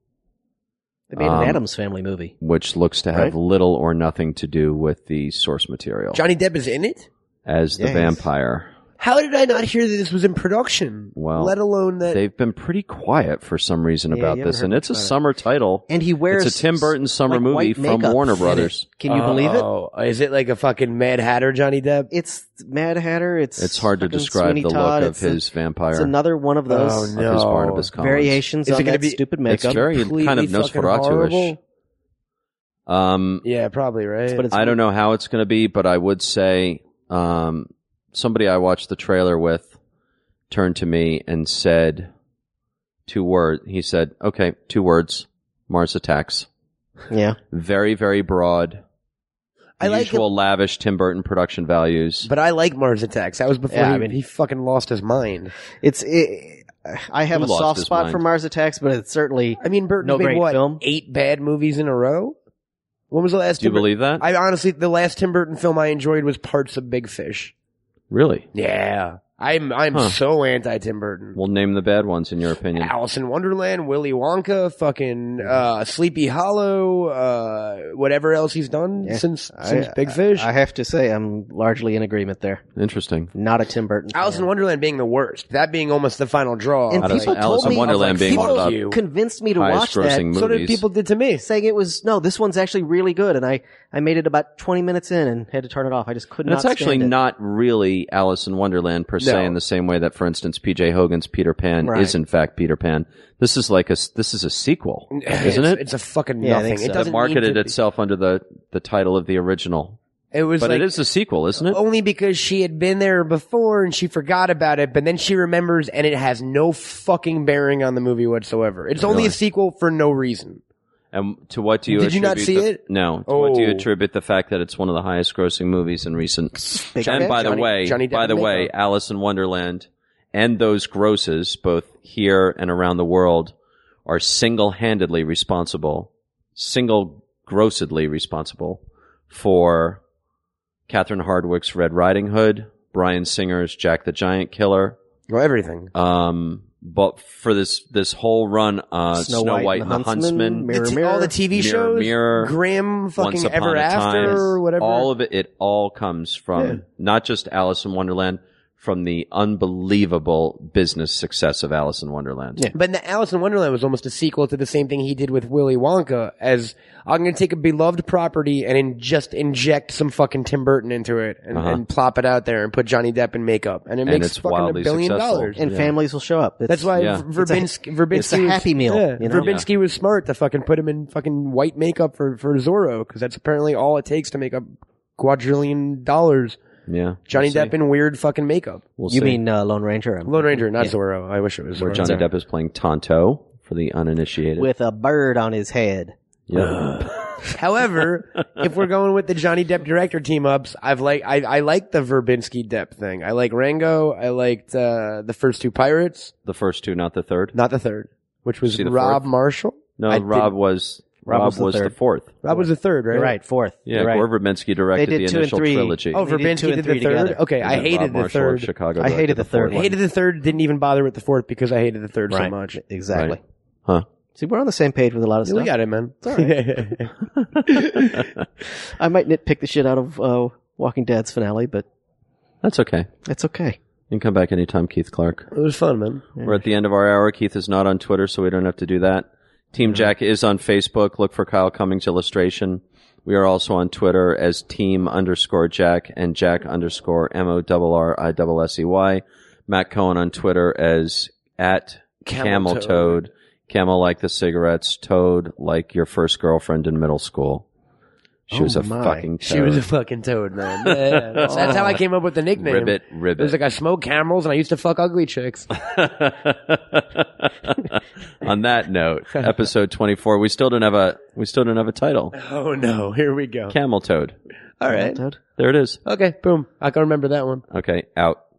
[SPEAKER 4] they made
[SPEAKER 2] um,
[SPEAKER 4] an Adams Family movie.
[SPEAKER 2] which looks to have
[SPEAKER 4] Right.
[SPEAKER 2] little or nothing to do with the source material.
[SPEAKER 3] Johnny Depp is in it.
[SPEAKER 2] as the
[SPEAKER 4] Yes.
[SPEAKER 2] vampire.
[SPEAKER 3] How did I not hear that this was in production?
[SPEAKER 2] Well,
[SPEAKER 3] let alone that.
[SPEAKER 2] They've been pretty quiet for some reason
[SPEAKER 4] Yeah,
[SPEAKER 2] about
[SPEAKER 4] you haven't
[SPEAKER 2] this, and
[SPEAKER 4] heard
[SPEAKER 2] it's a
[SPEAKER 4] much about it.
[SPEAKER 2] summer title.
[SPEAKER 4] And he wears
[SPEAKER 2] It's a Tim Burton Uh, summer
[SPEAKER 4] like,
[SPEAKER 2] movie
[SPEAKER 4] white
[SPEAKER 2] from
[SPEAKER 4] makeup
[SPEAKER 2] Warner
[SPEAKER 4] in it.
[SPEAKER 2] Brothers.
[SPEAKER 4] Can you believe it?
[SPEAKER 3] Oh, is it like a fucking Mad Hatter Johnny Depp?
[SPEAKER 4] It's Mad Hatter. It's
[SPEAKER 2] It's hard to
[SPEAKER 4] fucking
[SPEAKER 2] describe
[SPEAKER 4] Sweeney
[SPEAKER 2] the look
[SPEAKER 4] Todd,
[SPEAKER 2] of
[SPEAKER 4] it's a-
[SPEAKER 2] his vampire,
[SPEAKER 4] It's another one of those
[SPEAKER 3] Oh,
[SPEAKER 2] of
[SPEAKER 3] No.
[SPEAKER 2] his Barnabas Collins.
[SPEAKER 4] variations
[SPEAKER 3] Is it
[SPEAKER 4] on
[SPEAKER 3] gonna
[SPEAKER 4] that
[SPEAKER 3] be-
[SPEAKER 4] stupid
[SPEAKER 2] It's
[SPEAKER 4] makeup.
[SPEAKER 2] very
[SPEAKER 3] Completely
[SPEAKER 2] kind of
[SPEAKER 3] fucking horrible.
[SPEAKER 2] Nosferatu-ish. Um,
[SPEAKER 3] Yeah, probably right.
[SPEAKER 4] but it's
[SPEAKER 2] I don't know how it's going to be, but I would say um, somebody I watched the trailer with turned to me and said two words. He said, "Okay, two words: Mars attacks."
[SPEAKER 4] yeah.
[SPEAKER 2] Very, very broad.
[SPEAKER 3] I
[SPEAKER 2] I
[SPEAKER 3] like
[SPEAKER 2] usual lavish Tim Burton production values.
[SPEAKER 3] But I like Mars Attacks. That was before
[SPEAKER 4] Yeah,
[SPEAKER 3] he,
[SPEAKER 4] I mean-
[SPEAKER 3] he fucking lost his mind.
[SPEAKER 4] It's it, I have
[SPEAKER 2] He
[SPEAKER 4] a
[SPEAKER 2] lost
[SPEAKER 4] soft
[SPEAKER 2] his
[SPEAKER 4] spot
[SPEAKER 2] mind.
[SPEAKER 4] for Mars Attacks, but it's certainly
[SPEAKER 3] I mean, Burton
[SPEAKER 4] No
[SPEAKER 3] made
[SPEAKER 4] great
[SPEAKER 3] what
[SPEAKER 4] film.
[SPEAKER 3] eight bad movies in a row. When was the last?
[SPEAKER 2] Do you
[SPEAKER 3] Tim Bur-
[SPEAKER 2] believe that?
[SPEAKER 3] I honestly, the last Tim Burton film I enjoyed was Parts of Big Fish.
[SPEAKER 2] really?
[SPEAKER 3] Yeah, I'm I'm
[SPEAKER 2] Huh.
[SPEAKER 3] so anti Tim Burton.
[SPEAKER 2] We'll name the bad ones in your opinion.
[SPEAKER 3] Alice in Wonderland, Willy Wonka, fucking uh, Sleepy Hollow, uh, whatever else he's done
[SPEAKER 4] Yeah.
[SPEAKER 3] since
[SPEAKER 4] I-
[SPEAKER 3] since Big Fish.
[SPEAKER 4] I have to say, I'm largely in agreement there.
[SPEAKER 2] Interesting.
[SPEAKER 4] Not a Tim Burton.
[SPEAKER 3] Alice in
[SPEAKER 4] fan.
[SPEAKER 3] Wonderland being the worst, that being almost the final draw.
[SPEAKER 4] And
[SPEAKER 2] I don't
[SPEAKER 4] people
[SPEAKER 2] know. Alice
[SPEAKER 4] told
[SPEAKER 2] in
[SPEAKER 4] me
[SPEAKER 2] Wonderland being
[SPEAKER 4] people
[SPEAKER 2] one of the
[SPEAKER 3] you.
[SPEAKER 4] convinced me to
[SPEAKER 2] highest
[SPEAKER 4] watch that,
[SPEAKER 2] grossing
[SPEAKER 3] so did
[SPEAKER 2] movies.
[SPEAKER 3] people did to me.
[SPEAKER 4] saying it was no, this one's actually really good, and I I made it about 20 minutes in and had to turn it off. I just could not.
[SPEAKER 2] That's actually
[SPEAKER 4] stand it.
[SPEAKER 2] not really Alice in Wonderland per se,
[SPEAKER 3] No.
[SPEAKER 2] in the same way that, for instance, P.J. Hogan's Peter Pan
[SPEAKER 4] Right.
[SPEAKER 2] is in fact Peter Pan. This is like a s- this is a sequel, isn't
[SPEAKER 3] it's,
[SPEAKER 2] it?
[SPEAKER 3] It's a fucking
[SPEAKER 4] Yeah, I
[SPEAKER 3] nothing.
[SPEAKER 4] think
[SPEAKER 3] It
[SPEAKER 4] so.
[SPEAKER 3] doesn't
[SPEAKER 2] That marketed
[SPEAKER 3] mean to
[SPEAKER 2] itself under the the title of the original,
[SPEAKER 3] Be, it was
[SPEAKER 2] but
[SPEAKER 3] like,
[SPEAKER 2] it is a sequel, isn't it? Oh.
[SPEAKER 3] only because she had been there before and she forgot about it, but then she remembers and it has no fucking bearing on the movie whatsoever. It's only a
[SPEAKER 2] Really?
[SPEAKER 3] sequel for no reason.
[SPEAKER 2] And to what do you
[SPEAKER 3] Did you not
[SPEAKER 2] attribute
[SPEAKER 3] see
[SPEAKER 2] the-
[SPEAKER 3] it?
[SPEAKER 2] No. To What do you
[SPEAKER 3] Oh.
[SPEAKER 2] attribute the fact that it's one of the highest grossing movies in recent?
[SPEAKER 4] Big
[SPEAKER 2] and
[SPEAKER 4] fan.
[SPEAKER 2] by the
[SPEAKER 3] Johnny-
[SPEAKER 2] way,
[SPEAKER 3] Johnny Depp
[SPEAKER 2] by the
[SPEAKER 3] and
[SPEAKER 2] way,
[SPEAKER 3] Nico.
[SPEAKER 2] Alice in Wonderland and those grosses, both here and around the world, are single-handedly responsible, single-grossedly responsible for Catherine Hardwick's Red Riding Hood, Brian Singer's Jack the Giant Killer,
[SPEAKER 3] Well, everything.
[SPEAKER 2] um, but for this this whole run, uh, Snow, White, and the Huntsman,
[SPEAKER 4] Mirror,
[SPEAKER 3] The t-
[SPEAKER 4] mirror.
[SPEAKER 3] all the TV
[SPEAKER 2] Mirror,
[SPEAKER 3] shows,
[SPEAKER 2] Mirror,
[SPEAKER 3] Grimm, fucking Ever After, or whatever.
[SPEAKER 2] All of it, it all comes from not just Alice in Wonderland, from the unbelievable business success of Alice in Wonderland.
[SPEAKER 4] Yeah.
[SPEAKER 3] but the Alice in Wonderland was almost a sequel to the same thing he did with Willy Wonka. As I'm going to take a beloved property and in, just inject some fucking Tim Burton into it and,
[SPEAKER 2] Uh-huh.
[SPEAKER 3] and plop it out there and put Johnny Depp in makeup, and it makes
[SPEAKER 2] it's
[SPEAKER 3] fucking a
[SPEAKER 2] wildly
[SPEAKER 3] billion
[SPEAKER 2] successful.
[SPEAKER 3] dollars.
[SPEAKER 4] and families will show up. It's-
[SPEAKER 3] That's why
[SPEAKER 2] Yeah.
[SPEAKER 3] yeah. Verbinski. Verbinski
[SPEAKER 4] it's a Happy Meal,
[SPEAKER 3] Yeah,
[SPEAKER 4] you know?
[SPEAKER 3] Verbinski was smart to fucking put him in fucking white makeup for for Zorro because that's apparently all it takes to make a quadrillion dollars.
[SPEAKER 2] yeah.
[SPEAKER 3] Johnny
[SPEAKER 2] We'll see.
[SPEAKER 3] Depp in weird fucking makeup.
[SPEAKER 2] We'll
[SPEAKER 4] you
[SPEAKER 2] see.
[SPEAKER 4] mean uh, Lone Ranger? I'm-
[SPEAKER 3] Lone Ranger, not
[SPEAKER 4] Yeah.
[SPEAKER 3] Zorro. I wish it was
[SPEAKER 2] where
[SPEAKER 3] Zorro.
[SPEAKER 2] Johnny
[SPEAKER 3] Sorry.
[SPEAKER 2] Depp is playing Tonto for the uninitiated?
[SPEAKER 4] with uh, a bird on his head.
[SPEAKER 2] yeah.
[SPEAKER 3] However, if we're going with the Johnny Depp director team ups, I've like I I like the Verbinski Depp thing. I like Rango. I liked uh, the first two pirates,
[SPEAKER 2] the first two, not the third.
[SPEAKER 3] not the third, which was
[SPEAKER 2] See the
[SPEAKER 3] Rob
[SPEAKER 2] fourth?
[SPEAKER 3] Marshall.
[SPEAKER 2] No,
[SPEAKER 3] I
[SPEAKER 2] Rob
[SPEAKER 3] didn't-
[SPEAKER 2] was Rob,
[SPEAKER 4] Rob was
[SPEAKER 2] was,
[SPEAKER 4] the
[SPEAKER 2] the,
[SPEAKER 4] third.
[SPEAKER 2] fourth.
[SPEAKER 3] Rob was the third, right?
[SPEAKER 4] You're right, fourth.
[SPEAKER 2] Yeah,
[SPEAKER 4] You're right.
[SPEAKER 2] Gore Verbinski directed
[SPEAKER 4] They did
[SPEAKER 2] the
[SPEAKER 4] two and
[SPEAKER 2] initial
[SPEAKER 4] three.
[SPEAKER 2] trilogy.
[SPEAKER 3] Oh,
[SPEAKER 4] They did two
[SPEAKER 3] Verbinski
[SPEAKER 4] and
[SPEAKER 3] did the
[SPEAKER 4] three
[SPEAKER 3] third.
[SPEAKER 4] together.
[SPEAKER 2] And
[SPEAKER 3] Okay, I
[SPEAKER 2] then Rob
[SPEAKER 3] hated the
[SPEAKER 2] Marshall of
[SPEAKER 3] third.
[SPEAKER 2] Chicago
[SPEAKER 4] I hated
[SPEAKER 2] directed
[SPEAKER 4] the third
[SPEAKER 2] fourth.
[SPEAKER 4] one.
[SPEAKER 3] Hated the third. Didn't even bother with the fourth because I hated the third so
[SPEAKER 4] Right.
[SPEAKER 3] much.
[SPEAKER 4] Exactly.
[SPEAKER 2] Right. Huh.
[SPEAKER 4] See, we're on the same page with a lot of
[SPEAKER 3] We
[SPEAKER 4] stuff.
[SPEAKER 3] got it, man.
[SPEAKER 4] all I might nitpick the shit out of uh, Walking Dead's finale, but
[SPEAKER 2] That's okay.
[SPEAKER 4] it's okay.
[SPEAKER 2] You can come back anytime, Keith Clark.
[SPEAKER 3] it was fun, man.
[SPEAKER 2] We're at the end of our hour. Keith is not on Twitter, so we don't have to do that. Team Jack is on Facebook. Look for Kyle Cummings Illustration. We are also on Twitter as Team underscore Jack and Jack underscore M O R R I S S E Y. Matt Cohen on Twitter as at
[SPEAKER 3] Camel
[SPEAKER 2] Camel Toad. Camel like the cigarettes. Toad like your first girlfriend in middle school. She was a
[SPEAKER 4] my.
[SPEAKER 2] fucking toad.
[SPEAKER 3] Oh She was a fucking toad, man. Yeah, that's, that's how I came up with the nickname.
[SPEAKER 2] ribbit.
[SPEAKER 3] It was
[SPEAKER 2] Ribbit.
[SPEAKER 3] like I smoked camels and I used to fuck ugly chicks.
[SPEAKER 2] on that note, episode 24, we still don't have a we still don't have a title.
[SPEAKER 3] oh no, here we go.
[SPEAKER 2] Camel Toad.
[SPEAKER 3] All right,
[SPEAKER 4] Toad.
[SPEAKER 2] There it is.
[SPEAKER 3] okay, boom. I can remember that one.
[SPEAKER 2] Okay, out.